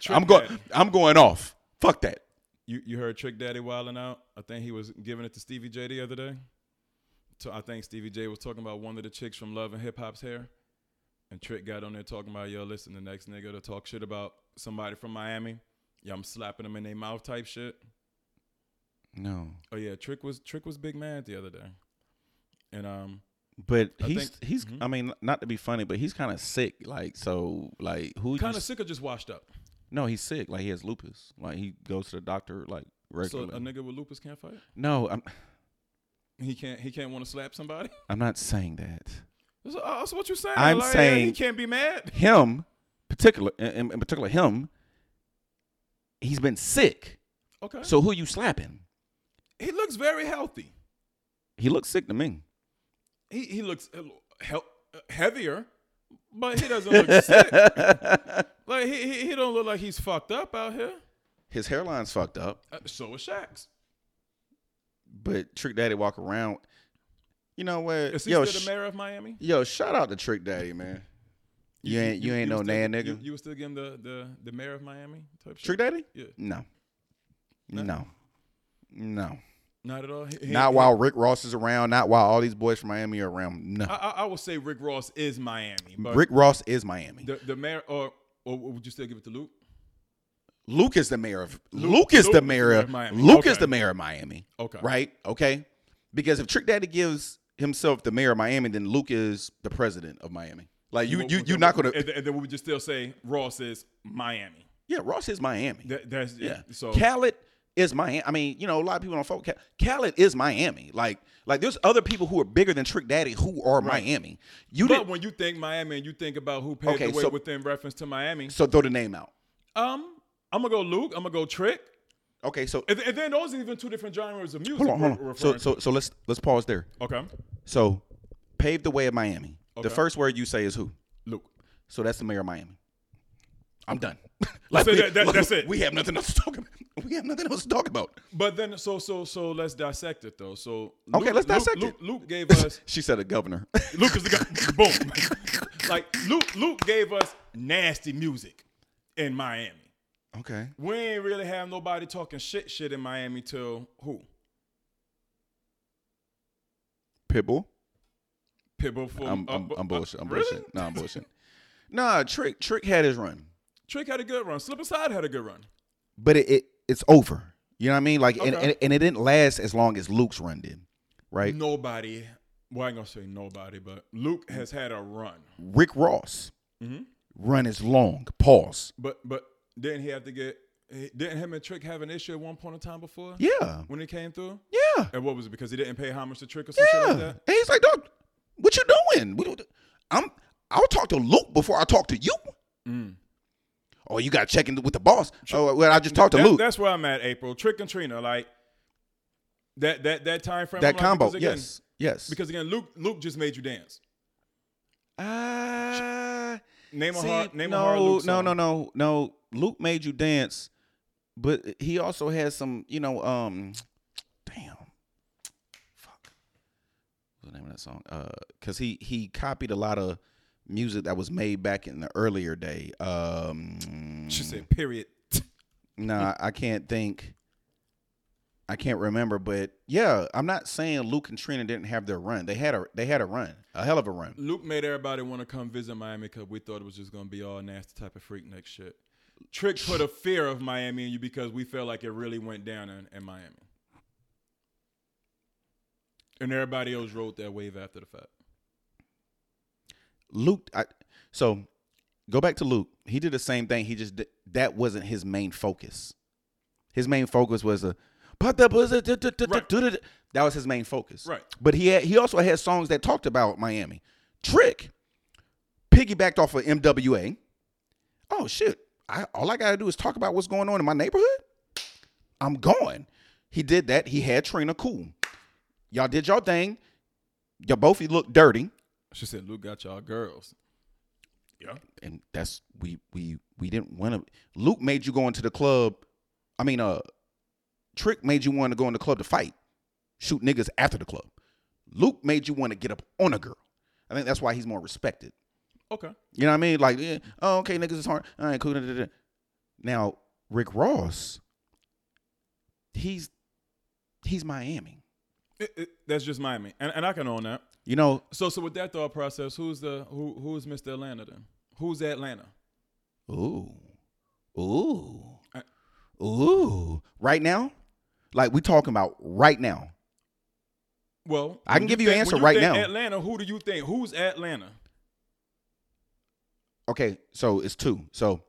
[SPEAKER 2] Trick
[SPEAKER 1] I'm going
[SPEAKER 2] Daddy.
[SPEAKER 1] I'm going off. Fuck that.
[SPEAKER 2] You you heard Trick Daddy wilding out? I think he was giving it to Stevie J the other day. So I think Stevie J was talking about one of the chicks from Love and Hip Hop's hair, and Trick got on there talking about yo, listen, the next nigga to talk shit about somebody from Miami, yeah, I'm slapping them in their mouth type shit.
[SPEAKER 1] No.
[SPEAKER 2] Oh yeah, Trick was Trick was big mad the other day, and um,
[SPEAKER 1] But
[SPEAKER 2] I
[SPEAKER 1] he's
[SPEAKER 2] think- Mm-hmm.
[SPEAKER 1] he's I mean, not to be funny, but he's kinda sick. Like, so like who you
[SPEAKER 2] kind of sick of just washed up.
[SPEAKER 1] No, he's sick. Like he has lupus. Like he goes to the doctor like
[SPEAKER 2] So
[SPEAKER 1] regularly.
[SPEAKER 2] a nigga with lupus can't fight.
[SPEAKER 1] no, I'm
[SPEAKER 2] He can't. He can't want to slap somebody.
[SPEAKER 1] I'm not saying that.
[SPEAKER 2] That's, that's what you saying.
[SPEAKER 1] I'm
[SPEAKER 2] like, yeah, he
[SPEAKER 1] saying-
[SPEAKER 2] can't be mad.
[SPEAKER 1] Him particular, in, in particular him, he's been sick.
[SPEAKER 2] Okay.
[SPEAKER 1] So who you slapping?
[SPEAKER 2] he looks very healthy.
[SPEAKER 1] He looks sick to me.
[SPEAKER 2] He he looks hel- heavier, but he doesn't look sick. Like he, he he don't look like he's fucked up out here.
[SPEAKER 1] His hairline's fucked up,
[SPEAKER 2] Uh, so is Shaq's.
[SPEAKER 1] but Trick Daddy walk around. You know what?
[SPEAKER 2] Is he
[SPEAKER 1] yo,
[SPEAKER 2] still
[SPEAKER 1] sh-
[SPEAKER 2] the mayor of Miami?
[SPEAKER 1] yo, shout out to Trick Daddy, man. You ain't you ain't no
[SPEAKER 2] was
[SPEAKER 1] nan
[SPEAKER 2] still,
[SPEAKER 1] nigga.
[SPEAKER 2] You, you was still giving the, the the mayor of Miami type shit.
[SPEAKER 1] Trick Daddy?
[SPEAKER 2] Yeah.
[SPEAKER 1] No.
[SPEAKER 2] No?
[SPEAKER 1] No. No.
[SPEAKER 2] Not at all. He- he-
[SPEAKER 1] Not while Rick Ross is around, not while all these boys from Miami are around. No.
[SPEAKER 2] I, I I would say Rick Ross is Miami, Uh, but
[SPEAKER 1] Rick Ross is Miami.
[SPEAKER 2] the the mayor or or would you still give it to Luke?
[SPEAKER 1] Luke is the mayor of Luke,
[SPEAKER 2] Luke
[SPEAKER 1] is
[SPEAKER 2] is the
[SPEAKER 1] the mayor of
[SPEAKER 2] mayor of Miami.
[SPEAKER 1] Luke is
[SPEAKER 2] Okay.
[SPEAKER 1] the mayor of Miami.
[SPEAKER 2] Okay.
[SPEAKER 1] Right? Okay. Because if Trick Daddy gives himself the mayor of Miami, then Luke is the president of Miami. Like you
[SPEAKER 2] Well,
[SPEAKER 1] you
[SPEAKER 2] well,
[SPEAKER 1] you're
[SPEAKER 2] then
[SPEAKER 1] not
[SPEAKER 2] we-
[SPEAKER 1] gonna
[SPEAKER 2] And, then- and then we would just still say Ross is Miami.
[SPEAKER 1] Yeah, Ross is Miami.
[SPEAKER 2] That, that's
[SPEAKER 1] Yeah.
[SPEAKER 2] So
[SPEAKER 1] Khaled is Miami. I mean, you know, a lot of people don't fuck with Khaled. Khaled is Miami. Like, like there's other people who are bigger than Trick Daddy who are Miami. You
[SPEAKER 2] But
[SPEAKER 1] did
[SPEAKER 2] when you think Miami and you think about who paved
[SPEAKER 1] Okay,
[SPEAKER 2] the way
[SPEAKER 1] so-
[SPEAKER 2] within reference to Miami,
[SPEAKER 1] so throw the name out.
[SPEAKER 2] um, I'm gonna go Luke. I'm gonna go Trick.
[SPEAKER 1] Okay, so
[SPEAKER 2] And, and then those are even two different genres of music.
[SPEAKER 1] hold on, hold
[SPEAKER 2] we're- we're
[SPEAKER 1] on. So,
[SPEAKER 2] referring
[SPEAKER 1] so, so let's let's pause there.
[SPEAKER 2] to. okay,
[SPEAKER 1] So, pave the way of Miami.
[SPEAKER 2] Okay.
[SPEAKER 1] The first word you say is who?
[SPEAKER 2] Luke.
[SPEAKER 1] So that's the mayor of Miami. I'm done. like,
[SPEAKER 2] So that- that- that's it.
[SPEAKER 1] We have nothing else to talk about. We have nothing else to talk about.
[SPEAKER 2] But then, so so so let's dissect it though. So
[SPEAKER 1] Okay, let's dissect
[SPEAKER 2] Luke,
[SPEAKER 1] it.
[SPEAKER 2] Luke, Luke gave us
[SPEAKER 1] She said a governor.
[SPEAKER 2] Luke is the guy. Boom. like Luke Luke gave us nasty music in Miami.
[SPEAKER 1] okay.
[SPEAKER 2] We ain't really have nobody talking shit shit in Miami till who?
[SPEAKER 1] Pitbull.
[SPEAKER 2] Pitbull. for-
[SPEAKER 1] I'm
[SPEAKER 2] uh,
[SPEAKER 1] I'm,
[SPEAKER 2] bu-
[SPEAKER 1] I'm
[SPEAKER 2] uh,
[SPEAKER 1] bullshit. I'm
[SPEAKER 2] really?
[SPEAKER 1] bullshit. No, I'm bullshit. Nah, Trick Trick had his run.
[SPEAKER 2] Trick had a good run. Slip and Slide had a good run.
[SPEAKER 1] but it, it it's over. You know what I mean? Like, and,
[SPEAKER 2] Okay.
[SPEAKER 1] and and it didn't last as long as Luke's run did, right?
[SPEAKER 2] Nobody. Well, I ain't gonna say nobody, but Luke has had a run.
[SPEAKER 1] Rick Ross
[SPEAKER 2] Mhm.
[SPEAKER 1] run is long. Pause.
[SPEAKER 2] But but didn't he have to get? eh, Didn't him and Trick have an issue at one point in time before?
[SPEAKER 1] Yeah,
[SPEAKER 2] When he came through,
[SPEAKER 1] yeah,
[SPEAKER 2] and what was it? Because he didn't pay homage to Trick or some
[SPEAKER 1] yeah.
[SPEAKER 2] shit like that.
[SPEAKER 1] And he's like, dog, what you doing? What- what- I'm I'll talk to Luke before I talk to you.
[SPEAKER 2] Mm.
[SPEAKER 1] Oh, you got to check in with the boss. Oh, well, I just talked to
[SPEAKER 2] That-
[SPEAKER 1] Luke.
[SPEAKER 2] That's where I'm at. April Trick and Trina, like that that that time frame.
[SPEAKER 1] that
[SPEAKER 2] I'm like,
[SPEAKER 1] combo,
[SPEAKER 2] because again-
[SPEAKER 1] yes, yes.
[SPEAKER 2] Because again, Luke Luke just made you dance.
[SPEAKER 1] ah.
[SPEAKER 2] Name a
[SPEAKER 1] See,
[SPEAKER 2] hard name
[SPEAKER 1] no,
[SPEAKER 2] a hard Luke
[SPEAKER 1] no,
[SPEAKER 2] song.
[SPEAKER 1] no, no, no. Luke made you dance, but he also has some, you know, um, damn, fuck, what's the name of that song? Uh, cause he he copied a lot of music that was made back in the earlier day. Um,
[SPEAKER 2] She said, "Hmm." period.
[SPEAKER 1] nah, I can't think. I can't remember, but yeah, I'm not saying Luke and Trina didn't have their run. They had a they had a run, a hell of a run.
[SPEAKER 2] Luke made everybody want to come visit Miami because we thought it was just gonna be all nasty type of freak next shit. Trick put a fear of Miami in you because we felt like it really went down in, in Miami. And everybody else rode that wave after the fact.
[SPEAKER 1] Luke, I, so go back to Luke. He did the same thing. He just di- that wasn't his main focus. His main focus was a but the but the- the- the- the-
[SPEAKER 2] Right.
[SPEAKER 1] the- the- that was his main focus.
[SPEAKER 2] Right.
[SPEAKER 1] But he had, he also had songs that talked about Miami. Trick piggybacked off of MWA. Oh shit! I, all I gotta do is talk about what's going on in my neighborhood. I'm gone. He did that. He had Trina cool. Y'all did y'all thing. Y'all both looked dirty.
[SPEAKER 2] She said, Luke got y'all girls. Yeah.
[SPEAKER 1] and that's we we we didn't want to. Luke made you go into the club. I mean, uh, Trick made you want to go in the club to fight, shoot niggas after the club. Luke made you want to get up on a girl. I think that's why he's more respected.
[SPEAKER 2] Okay.
[SPEAKER 1] You know what I mean? Like, yeah, oh, okay, niggas is hard. All right, cool. da, da, da. Now Rick Ross, he's he's Miami.
[SPEAKER 2] It- it- that's just Miami. And, and I can own that.
[SPEAKER 1] You know,
[SPEAKER 2] So so with that thought process, who's the who who's Mr. Atlanta then? Who's Atlanta?
[SPEAKER 1] Ooh. Ooh.
[SPEAKER 2] I-
[SPEAKER 1] Ooh. Right now? Like we talking about right now.
[SPEAKER 2] Well,
[SPEAKER 1] I can
[SPEAKER 2] when
[SPEAKER 1] give you an
[SPEAKER 2] think-
[SPEAKER 1] answer
[SPEAKER 2] when
[SPEAKER 1] right
[SPEAKER 2] think
[SPEAKER 1] now.
[SPEAKER 2] Atlanta, who do you think? Who's Atlanta?
[SPEAKER 1] Okay, so it's two. So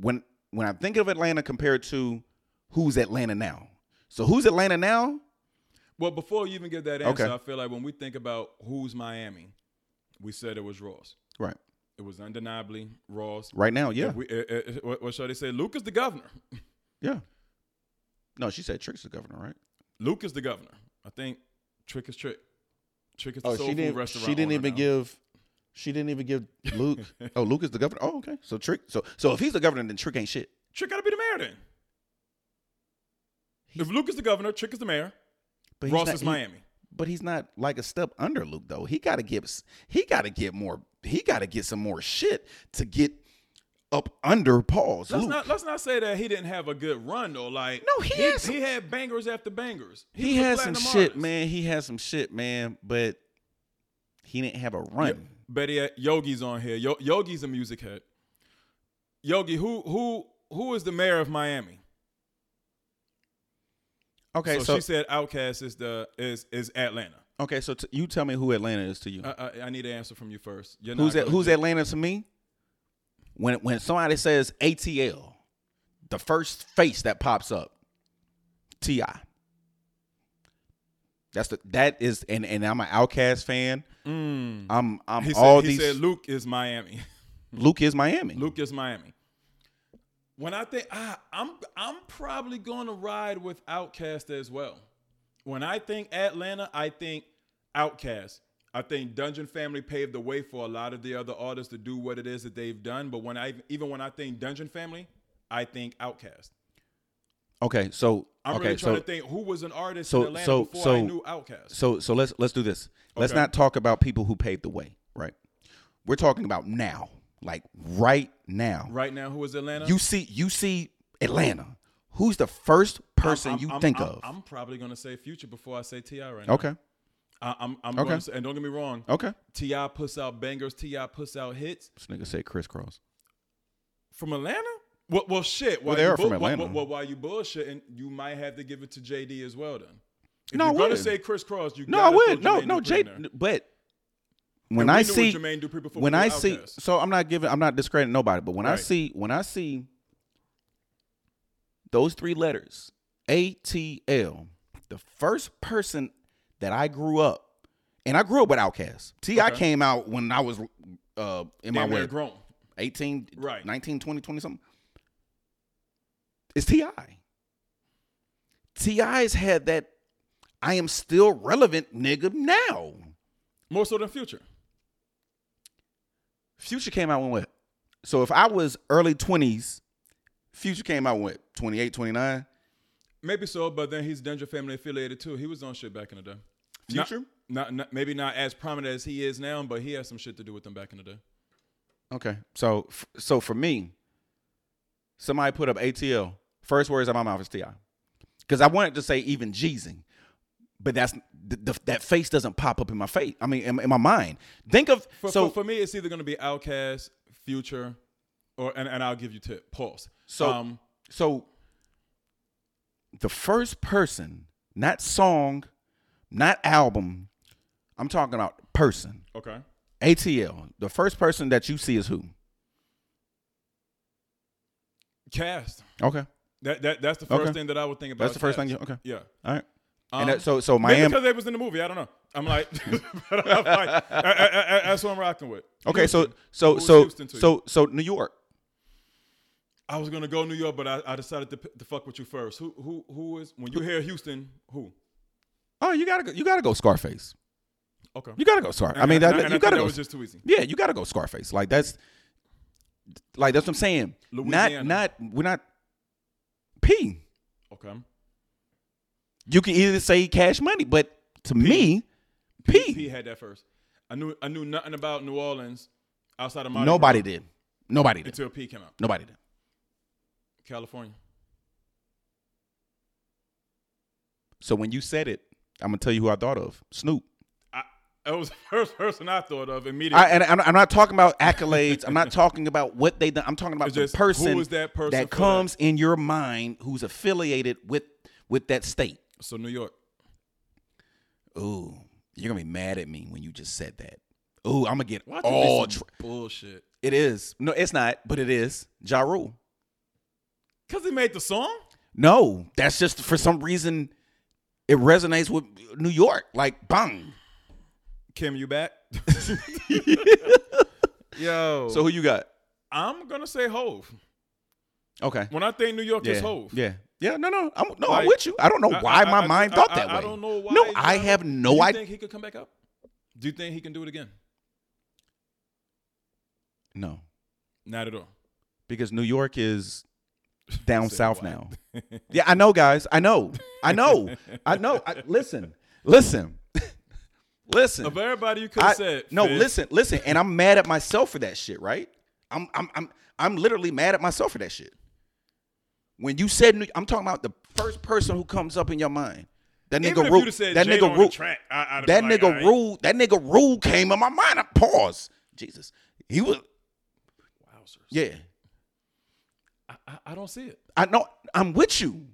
[SPEAKER 1] when when I think of Atlanta compared to who's Atlanta now. So who's Atlanta now?
[SPEAKER 2] Well, before you even give that answer,
[SPEAKER 1] Okay.
[SPEAKER 2] I feel like when we think about who's Miami, we said it was Ross.
[SPEAKER 1] Right.
[SPEAKER 2] It was undeniably Raw's.
[SPEAKER 1] Right now, yeah,
[SPEAKER 2] If we, eh, eh, eh, what, what shall they say? Luke is the governor.
[SPEAKER 1] yeah. No, she said Trick's the governor, right?
[SPEAKER 2] Luke is the governor. I think Trick is Trick. Trick is the
[SPEAKER 1] Oh,
[SPEAKER 2] soul
[SPEAKER 1] she
[SPEAKER 2] food
[SPEAKER 1] didn't.
[SPEAKER 2] restaurant.
[SPEAKER 1] She didn't
[SPEAKER 2] owner
[SPEAKER 1] even
[SPEAKER 2] now.
[SPEAKER 1] give. She didn't even give Luke. oh, Luke is the governor. Oh, okay. So Trick. So so if he's the governor, then Trick ain't shit.
[SPEAKER 2] Trick got to be the mayor then. If Luke is the governor, Trick is the mayor.
[SPEAKER 1] But he's
[SPEAKER 2] Ross
[SPEAKER 1] not-
[SPEAKER 2] is
[SPEAKER 1] he-
[SPEAKER 2] Miami.
[SPEAKER 1] But he's not like a step under Luke though. He got to give. s- He got to get more. He got to get some more shit to get up under Paul's
[SPEAKER 2] Let's
[SPEAKER 1] Luke.
[SPEAKER 2] not let's not say that he didn't have a good run though. Like
[SPEAKER 1] No, he had some-
[SPEAKER 2] he had bangers after bangers.
[SPEAKER 1] he
[SPEAKER 2] was a
[SPEAKER 1] had some
[SPEAKER 2] platinum
[SPEAKER 1] shit,
[SPEAKER 2] artist.
[SPEAKER 1] man. He had some shit, man. But he didn't have a run.
[SPEAKER 2] Betty uh, Yogi's on here. Yo, Yogi's a music head. Yogi, who who who is the mayor of Miami?
[SPEAKER 1] Okay,
[SPEAKER 2] so,
[SPEAKER 1] so,
[SPEAKER 2] she said Outcast is the is is Atlanta.
[SPEAKER 1] okay, so t- you tell me who Atlanta is to you.
[SPEAKER 2] I, I, I need an answer from you first. You're
[SPEAKER 1] who's
[SPEAKER 2] not
[SPEAKER 1] at, who's
[SPEAKER 2] that?
[SPEAKER 1] Atlanta to me? When when somebody says ATL, the first face that pops up, Ti. That's the that is and and I'm an Outcast fan. I'm I'm
[SPEAKER 2] Mm. Mm-hmm. He said,
[SPEAKER 1] all
[SPEAKER 2] he
[SPEAKER 1] these.
[SPEAKER 2] said Luke is Miami.
[SPEAKER 1] Luke is Miami.
[SPEAKER 2] Luke is Miami. When I think I, I'm I'm probably gonna ride with Outcast as well. When I think Atlanta, I think Outcast. I think Dungeon Family paved the way for a lot of the other artists to do what it is that they've done. But when I even when I think Dungeon Family, I think Outcast.
[SPEAKER 1] Okay, so
[SPEAKER 2] I'm
[SPEAKER 1] okay,
[SPEAKER 2] really trying
[SPEAKER 1] so
[SPEAKER 2] to think who was an artist
[SPEAKER 1] so-
[SPEAKER 2] in Atlanta
[SPEAKER 1] so-
[SPEAKER 2] before I
[SPEAKER 1] so-
[SPEAKER 2] knew Outcast.
[SPEAKER 1] so so let's let's do this. Let's
[SPEAKER 2] Okay.
[SPEAKER 1] not talk about people who paved the way, right? We're talking about now, like right now.
[SPEAKER 2] Right now, who is Atlanta?
[SPEAKER 1] You see you see Atlanta. Who's the first person
[SPEAKER 2] I'm-
[SPEAKER 1] you
[SPEAKER 2] I'm-
[SPEAKER 1] think
[SPEAKER 2] I'm-
[SPEAKER 1] of?
[SPEAKER 2] I'm probably gonna say Future before I say Ti right now.
[SPEAKER 1] okay,
[SPEAKER 2] I, I'm, I'm
[SPEAKER 1] Okay.
[SPEAKER 2] gonna say, and don't get me wrong.
[SPEAKER 1] okay.
[SPEAKER 2] Ti puts out bangers. Ti puts out hits
[SPEAKER 1] This nigga said crisscross.
[SPEAKER 2] from Atlanta. Well, well, shit. Why
[SPEAKER 1] they
[SPEAKER 2] you
[SPEAKER 1] are from
[SPEAKER 2] why-
[SPEAKER 1] Atlanta.
[SPEAKER 2] Well, well, while you bullshitting, you might have to give it to JD as well. Then, if
[SPEAKER 1] No, I
[SPEAKER 2] you're gonna
[SPEAKER 1] wouldn't.
[SPEAKER 2] say Chris Cross, you
[SPEAKER 1] No, I
[SPEAKER 2] gotta
[SPEAKER 1] would. No,
[SPEAKER 2] throw Jermaine
[SPEAKER 1] no,
[SPEAKER 2] Dupri
[SPEAKER 1] Jay.
[SPEAKER 2] in there.
[SPEAKER 1] But when
[SPEAKER 2] we
[SPEAKER 1] I
[SPEAKER 2] knew it was
[SPEAKER 1] see
[SPEAKER 2] Jermaine Dupri before we
[SPEAKER 1] when
[SPEAKER 2] knew
[SPEAKER 1] I see,
[SPEAKER 2] Outkast.
[SPEAKER 1] so I'm not giving, I'm not discrediting nobody. But when I
[SPEAKER 2] Right.
[SPEAKER 1] see, when I see those three letters, ATL, the first person that I grew up, and I grew up with Outkast. Ti
[SPEAKER 2] Okay.
[SPEAKER 1] came out when I was uh, in
[SPEAKER 2] Damn
[SPEAKER 1] my
[SPEAKER 2] near
[SPEAKER 1] way,
[SPEAKER 2] grown.
[SPEAKER 1] 18,
[SPEAKER 2] Right.
[SPEAKER 1] 19, 20, 20 something. It's Ti. Ti's had that. I am still relevant, nigga. Now,
[SPEAKER 2] more so than Future.
[SPEAKER 1] Future came out when what? So if I was early 20s, Future came out when what? 28, 29?
[SPEAKER 2] Maybe so, but then he's Danger Family affiliated too. He was on shit back in the day. Not-
[SPEAKER 1] Future?
[SPEAKER 2] not, not maybe not as prominent as he is now, but he has some shit to do with them back in the day.
[SPEAKER 1] Okay. So f- so for me, somebody put up ATL. First words out of my mouth is Ti, because I wanted to say even Jeezing, but that's th- th- that face doesn't pop up in my face. I mean, in, in my mind. Think of
[SPEAKER 2] For,
[SPEAKER 1] so
[SPEAKER 2] for, for me, it's either gonna be Outkast, Future, or and, and I'll give you tip. Pause.
[SPEAKER 1] So-
[SPEAKER 2] um,
[SPEAKER 1] So the first person, not song, not album, I'm talking about person.
[SPEAKER 2] okay,
[SPEAKER 1] ATL. The first person that you see is who?
[SPEAKER 2] cast.
[SPEAKER 1] Okay.
[SPEAKER 2] That that that's the first
[SPEAKER 1] Okay.
[SPEAKER 2] thing that I would think about.
[SPEAKER 1] That's the first
[SPEAKER 2] cast.
[SPEAKER 1] thing you okay.
[SPEAKER 2] Yeah.
[SPEAKER 1] All right.
[SPEAKER 2] Um,
[SPEAKER 1] and that, so so
[SPEAKER 2] Maybe
[SPEAKER 1] Miami
[SPEAKER 2] because they was in the movie. I don't know. I'm like, but I'm like I, I, I, that's what I'm rocking with.
[SPEAKER 1] Okay, so
[SPEAKER 2] Houston. Who
[SPEAKER 1] so
[SPEAKER 2] was
[SPEAKER 1] so
[SPEAKER 2] Houston to you?
[SPEAKER 1] so so New York.
[SPEAKER 2] I was gonna go New York, but I, I decided to, p- to fuck with you first. Who who who is when you hear Houston? Who?
[SPEAKER 1] Oh, you gotta go you gotta go Scarface.
[SPEAKER 2] Okay.
[SPEAKER 1] You gotta go Scarface. I
[SPEAKER 2] And-
[SPEAKER 1] mean that,
[SPEAKER 2] and- and I
[SPEAKER 1] you
[SPEAKER 2] think
[SPEAKER 1] gotta
[SPEAKER 2] that
[SPEAKER 1] go
[SPEAKER 2] was just too easy.
[SPEAKER 1] Yeah, you gotta go Scarface. Like that's like that's what I'm saying.
[SPEAKER 2] Louisiana.
[SPEAKER 1] Not not we're not P.
[SPEAKER 2] Okay.
[SPEAKER 1] You can either say cash money, but to me, P.
[SPEAKER 2] P had that first. I knew I knew nothing about New Orleans outside of Mardi Gras
[SPEAKER 1] nobody did. Nobody did.
[SPEAKER 2] until P came out.
[SPEAKER 1] Nobody did.
[SPEAKER 2] California.
[SPEAKER 1] So when you said it, I'm gonna tell you who I thought of. Snoop.
[SPEAKER 2] I, that was the first person I thought of immediately.
[SPEAKER 1] I, and I'm, I'm not talking about accolades. I'm not talking about what they done. I'm talking about
[SPEAKER 2] It's
[SPEAKER 1] the
[SPEAKER 2] just, who
[SPEAKER 1] person,
[SPEAKER 2] is that person for that?
[SPEAKER 1] comes in your mind who's affiliated with with that state.
[SPEAKER 2] so New York.
[SPEAKER 1] Ooh, you're gonna be mad at me when you just said that. Ooh, I'm gonna get
[SPEAKER 2] Why do they
[SPEAKER 1] all.
[SPEAKER 2] some
[SPEAKER 1] Tr-
[SPEAKER 2] bullshit.
[SPEAKER 1] it is no, it's not, but it is. Ja Rule.
[SPEAKER 2] Cause he made the song.
[SPEAKER 1] No, that's just for some reason it resonates with New York. Like bang.
[SPEAKER 2] Kim, you back? Yo.
[SPEAKER 1] So who you got?
[SPEAKER 2] I'm gonna say Hove.
[SPEAKER 1] Okay.
[SPEAKER 2] When I think New York
[SPEAKER 1] Yeah.
[SPEAKER 2] is Hove.
[SPEAKER 1] Yeah. Yeah. No. No. I'm, no. I'm
[SPEAKER 2] Like,
[SPEAKER 1] with you. I don't know
[SPEAKER 2] I-
[SPEAKER 1] why
[SPEAKER 2] I-
[SPEAKER 1] my
[SPEAKER 2] I-
[SPEAKER 1] mind
[SPEAKER 2] I-
[SPEAKER 1] thought
[SPEAKER 2] I-
[SPEAKER 1] that way.
[SPEAKER 2] I don't know why.
[SPEAKER 1] No, I
[SPEAKER 2] yo.
[SPEAKER 1] have
[SPEAKER 2] Do
[SPEAKER 1] no
[SPEAKER 2] you
[SPEAKER 1] idea.
[SPEAKER 2] think he could come back up? Do you think he can do it again?
[SPEAKER 1] No,
[SPEAKER 2] Not at all.
[SPEAKER 1] because New York is down
[SPEAKER 2] Say
[SPEAKER 1] south
[SPEAKER 2] why.
[SPEAKER 1] now. Yeah, I know, guys. I know. I know. I know. I, listen. Listen. listen.
[SPEAKER 2] Of everybody you could have said.
[SPEAKER 1] no,
[SPEAKER 2] Fitz,
[SPEAKER 1] listen, listen, and I'm mad at myself for that shit, right? I'm I'm I'm I'm literally mad at myself for that shit. When you said New- I'm talking about the first person who comes up in your mind. That
[SPEAKER 2] Even
[SPEAKER 1] nigga
[SPEAKER 2] if you'd
[SPEAKER 1] rule.
[SPEAKER 2] have said
[SPEAKER 1] That
[SPEAKER 2] Jada
[SPEAKER 1] nigga
[SPEAKER 2] on the
[SPEAKER 1] rule.
[SPEAKER 2] track, I- I'd have
[SPEAKER 1] That
[SPEAKER 2] been like,
[SPEAKER 1] nigga
[SPEAKER 2] alright.
[SPEAKER 1] rule. That nigga rule came in my mind. I pause. Jesus, he was.
[SPEAKER 2] Wowzers.
[SPEAKER 1] Yeah,
[SPEAKER 2] I, I, I don't see it.
[SPEAKER 1] I know. I'm with you.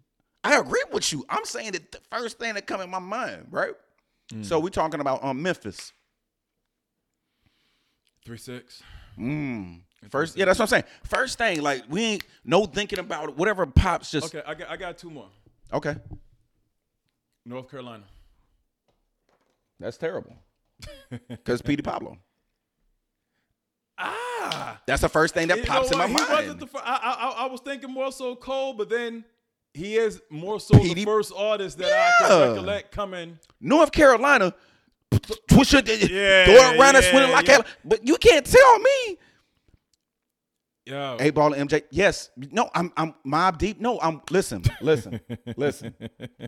[SPEAKER 1] I agree with you. I'm saying that the first thing that come in my mind, right?
[SPEAKER 2] Mm.
[SPEAKER 1] So we talking about um Memphis.
[SPEAKER 2] Three six.
[SPEAKER 1] Mm. First, yeah, that's what I'm saying. First thing, like we ain't no thinking about it. whatever pops. Just okay.
[SPEAKER 2] Okay, I got I got two more. North Carolina.
[SPEAKER 1] That's terrible. Because Petey Pablo.
[SPEAKER 2] Ah.
[SPEAKER 1] That's the first thing that
[SPEAKER 2] You know
[SPEAKER 1] pops in my
[SPEAKER 2] what? he Wasn't
[SPEAKER 1] mind.
[SPEAKER 2] the fir- I, I, I- I was thinking more so Cole, but then he is more so
[SPEAKER 1] Petey-
[SPEAKER 2] the first artist that I
[SPEAKER 1] Yeah.
[SPEAKER 2] can recollect coming.
[SPEAKER 1] North Carolina, twist it,
[SPEAKER 2] Yeah,
[SPEAKER 1] eh, throw it around and
[SPEAKER 2] yeah,
[SPEAKER 1] swing it like
[SPEAKER 2] yeah.
[SPEAKER 1] hell. But you can't tell me.
[SPEAKER 2] Yeah.
[SPEAKER 1] A ball and MJ. Yes. No, I'm I'm mob deep. No, I'm listen, listen, listen,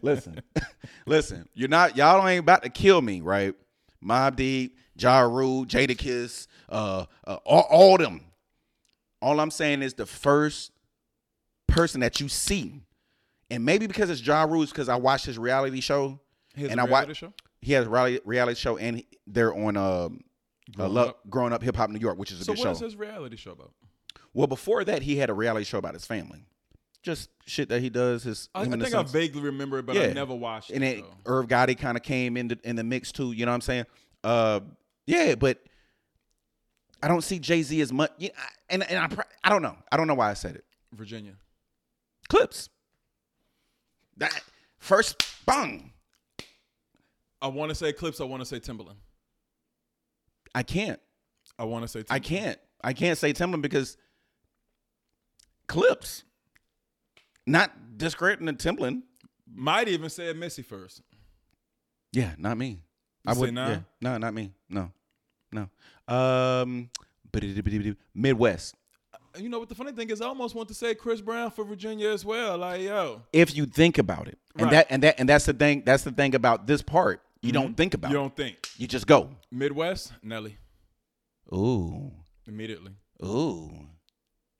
[SPEAKER 1] listen, listen. You're not y'all ain't about to kill me, right? Mob deep, Ja Rule, Jada Kiss, uh, uh all, all them. All I'm saying is the first person that you see. And maybe because it's Ja Rule, it's because I watched his reality show.
[SPEAKER 2] His
[SPEAKER 1] and I
[SPEAKER 2] reality
[SPEAKER 1] watch-
[SPEAKER 2] show.
[SPEAKER 1] He has a reality, reality show and he- they're on um, uh,
[SPEAKER 2] Growing
[SPEAKER 1] Lo-
[SPEAKER 2] Up.
[SPEAKER 1] Growing Up Hip Hop New York, which is a
[SPEAKER 2] So
[SPEAKER 1] good
[SPEAKER 2] what
[SPEAKER 1] show.
[SPEAKER 2] is his reality show about?
[SPEAKER 1] Well, before that, he had a reality show about his family, just shit that he does. His
[SPEAKER 2] I, I
[SPEAKER 1] him and his
[SPEAKER 2] think I
[SPEAKER 1] sons.
[SPEAKER 2] vaguely remember it, but I
[SPEAKER 1] Yeah.
[SPEAKER 2] never watched
[SPEAKER 1] and
[SPEAKER 2] it.
[SPEAKER 1] it,
[SPEAKER 2] though.
[SPEAKER 1] Irv Gotti kind of came in the, in the mix too. You know what I'm saying? Uh, yeah, but I don't see Jay Z as much. Yeah, I- and and I pro- I don't know. I don't know why I said it.
[SPEAKER 2] Virginia.
[SPEAKER 1] Clips. That first bung.
[SPEAKER 2] I want to say Clips. I want to say Timbaland.
[SPEAKER 1] I can't.
[SPEAKER 2] I want to say. Timbaland.
[SPEAKER 1] I can't. I can't say Timbaland because clips. Not discrediting the Timbaland.
[SPEAKER 2] Might even say Missy first.
[SPEAKER 1] Yeah, not me.
[SPEAKER 2] You say nah?
[SPEAKER 1] yeah. No, not me. No, no. Um, ba-da-da-ba-da-ba-da. Midwest.
[SPEAKER 2] You know what the funny thing is? I almost want to say Chris Brown for Virginia as well. Like yo,
[SPEAKER 1] If you think about it, and
[SPEAKER 2] Right.
[SPEAKER 1] that and that and that's the thing. That's the thing about this part. You don't think about
[SPEAKER 2] Mm-hmm. you
[SPEAKER 1] it.
[SPEAKER 2] don't think
[SPEAKER 1] You just go.
[SPEAKER 2] Midwest Nelly
[SPEAKER 1] Ooh,
[SPEAKER 2] immediately.
[SPEAKER 1] ooh.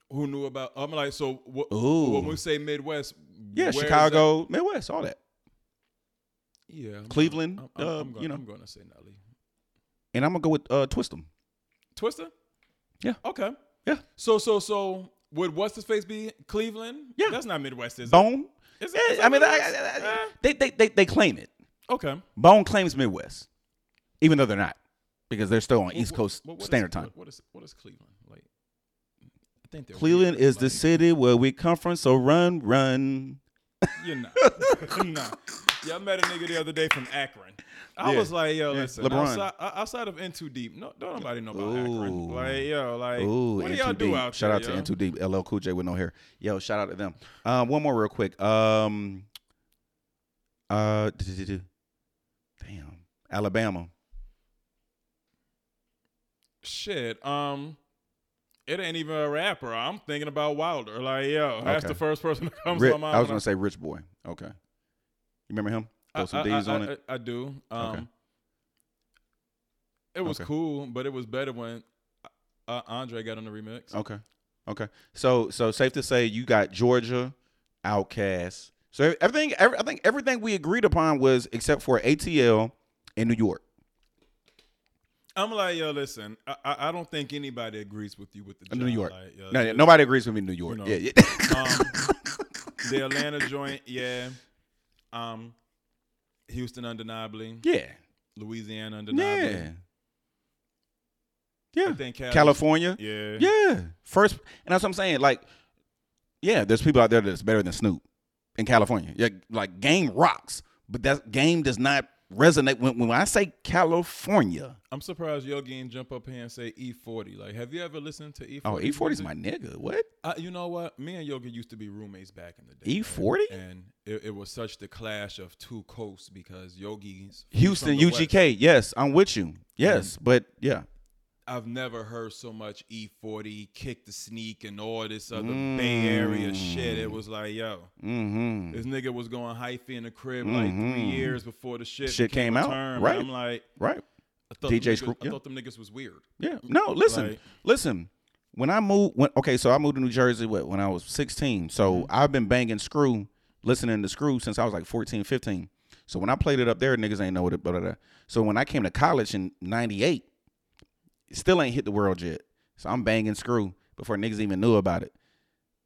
[SPEAKER 2] Who knew about? I'm like, so what,
[SPEAKER 1] Ooh.
[SPEAKER 2] when we say Midwest,
[SPEAKER 1] Yeah,
[SPEAKER 2] where is that-
[SPEAKER 1] Chicago, Midwest, all that.
[SPEAKER 2] yeah, I'm-
[SPEAKER 1] Cleveland,
[SPEAKER 2] I'm, I'm,
[SPEAKER 1] uh,
[SPEAKER 2] I'm gonna,
[SPEAKER 1] you know.
[SPEAKER 2] I'm gonna say Nelly.
[SPEAKER 1] And I'm gonna go with uh, Twistem.
[SPEAKER 2] Twister.
[SPEAKER 1] Yeah.
[SPEAKER 2] Okay.
[SPEAKER 1] Yeah.
[SPEAKER 2] So so so would what's his face be Cleveland?
[SPEAKER 1] Yeah.
[SPEAKER 2] That's not Midwest, is it?
[SPEAKER 1] Bone.
[SPEAKER 2] Is it-
[SPEAKER 1] Yeah,
[SPEAKER 2] is it
[SPEAKER 1] I mean, I,
[SPEAKER 2] Midwest?
[SPEAKER 1] I- I-
[SPEAKER 2] Eh.
[SPEAKER 1] they, they they they claim it.
[SPEAKER 2] Okay.
[SPEAKER 1] Bone claims Midwest, even though they're not, because they're still on East
[SPEAKER 2] Wh-
[SPEAKER 1] Coast
[SPEAKER 2] wh- what is-
[SPEAKER 1] Standard Time.
[SPEAKER 2] What, what is what is Cleveland like? I think they're
[SPEAKER 1] Cleveland
[SPEAKER 2] weird,
[SPEAKER 1] is the
[SPEAKER 2] like,
[SPEAKER 1] city where we come from, so run, run.
[SPEAKER 2] You're not. You're not. Yeah, I met a nigga the other day from Akron. I
[SPEAKER 1] Yeah.
[SPEAKER 2] was like, yo,
[SPEAKER 1] Yeah.
[SPEAKER 2] listen,
[SPEAKER 1] LeBron.
[SPEAKER 2] outside, o- outside of In Too Deep, no, don't nobody know about Akron.
[SPEAKER 1] Ooh.
[SPEAKER 2] Like, yo, like,
[SPEAKER 1] Ooh,
[SPEAKER 2] what do
[SPEAKER 1] N2
[SPEAKER 2] y'all do
[SPEAKER 1] Deep.
[SPEAKER 2] out
[SPEAKER 1] Shout
[SPEAKER 2] there,
[SPEAKER 1] out to
[SPEAKER 2] yo?
[SPEAKER 1] N2 Deep, LL Cool J with no hair. Yo, shout out to them. Um, one more real quick. Um, uh, do-do-do-do. damn, Alabama.
[SPEAKER 2] Shit, um, it ain't even a rapper. I'm thinking about Wilder. Like, yo, that's
[SPEAKER 1] Okay.
[SPEAKER 2] the first person that comes
[SPEAKER 1] Ri-
[SPEAKER 2] to my mind.
[SPEAKER 1] I was
[SPEAKER 2] when
[SPEAKER 1] gonna say Rich Boy. Okay, you remember him? Throw
[SPEAKER 2] I-
[SPEAKER 1] some
[SPEAKER 2] I,
[SPEAKER 1] D's
[SPEAKER 2] I-
[SPEAKER 1] on
[SPEAKER 2] I-
[SPEAKER 1] it.
[SPEAKER 2] I do. Um,
[SPEAKER 1] Okay.
[SPEAKER 2] It was
[SPEAKER 1] Okay.
[SPEAKER 2] cool, but it was better when uh, Andre got on the remix.
[SPEAKER 1] Okay, okay. So, so safe to say you got Georgia, Outcast. So everything, every, I think everything we agreed upon was except for ATL in New York.
[SPEAKER 2] I'm like, yo, listen, I, I, I don't think anybody agrees with you with the
[SPEAKER 1] New
[SPEAKER 2] job.
[SPEAKER 1] York.
[SPEAKER 2] Like, yo,
[SPEAKER 1] No,
[SPEAKER 2] it's
[SPEAKER 1] yeah, nobody agrees with me. in New York.
[SPEAKER 2] know.
[SPEAKER 1] Yeah, yeah.
[SPEAKER 2] Um, the Atlanta joint, yeah. Um, Houston undeniably,
[SPEAKER 1] yeah,
[SPEAKER 2] Louisiana undeniably.
[SPEAKER 1] yeah,
[SPEAKER 2] I
[SPEAKER 1] yeah.
[SPEAKER 2] think Cali,
[SPEAKER 1] California.
[SPEAKER 2] Yeah.
[SPEAKER 1] Yeah, first, and that's what I'm saying. Like, yeah, there's people out there that's better than Snoop in California. Yeah, like Game rocks, but that Game does not resonate when, when I say California.
[SPEAKER 2] I'm surprised Yogi didn't jump up here and say E40. Like, have you ever listened to E40?
[SPEAKER 1] Oh, E40 is
[SPEAKER 2] music?
[SPEAKER 1] my nigga. What?
[SPEAKER 2] I, you know what? Me and Yogi used to be roommates back in the day. man.
[SPEAKER 1] E40?
[SPEAKER 2] And it, it was such the clash of two coasts because Yogi's he's
[SPEAKER 1] Houston
[SPEAKER 2] from the West. Mm-hmm.
[SPEAKER 1] UGK. Yes, I'm with you. Yes, but yeah.
[SPEAKER 2] I've never heard so much E40, Kick the Sneak, and all this other Bay
[SPEAKER 1] Mm.
[SPEAKER 2] Area shit. It was like, yo,
[SPEAKER 1] Mm-hmm.
[SPEAKER 2] this nigga was going hyphy in the crib like three
[SPEAKER 1] Mhm. years
[SPEAKER 2] years before the shit,
[SPEAKER 1] Shit became
[SPEAKER 2] came
[SPEAKER 1] came a out,
[SPEAKER 2] out.
[SPEAKER 1] term, right. and
[SPEAKER 2] I'm
[SPEAKER 1] I'm
[SPEAKER 2] like,
[SPEAKER 1] Right.
[SPEAKER 2] I thought,
[SPEAKER 1] them DJ niggas- Screw-
[SPEAKER 2] I
[SPEAKER 1] I yeah.
[SPEAKER 2] thought
[SPEAKER 1] thought
[SPEAKER 2] them niggas was weird.
[SPEAKER 1] Yeah. No, listen.
[SPEAKER 2] Like-
[SPEAKER 1] listen. When I moved when okay, so I moved to New Jersey what, when I was 16. So I've been banging screw, listening to screw since I was like 14, 15. So when I played it up there, niggas ain't know what it blah, blah, blah. So when I came to college in 98, it still ain't hit the world yet. So I'm banging screw before niggas even knew about it.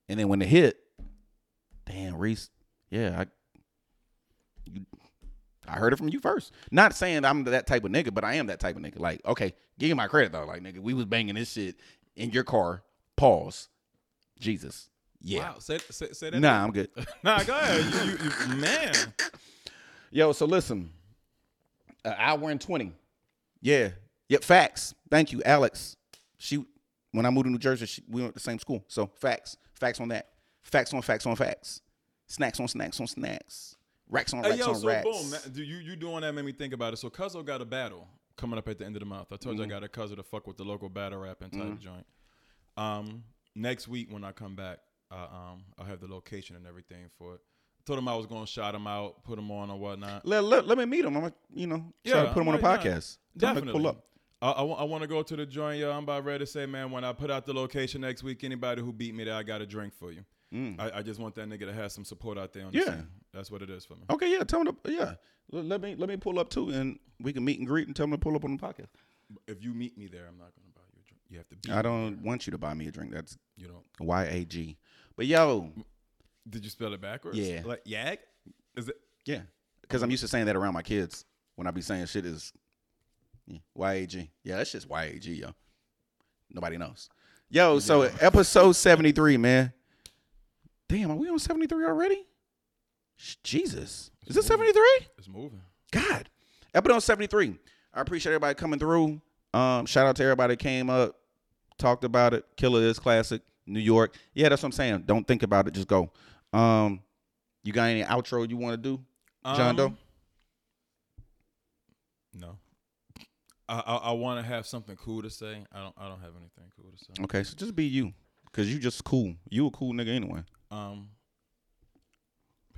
[SPEAKER 1] And then when it hit, damn, Reese, yeah, I you- I heard it from you first. Not saying I'm that type of nigga, but I am that type of nigga. Like, okay, give you my credit though. Like, nigga, we was banging this shit in your car. Pause. Jesus. Yeah.
[SPEAKER 2] Wow. Say, say, say that.
[SPEAKER 1] Nah, I'm good.
[SPEAKER 2] again. Nah, go ahead. You, you, you, man.
[SPEAKER 1] Yo, so listen, an hour and twenty. Yeah. Yep. Facts. Thank you, Alex. She, when I moved to New Jersey, she, we went to the same school. So facts, facts on that. Facts on facts on facts. Snacks on snacks on snacks. Racks on racks
[SPEAKER 2] Hey, yo,
[SPEAKER 1] on
[SPEAKER 2] so
[SPEAKER 1] racks.
[SPEAKER 2] boom. That, do you, you doing that made me think about it. So, Cuzzo got a battle coming up at the end of the month. I told
[SPEAKER 1] Mm-hmm.
[SPEAKER 2] you I got a Cuzzo to fuck with the local battle rapping type joint. Um, next week when I come back, uh, um, I'll have the location and everything for it. Told him I was gonna shout him out, put him on or whatnot.
[SPEAKER 1] Let, let, let me meet him. I'm gonna, you know, try
[SPEAKER 2] Yeah,
[SPEAKER 1] to put him on a
[SPEAKER 2] why not?
[SPEAKER 1] podcast. Tell him to
[SPEAKER 2] Definitely.
[SPEAKER 1] pull up.
[SPEAKER 2] I, I, wa- I want to go to the joint, yo. I'm about ready to say, man, when I put out the location next week, anybody who beat me there, I got a drink for you. I, I just want that nigga to have some support out there on the
[SPEAKER 1] Mm. Yeah.
[SPEAKER 2] scene. That's what it is for me.
[SPEAKER 1] Okay, yeah, tell him to, yeah. L- Let me let me pull up too, and we can meet and greet and tell him to pull up on the podcast.
[SPEAKER 2] If you meet me there, I'm not going to buy you a drink. You have to beat
[SPEAKER 1] I
[SPEAKER 2] me.
[SPEAKER 1] don't want you to buy me a drink. That's
[SPEAKER 2] You don't.
[SPEAKER 1] Y A G. But yo,
[SPEAKER 2] Did you spell it backwards?
[SPEAKER 1] Yeah.
[SPEAKER 2] Like, yag? Is it?
[SPEAKER 1] yeah, because I'm used to saying that around my kids when I be saying shit is Y A G. Yeah, that's just Y A G, yo. Nobody knows. Yo, so episode 73, man. Damn, are we on 73 already? Sh- Jesus, is this 73?
[SPEAKER 2] It's moving.
[SPEAKER 1] God. Episode 73. I appreciate everybody coming through. Um, shout out to everybody that came up, talked about it. Killer is classic. New York. Yeah, that's what I'm saying. Don't think about it. Just go. Um, you got any outro you want to do? John Doe?
[SPEAKER 2] Um, No. I, I, I want to have something cool to say. I don't I don't have anything cool to say.
[SPEAKER 1] Okay, so just be you. Cause you just cool. You a cool nigga anyway.
[SPEAKER 2] Um.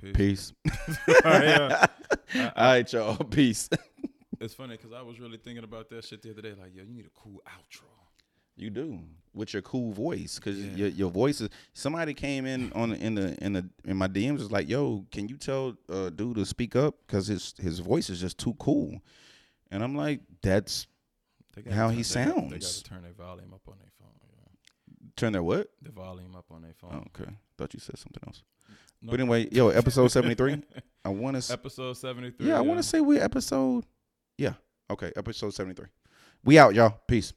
[SPEAKER 2] Peace.
[SPEAKER 1] Peace.
[SPEAKER 2] Alright, yeah.
[SPEAKER 1] All right, y'all. Peace.
[SPEAKER 2] It's funny because I was really thinking about that shit the other day. Like, yo, you need a cool outro.
[SPEAKER 1] You do with your cool voice, cause
[SPEAKER 2] Yeah.
[SPEAKER 1] your your voice is. Somebody came in on in the in the in my DMs was like, "Yo, can you tell uh, dude to speak up? Cause his his voice is just too cool." And I'm like, "That's
[SPEAKER 2] They gotta
[SPEAKER 1] How he
[SPEAKER 2] turn- they gotta- They got
[SPEAKER 1] sounds.
[SPEAKER 2] to turn their volume up on their phone. You know?
[SPEAKER 1] turn their what?
[SPEAKER 2] The volume up on their
[SPEAKER 1] Oh,
[SPEAKER 2] phone.
[SPEAKER 1] okay, thought you said something else.
[SPEAKER 2] No.
[SPEAKER 1] But anyway, yo, episode seventy three. I want to.
[SPEAKER 2] Episode seventy three.
[SPEAKER 1] Yeah, I want to say we episode. Yeah, okay, episode seventy three. We out, y'all. Peace.